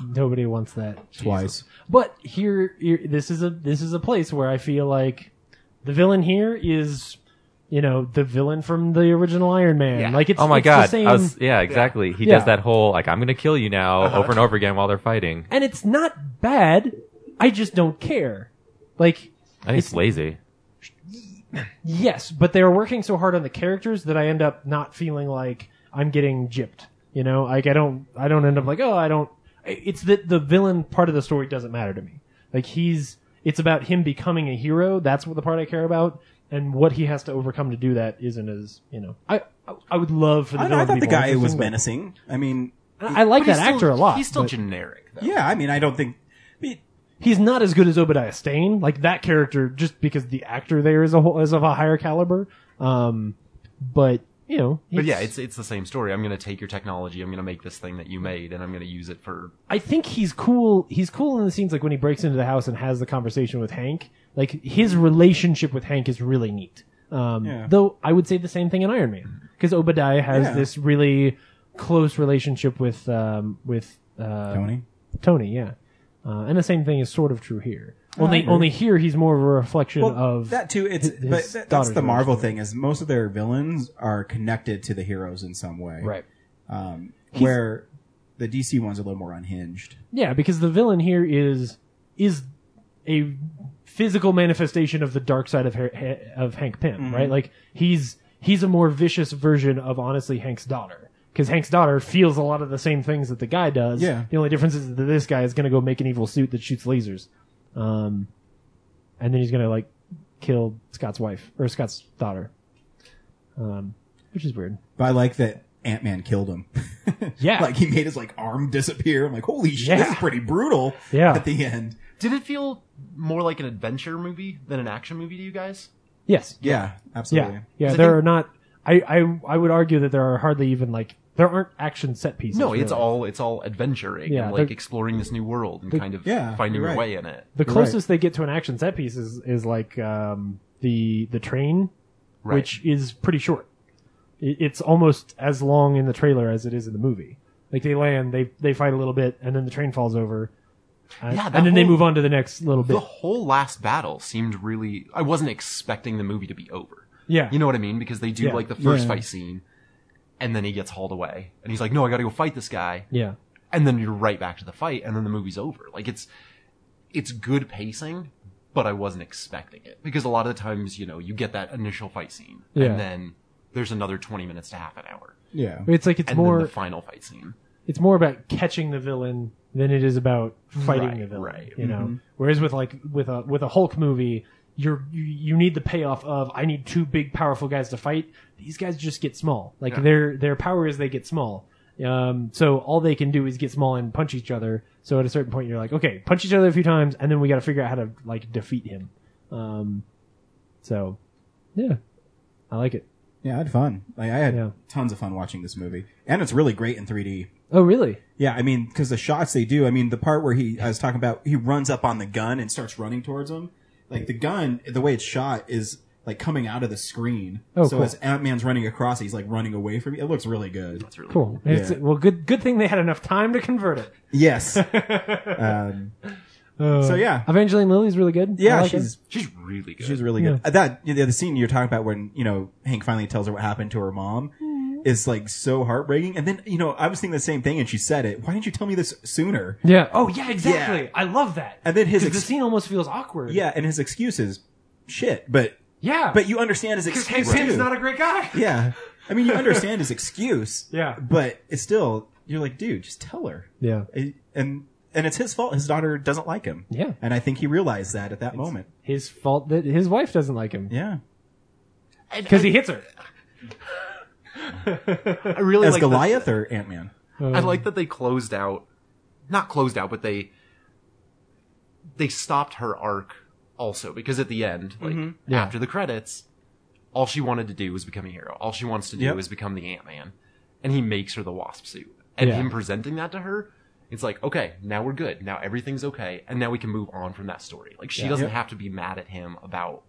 Speaker 3: Nobody wants that.
Speaker 1: Twice.
Speaker 3: But here, here this is a this is a place where I feel like the villain here is you know the villain from the original Iron Man. Like it's
Speaker 4: oh my
Speaker 3: it's
Speaker 4: god!
Speaker 3: the same,
Speaker 4: I was, yeah, exactly. He
Speaker 3: Yeah.
Speaker 4: does that whole like I'm gonna kill you now
Speaker 3: Uh-huh.
Speaker 4: over and over again while they're fighting.
Speaker 3: and it's not bad. I just don't care. Like
Speaker 4: I think it's lazy.
Speaker 3: Yes, but they're working so hard on the characters that I end up not feeling like I'm getting gypped. You know, like I don't, I don't end up like, oh, I don't. It's that the villain part of the story doesn't matter to me. Like he's, it's about him becoming a hero. That's what the part I care about, and what he has to overcome to do that isn't as you know. I, I- I would love for the.
Speaker 1: I,
Speaker 3: villain
Speaker 1: I
Speaker 3: to
Speaker 1: thought
Speaker 3: be
Speaker 1: the
Speaker 3: more
Speaker 1: guy
Speaker 3: interesting,
Speaker 1: was
Speaker 3: but-
Speaker 1: menacing. I mean,
Speaker 3: I- I like But he's that still- actor a lot, he's still but-
Speaker 2: generic.
Speaker 1: Yeah, I mean, I don't think
Speaker 3: He's not as good as Obadiah Stane, like that character, just because the actor there is a whole, is of a higher caliber. Um, but you know,
Speaker 2: But yeah, it's it's the same story. I'm gonna take your technology. I'm gonna make this thing that you
Speaker 3: Mm-hmm.
Speaker 2: made, and I'm gonna use it for.
Speaker 3: I think he's cool. He's cool in the scenes like when he breaks into the house and has the conversation with Hank. Like his relationship with Hank is really neat. Um,
Speaker 24: Yeah.
Speaker 3: Though I would say the same thing in Iron Man because Obadiah has
Speaker 24: Yeah.
Speaker 3: this really close relationship with um, with uh,
Speaker 1: Tony?
Speaker 3: Tony, yeah, uh, and the same thing is sort of true here.
Speaker 1: Oh, I
Speaker 3: Only
Speaker 1: agree.
Speaker 3: only here he's more of a reflection
Speaker 1: Well,
Speaker 3: of
Speaker 1: that too. It's
Speaker 3: his-
Speaker 1: but
Speaker 3: his
Speaker 1: that- that's
Speaker 3: daughter's
Speaker 1: the Marvel thing is most of their villains are connected to the heroes in some way,
Speaker 3: Right.
Speaker 1: Um, where the DC ones are a little more unhinged.
Speaker 3: Yeah, because the villain here is is a physical manifestation of the dark side of Har- Ha- of Hank
Speaker 24: Mhm.
Speaker 3: Pym, right? Like he's he's a more vicious version of honestly Hank's daughter, because Hank's daughter feels a lot of the same things that the guy does.
Speaker 24: Yeah.
Speaker 3: The only difference is that this guy is going to go make an evil suit that shoots lasers, um, and then he's going to like kill Scott's wife or Scott's daughter, um, which is weird.
Speaker 1: But I like that Ant Man killed him. [LAUGHS]
Speaker 3: Yeah.
Speaker 1: like he made his like arm disappear. I'm like, holy shit, this is
Speaker 2: Yeah.
Speaker 1: pretty brutal.
Speaker 3: Yeah.
Speaker 1: at the end.
Speaker 2: Did it feel more like an adventure movie than an action movie to you guys?
Speaker 3: Yes.
Speaker 1: Yeah, absolutely.
Speaker 3: Yeah,
Speaker 2: I
Speaker 3: yeah
Speaker 2: think-
Speaker 3: there are not. I, I I would argue that there are hardly even like there aren't action set pieces.
Speaker 2: No, it's
Speaker 3: really.
Speaker 2: all it's all adventuring
Speaker 3: Yeah,
Speaker 2: and like
Speaker 3: they're-
Speaker 2: exploring this new world and
Speaker 3: the-
Speaker 2: kind of
Speaker 3: Yeah,
Speaker 2: finding
Speaker 3: you're right.
Speaker 2: your way in it.
Speaker 3: The closest they get to an action set piece is is like um, the the train,
Speaker 2: Right.
Speaker 3: which is pretty short. It, it's almost as long in the trailer as it is in the movie. Like they land, they they fight a little bit, and then the train falls over. Uh,
Speaker 2: Yeah, that
Speaker 3: and then they
Speaker 2: whole-
Speaker 3: move on to the next little bit.
Speaker 2: The whole last battle seemed really. I wasn't expecting the movie to be over.
Speaker 3: Yeah.
Speaker 2: you know what I mean because they do
Speaker 3: Yeah.
Speaker 2: like the first
Speaker 3: Yeah.
Speaker 2: fight scene, and then he gets hauled away, and he's like, "No, I got to go fight this guy."
Speaker 3: Yeah.
Speaker 2: and then you're right back to the fight, and then the movie's over. Like it's it's good pacing, but I wasn't expecting it because a lot of the times, you know, you get that initial fight scene,
Speaker 3: Yeah.
Speaker 2: and then there's another twenty minutes to half an hour.
Speaker 1: Yeah.
Speaker 3: It's like it's
Speaker 2: and
Speaker 3: more-
Speaker 2: then the final fight scene.
Speaker 3: it's more about catching the villain than it is about fighting
Speaker 2: Right,
Speaker 3: the villain.
Speaker 2: right.
Speaker 3: You know,
Speaker 2: Mhm.
Speaker 3: whereas with like with a with a Hulk movie, you're you, you need the payoff of I need two big powerful guys to fight. These guys just get small. Like
Speaker 24: Yeah.
Speaker 3: their their power is they get small. Um, so all they can do is get small and punch each other. So at a certain point, you're like, okay, punch each other a few times, and then we got to figure out how to like defeat him. Um, so yeah, I like it.
Speaker 1: Yeah, I had fun. Like I had tons of fun watching this movie, and it's really great in 3D.
Speaker 3: Oh, really?
Speaker 1: Yeah, I mean, because the shots they do. I mean, the part where he I was talking about, he runs up on the gun and starts running towards him. Like the gun, the way it's shot is like coming out of the screen.
Speaker 3: Oh,
Speaker 1: so
Speaker 3: cool.
Speaker 1: as Ant Man's running across, he's like running away from you. It looks really
Speaker 3: [LAUGHS]
Speaker 1: good. That's really
Speaker 3: Cool. It's,
Speaker 1: Yeah.
Speaker 3: well, good. Good thing they had enough time to convert it.
Speaker 1: Yes. um,
Speaker 3: Uh,
Speaker 1: so yeah,
Speaker 3: Evangeline Lilly's really good. I
Speaker 1: Yeah,
Speaker 3: like her.
Speaker 1: she's
Speaker 2: she's really good.
Speaker 1: She's really
Speaker 3: Yeah.
Speaker 1: good. Uh, That yeah, the scene you're talking about when you know Hank finally tells her what happened to her mom
Speaker 3: Mm-hmm.
Speaker 1: is like so heartbreaking. And then you know I was thinking the same thing, and she said it. Why didn't you tell me this sooner?
Speaker 3: Yeah. Oh yeah, exactly. I love that.
Speaker 1: And then his
Speaker 3: 'Cause the
Speaker 1: ex-
Speaker 3: scene almost feels awkward.
Speaker 1: Yeah, and his excuse is shit, but
Speaker 3: yeah,
Speaker 1: but you understand his
Speaker 3: because
Speaker 1: excuse
Speaker 3: Hank
Speaker 1: too.
Speaker 3: Pym's not a great guy.
Speaker 1: yeah, I mean you understand his excuse.
Speaker 3: [LAUGHS] Yeah.
Speaker 1: but it's still you're like, dude, just tell her.
Speaker 3: Yeah.
Speaker 1: It- and and it's his fault. His daughter doesn't like him.
Speaker 3: Yeah.
Speaker 1: and I think he realized that at that moment.
Speaker 3: His fault that his wife doesn't like him.
Speaker 1: Yeah,
Speaker 3: because he hits her.
Speaker 2: I really
Speaker 1: as
Speaker 2: like
Speaker 1: Goliath
Speaker 2: that-
Speaker 1: or Ant Man.
Speaker 3: Oh.
Speaker 2: I
Speaker 1: Mm.
Speaker 2: like that they closed out, not closed out, but they they stopped her arc also because at the end, like
Speaker 1: Mhm.
Speaker 3: Yeah.
Speaker 2: after the credits, all she wanted to do was become a hero. All she wants to do
Speaker 3: Yep.
Speaker 2: is become the Ant Man, and he makes her the Wasp suit. And
Speaker 3: Yeah.
Speaker 2: him presenting that to her, it's like okay, now we're good. Now everything's okay, and now we can move on from that story. Like she
Speaker 1: Yeah.
Speaker 2: doesn't
Speaker 1: Yep.
Speaker 2: have to be mad at him about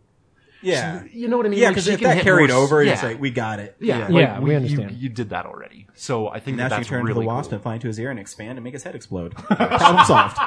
Speaker 1: Yeah,
Speaker 2: She- you know what I mean?
Speaker 1: Yeah,
Speaker 2: Like,
Speaker 1: because
Speaker 2: she
Speaker 1: if
Speaker 2: can
Speaker 1: that
Speaker 2: hit
Speaker 1: carried
Speaker 2: more-
Speaker 1: over, it's
Speaker 2: yeah.
Speaker 1: like we got it.
Speaker 2: Yeah,
Speaker 1: yeah,
Speaker 2: like,
Speaker 3: Yeah, we
Speaker 2: you-
Speaker 3: understand.
Speaker 2: You, did that already, so I think
Speaker 1: now
Speaker 2: that
Speaker 1: she
Speaker 2: that's
Speaker 1: can turn
Speaker 2: really
Speaker 1: into the
Speaker 2: cool.
Speaker 1: wasp and fly into his ear and expand and make his head
Speaker 3: [LAUGHS]
Speaker 1: explode. Problem solved.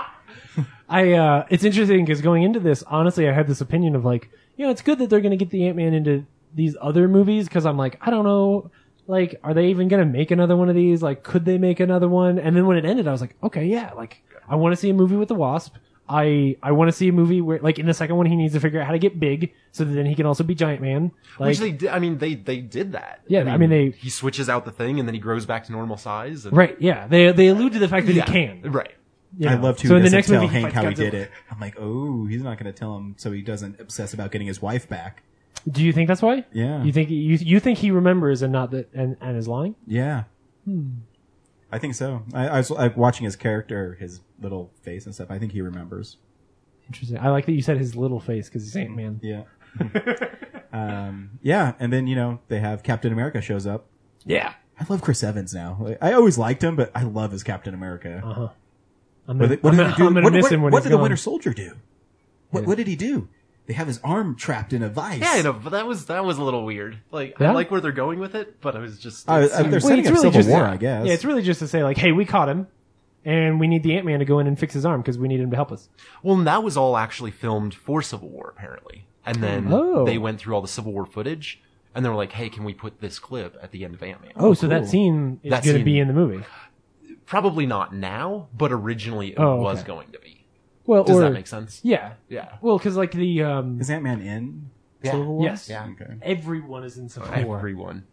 Speaker 3: I uh it's interesting because going into this, honestly, I had this opinion of like, you know, it's good that they're going to get the Ant Man into these other movies because I'm like, I don't know, like, are they even going to make another one of these? Like, could they make another one? And then when it ended, I was like, okay, yeah, like, I want to see a movie with the Wasp. I I want to see a movie where like in the second one he needs to figure out how to get big so that then he can also be Giant Man. Like,
Speaker 2: Which they, did, I mean, they they did that.
Speaker 3: Yeah, I mean, they-
Speaker 2: he switches out the thing and then he grows back to normal size. And,
Speaker 3: right? Yeah, they they allude to the fact that
Speaker 2: Yeah,
Speaker 3: he can.
Speaker 2: Right.
Speaker 3: Yeah.
Speaker 1: I love to
Speaker 3: So in the
Speaker 1: doesn't
Speaker 3: next
Speaker 1: tell
Speaker 3: movie, he
Speaker 1: Hank
Speaker 3: fights
Speaker 1: how he
Speaker 3: Godzilla.
Speaker 1: did it. I'm like, oh, he's not going to tell him so he doesn't obsess about getting his wife back.
Speaker 3: Do you think that's why?
Speaker 1: Yeah.
Speaker 3: You think you you think he remembers and not that and and is lying?
Speaker 1: Yeah,
Speaker 3: Hmm.
Speaker 1: I think so. I, I was like, watching his character, his little face and stuff. I think he remembers.
Speaker 3: Interesting. I like that you said his little face because he's Ant Man. [LAUGHS]
Speaker 1: Yeah. um, yeah, and then you know they have Captain America shows up.
Speaker 3: Yeah.
Speaker 1: I love Chris Evans now. Like, I always liked him, but I love his Captain America.
Speaker 3: Uh huh. I'm
Speaker 1: What
Speaker 3: gonna,
Speaker 1: did- what
Speaker 3: I'm
Speaker 1: did
Speaker 3: gonna-
Speaker 1: they do-
Speaker 3: I'm gonna
Speaker 1: what-
Speaker 3: miss
Speaker 1: what-
Speaker 3: him when
Speaker 1: What
Speaker 3: he's
Speaker 1: did
Speaker 3: gone.
Speaker 1: the Winter Soldier do? What, what did he do? They have his arm trapped in a vice.
Speaker 2: Yeah, I know, but that was that was a little weird. Like I
Speaker 1: Yeah?
Speaker 2: like where they're going with it, but I was just
Speaker 3: Uh,
Speaker 1: I-
Speaker 2: it's-
Speaker 1: I- they're
Speaker 3: Well,
Speaker 1: setting
Speaker 3: it's
Speaker 1: up
Speaker 3: really
Speaker 1: Civil
Speaker 3: just-
Speaker 1: War, I guess.
Speaker 3: Yeah, it's really just to say like, hey, we caught him, and we need the Ant Man to go in and fix his arm because we need him to help us.
Speaker 2: well, and that was all actually filmed for Civil War apparently, and then
Speaker 3: Oh.
Speaker 2: they went through all the Civil War footage. And they were like, "Hey, can we put this clip at the end of Ant Man?"
Speaker 3: Oh, so that scene is going to be in the movie.
Speaker 2: probably not now, but originally it
Speaker 3: Oh,
Speaker 2: was
Speaker 3: okay.
Speaker 2: going to be.
Speaker 3: Well,
Speaker 2: Does
Speaker 3: or,
Speaker 2: that make sense?
Speaker 3: Yeah.
Speaker 2: Yeah.
Speaker 3: Well, because like the um,
Speaker 1: Is Ant Man in
Speaker 2: Yeah.
Speaker 1: Civil War?
Speaker 3: Yes.
Speaker 2: Yeah.
Speaker 1: Okay.
Speaker 3: everyone is in Civil War.
Speaker 2: Everyone.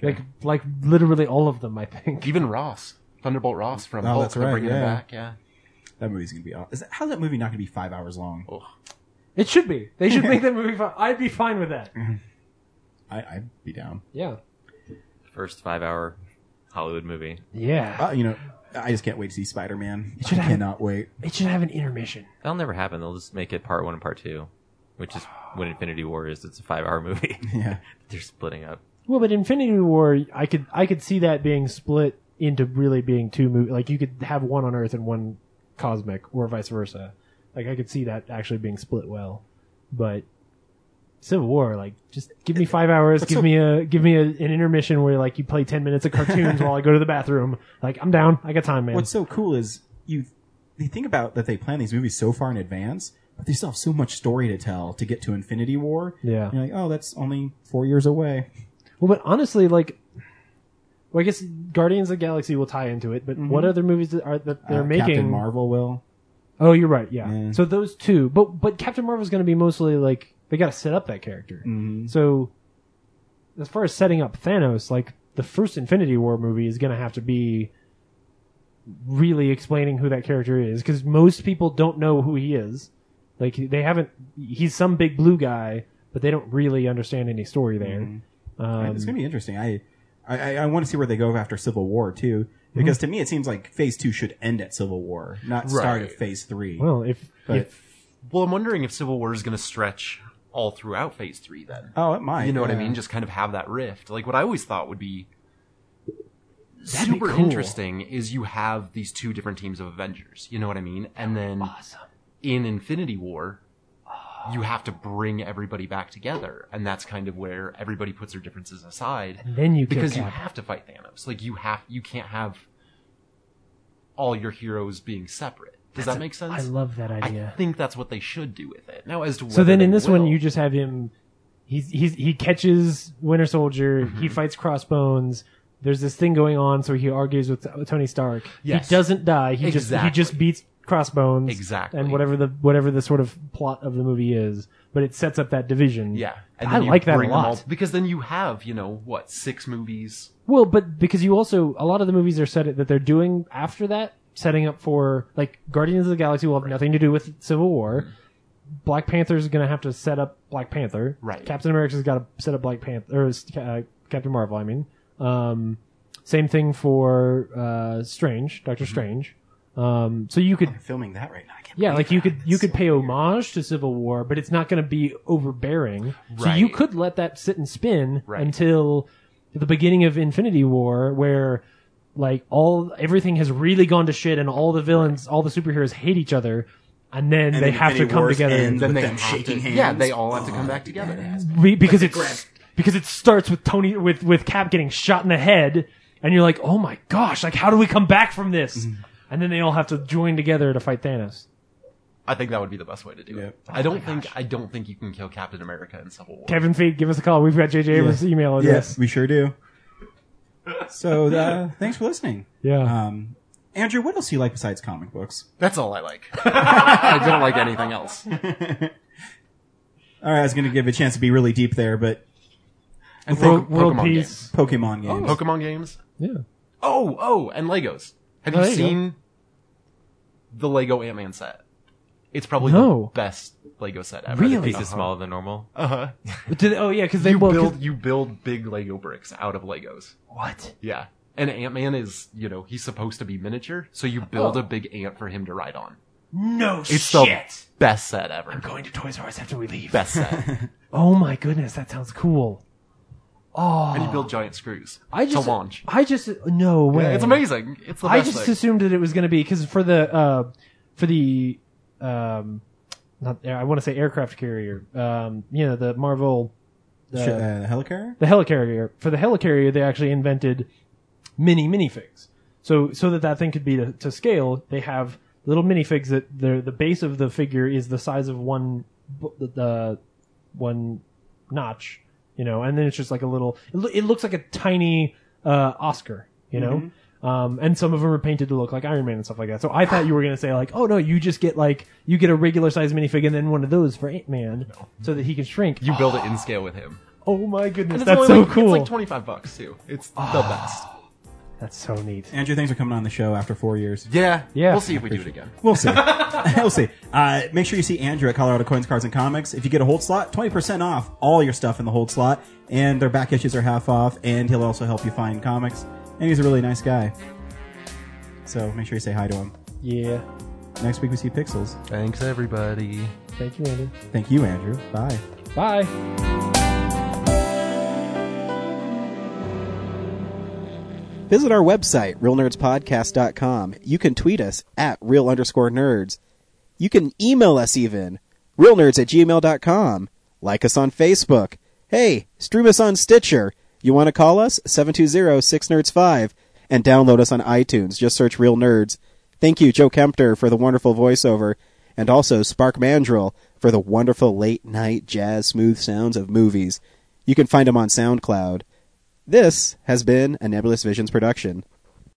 Speaker 3: Like like literally all of them, I think.
Speaker 2: Even Ross, Thunderbolt Ross from
Speaker 1: Oh,
Speaker 2: Hulk,
Speaker 1: that's
Speaker 2: they're
Speaker 1: right,
Speaker 2: bringing him
Speaker 1: yeah.
Speaker 2: back. Yeah.
Speaker 1: That movie's gonna be awesome. Is that, how's that movie not gonna be five hours long?
Speaker 3: It should be. They should make that movie. Fun. I'd be fine
Speaker 1: [LAUGHS]
Speaker 3: with that.
Speaker 1: I, I'd be down.
Speaker 3: Yeah.
Speaker 4: First five hour Hollywood movie.
Speaker 3: Yeah.
Speaker 1: Uh, you know, I just can't wait to see Spider Man. I
Speaker 3: should have-
Speaker 1: cannot wait.
Speaker 3: It should have an intermission.
Speaker 4: That'll never happen. They'll just make it part one and part two, which is what Infinity War is. It's a five hour movie. [LAUGHS]
Speaker 1: Yeah.
Speaker 4: They're splitting up.
Speaker 3: Well, but Infinity War, I could I could see that being split into really being two movies. Like you could have one on Earth and one cosmic, or vice versa. Like I could see that actually being split well. But Civil War, like just give me five hours, give me a give me a, an intermission where like you play ten minutes
Speaker 1: [LAUGHS]
Speaker 3: of cartoons while I go to the bathroom. Like I'm down, I got time, man.
Speaker 1: What's so cool is you you think about that they plan these movies so far in advance, but they still have so much story to tell to get to Infinity War.
Speaker 3: Yeah.
Speaker 1: You're like, oh, that's only four years away.
Speaker 3: Well, but honestly, like, well, I guess Guardians of the Galaxy will tie into it. But what other movies that are that they're
Speaker 1: Mm-hmm. Uh,
Speaker 3: making?
Speaker 1: Captain Marvel will.
Speaker 3: Oh, you're right. Yeah.
Speaker 1: Yeah.
Speaker 3: So those two, but but Captain Marvel's going to be mostly like they got to set up that character.
Speaker 2: Mm-hmm.
Speaker 1: Mhm.
Speaker 3: So as far as setting up Thanos, like the first Infinity War movie is going to have to be really explaining who that character is because most people don't know who he is. Like they haven't. He's some big blue guy, but they don't really understand any story there.
Speaker 2: Mm-hmm.
Speaker 3: Um,
Speaker 1: it's gonna be interesting. I I, I want to see where they go after Civil War too, because to me it seems like Phase Two should end at Civil War, not start
Speaker 2: Right.
Speaker 1: at Phase Three.
Speaker 3: Well, if,
Speaker 1: But-
Speaker 2: if well, I'm wondering if Civil War is going to stretch all throughout Phase Three. Then
Speaker 1: oh, it might.
Speaker 2: you know what I
Speaker 1: yeah.
Speaker 2: mean? Just kind of have that rift. Like what I always thought would be
Speaker 3: That'd be
Speaker 2: super
Speaker 3: cool.
Speaker 2: interesting is you have these two different teams of Avengers. You know what I mean? And then in Infinity War, you have to bring everybody back together, and that's kind of where everybody puts their differences aside.
Speaker 3: And then you kill
Speaker 2: because you
Speaker 3: Cap.
Speaker 2: have to fight Thanos. Like you have, you can't have all your heroes being separate. Does
Speaker 3: That's a-
Speaker 2: that make sense?
Speaker 3: I love that idea.
Speaker 2: I think that's what they should do with it. Now, as to
Speaker 3: So then
Speaker 2: whether
Speaker 3: in
Speaker 2: they
Speaker 3: this
Speaker 2: will-
Speaker 3: one, you just have him. He's, he's, he catches Winter Soldier.
Speaker 2: Mm-hmm.
Speaker 3: He fights Crossbones. There's this thing going on, so he argues with Tony Stark.
Speaker 2: Yes.
Speaker 3: He doesn't die. He just he
Speaker 2: Exactly.
Speaker 3: just beats Crossbones.
Speaker 2: Exactly.
Speaker 3: And whatever the whatever the sort of plot of the movie is, but it sets up that division.
Speaker 2: yeah,
Speaker 3: I
Speaker 2: then you
Speaker 3: like that a
Speaker 2: bring them
Speaker 3: lot.
Speaker 2: all- because then you have you know what six movies.
Speaker 3: Well, but because you also a lot of the movies are set that they're doing after that, setting up for like Guardians of the Galaxy will have nothing to do with Civil War. Black Panther's going to have to set up Black Panther.
Speaker 2: Right.
Speaker 3: Captain America's got to set up Black Panther or uh, Captain Marvel. I mean, um, same thing for uh, Strange, Doctor Strange. Um, so you could
Speaker 25: filming that right now. I can't
Speaker 3: yeah, like you could you could pay homage to Civil War, but it's not going to be overbearing. So you
Speaker 2: Right.
Speaker 3: could let that sit and spin
Speaker 2: Right.
Speaker 3: until the beginning of Infinity War, where like all everything has really gone to shit, and all the villains, all the superheroes hate each other, and then they have to come together.
Speaker 2: Then they have to- Yeah, they all have to come back together.
Speaker 3: Be- because it's because it starts with Tony with with Cap getting shot in the head, and you're like, oh my gosh, like how do we come back from this? And then they all have to join together to fight Thanos.
Speaker 2: I think that would be the best way to do it. I
Speaker 3: Oh
Speaker 2: don't think I don't think you can kill Captain America in Civil War.
Speaker 3: Kevin Feet, give us a call. We've got JJ Abrams' email address.
Speaker 25: Yes, we sure do. So uh, thanks for listening.
Speaker 3: Yeah.
Speaker 25: Um, Andrew, what else do you like besides comic books? [LAUGHS]
Speaker 2: That's all I like. [LAUGHS] I don't like anything else.
Speaker 25: All right, I was going to give a chance to be really deep there, but
Speaker 2: And Oh,
Speaker 25: Think
Speaker 2: Pokemon World
Speaker 25: Pokemon
Speaker 2: Peace.
Speaker 25: games. Pokemon games.
Speaker 2: Pokemon games.
Speaker 3: Yeah.
Speaker 2: Oh, oh, and Legos. Have
Speaker 3: Oh,
Speaker 2: you
Speaker 3: there you go.
Speaker 2: seen the Lego Ant Man set? It's probably
Speaker 3: No.
Speaker 2: the best Lego set ever.
Speaker 4: Really? Are the pieces smaller than normal?
Speaker 2: Uh huh.
Speaker 3: Did- oh, yeah, 'cause they-
Speaker 2: you
Speaker 3: well, 'cause-
Speaker 2: build you build big Lego bricks out of Legos.
Speaker 3: What?
Speaker 2: Yeah. And Ant Man is, you know, he's supposed to be miniature, so you build a big ant for him to ride on.
Speaker 3: No
Speaker 2: it's
Speaker 3: shit.
Speaker 2: the best set ever. I'm
Speaker 3: going to Toys R Us after we leave.
Speaker 2: Best set.
Speaker 3: [LAUGHS] Oh my goodness, that sounds cool. Oh,
Speaker 2: and you build giant screws
Speaker 3: I just
Speaker 2: to [LAUGHS] launch.
Speaker 3: I just no
Speaker 2: Yeah,
Speaker 3: way.
Speaker 2: it's amazing. It's the
Speaker 3: I
Speaker 2: best
Speaker 3: just
Speaker 2: thing.
Speaker 3: assumed that it was going to be because for the uh, for the um, not I want to say aircraft carrier. Um, you know the Marvel
Speaker 25: Sh- uh, the helicarrier?
Speaker 3: The helicarrier for the helicarrier, they actually invented mini minifigs. So so that that thing could be to, to scale, they have little minifigs that the the base of the figure is the size of one bu- the one notch, you know, and then it's just like a little. It, loo- it looks like a tiny uh, Oscar, you know.
Speaker 2: Mm-hmm.
Speaker 3: Um, and some of them are painted to look like Iron Man and stuff like that. So I thought you were gonna say like, oh no, you just get like you get a regular size minifig and then one of those for Ant Man, so that he can shrink.
Speaker 2: You build it in scale with him.
Speaker 3: Oh my
Speaker 2: And
Speaker 3: goodness,
Speaker 2: it's
Speaker 3: that's
Speaker 2: only
Speaker 3: so
Speaker 2: like,
Speaker 3: cool.
Speaker 2: It's like 25 bucks too. It's the best.
Speaker 3: That's so neat.
Speaker 25: Andrew, thanks for coming on the show after four years.
Speaker 2: Yeah,
Speaker 3: Yeah.
Speaker 2: We'll see if we do it again.
Speaker 25: We'll see. we'll see. Uh, make sure you see Andrew at Colorado Coins, Cards, and Comics. If you get a hold slot, 20% off all your stuff in the hold slot, and their back issues are half off, and he'll also help you find comics. And he's a really nice guy. So make sure you say hi to him.
Speaker 3: Yeah.
Speaker 25: Next week we see Pixels.
Speaker 2: Thanks, everybody.
Speaker 3: Thank you, Andy.
Speaker 25: Thank you, Andrew. Bye.
Speaker 3: Bye.
Speaker 1: Visit our website, realnerdspodcast.com. You can tweet us at real underscore nerds. You can email us even, realnerds at gmail.com. Like us on Facebook. Hey, stream us on Stitcher. You want to call us? 720-6nerds5. And download us on iTunes. Just search Real Nerds. Thank you, Joe Kempter, for the wonderful voiceover. And also Spark Mandrill for the wonderful late night jazz smooth sounds of movies. You can find him on SoundCloud. This has been a Nebulous Visions production.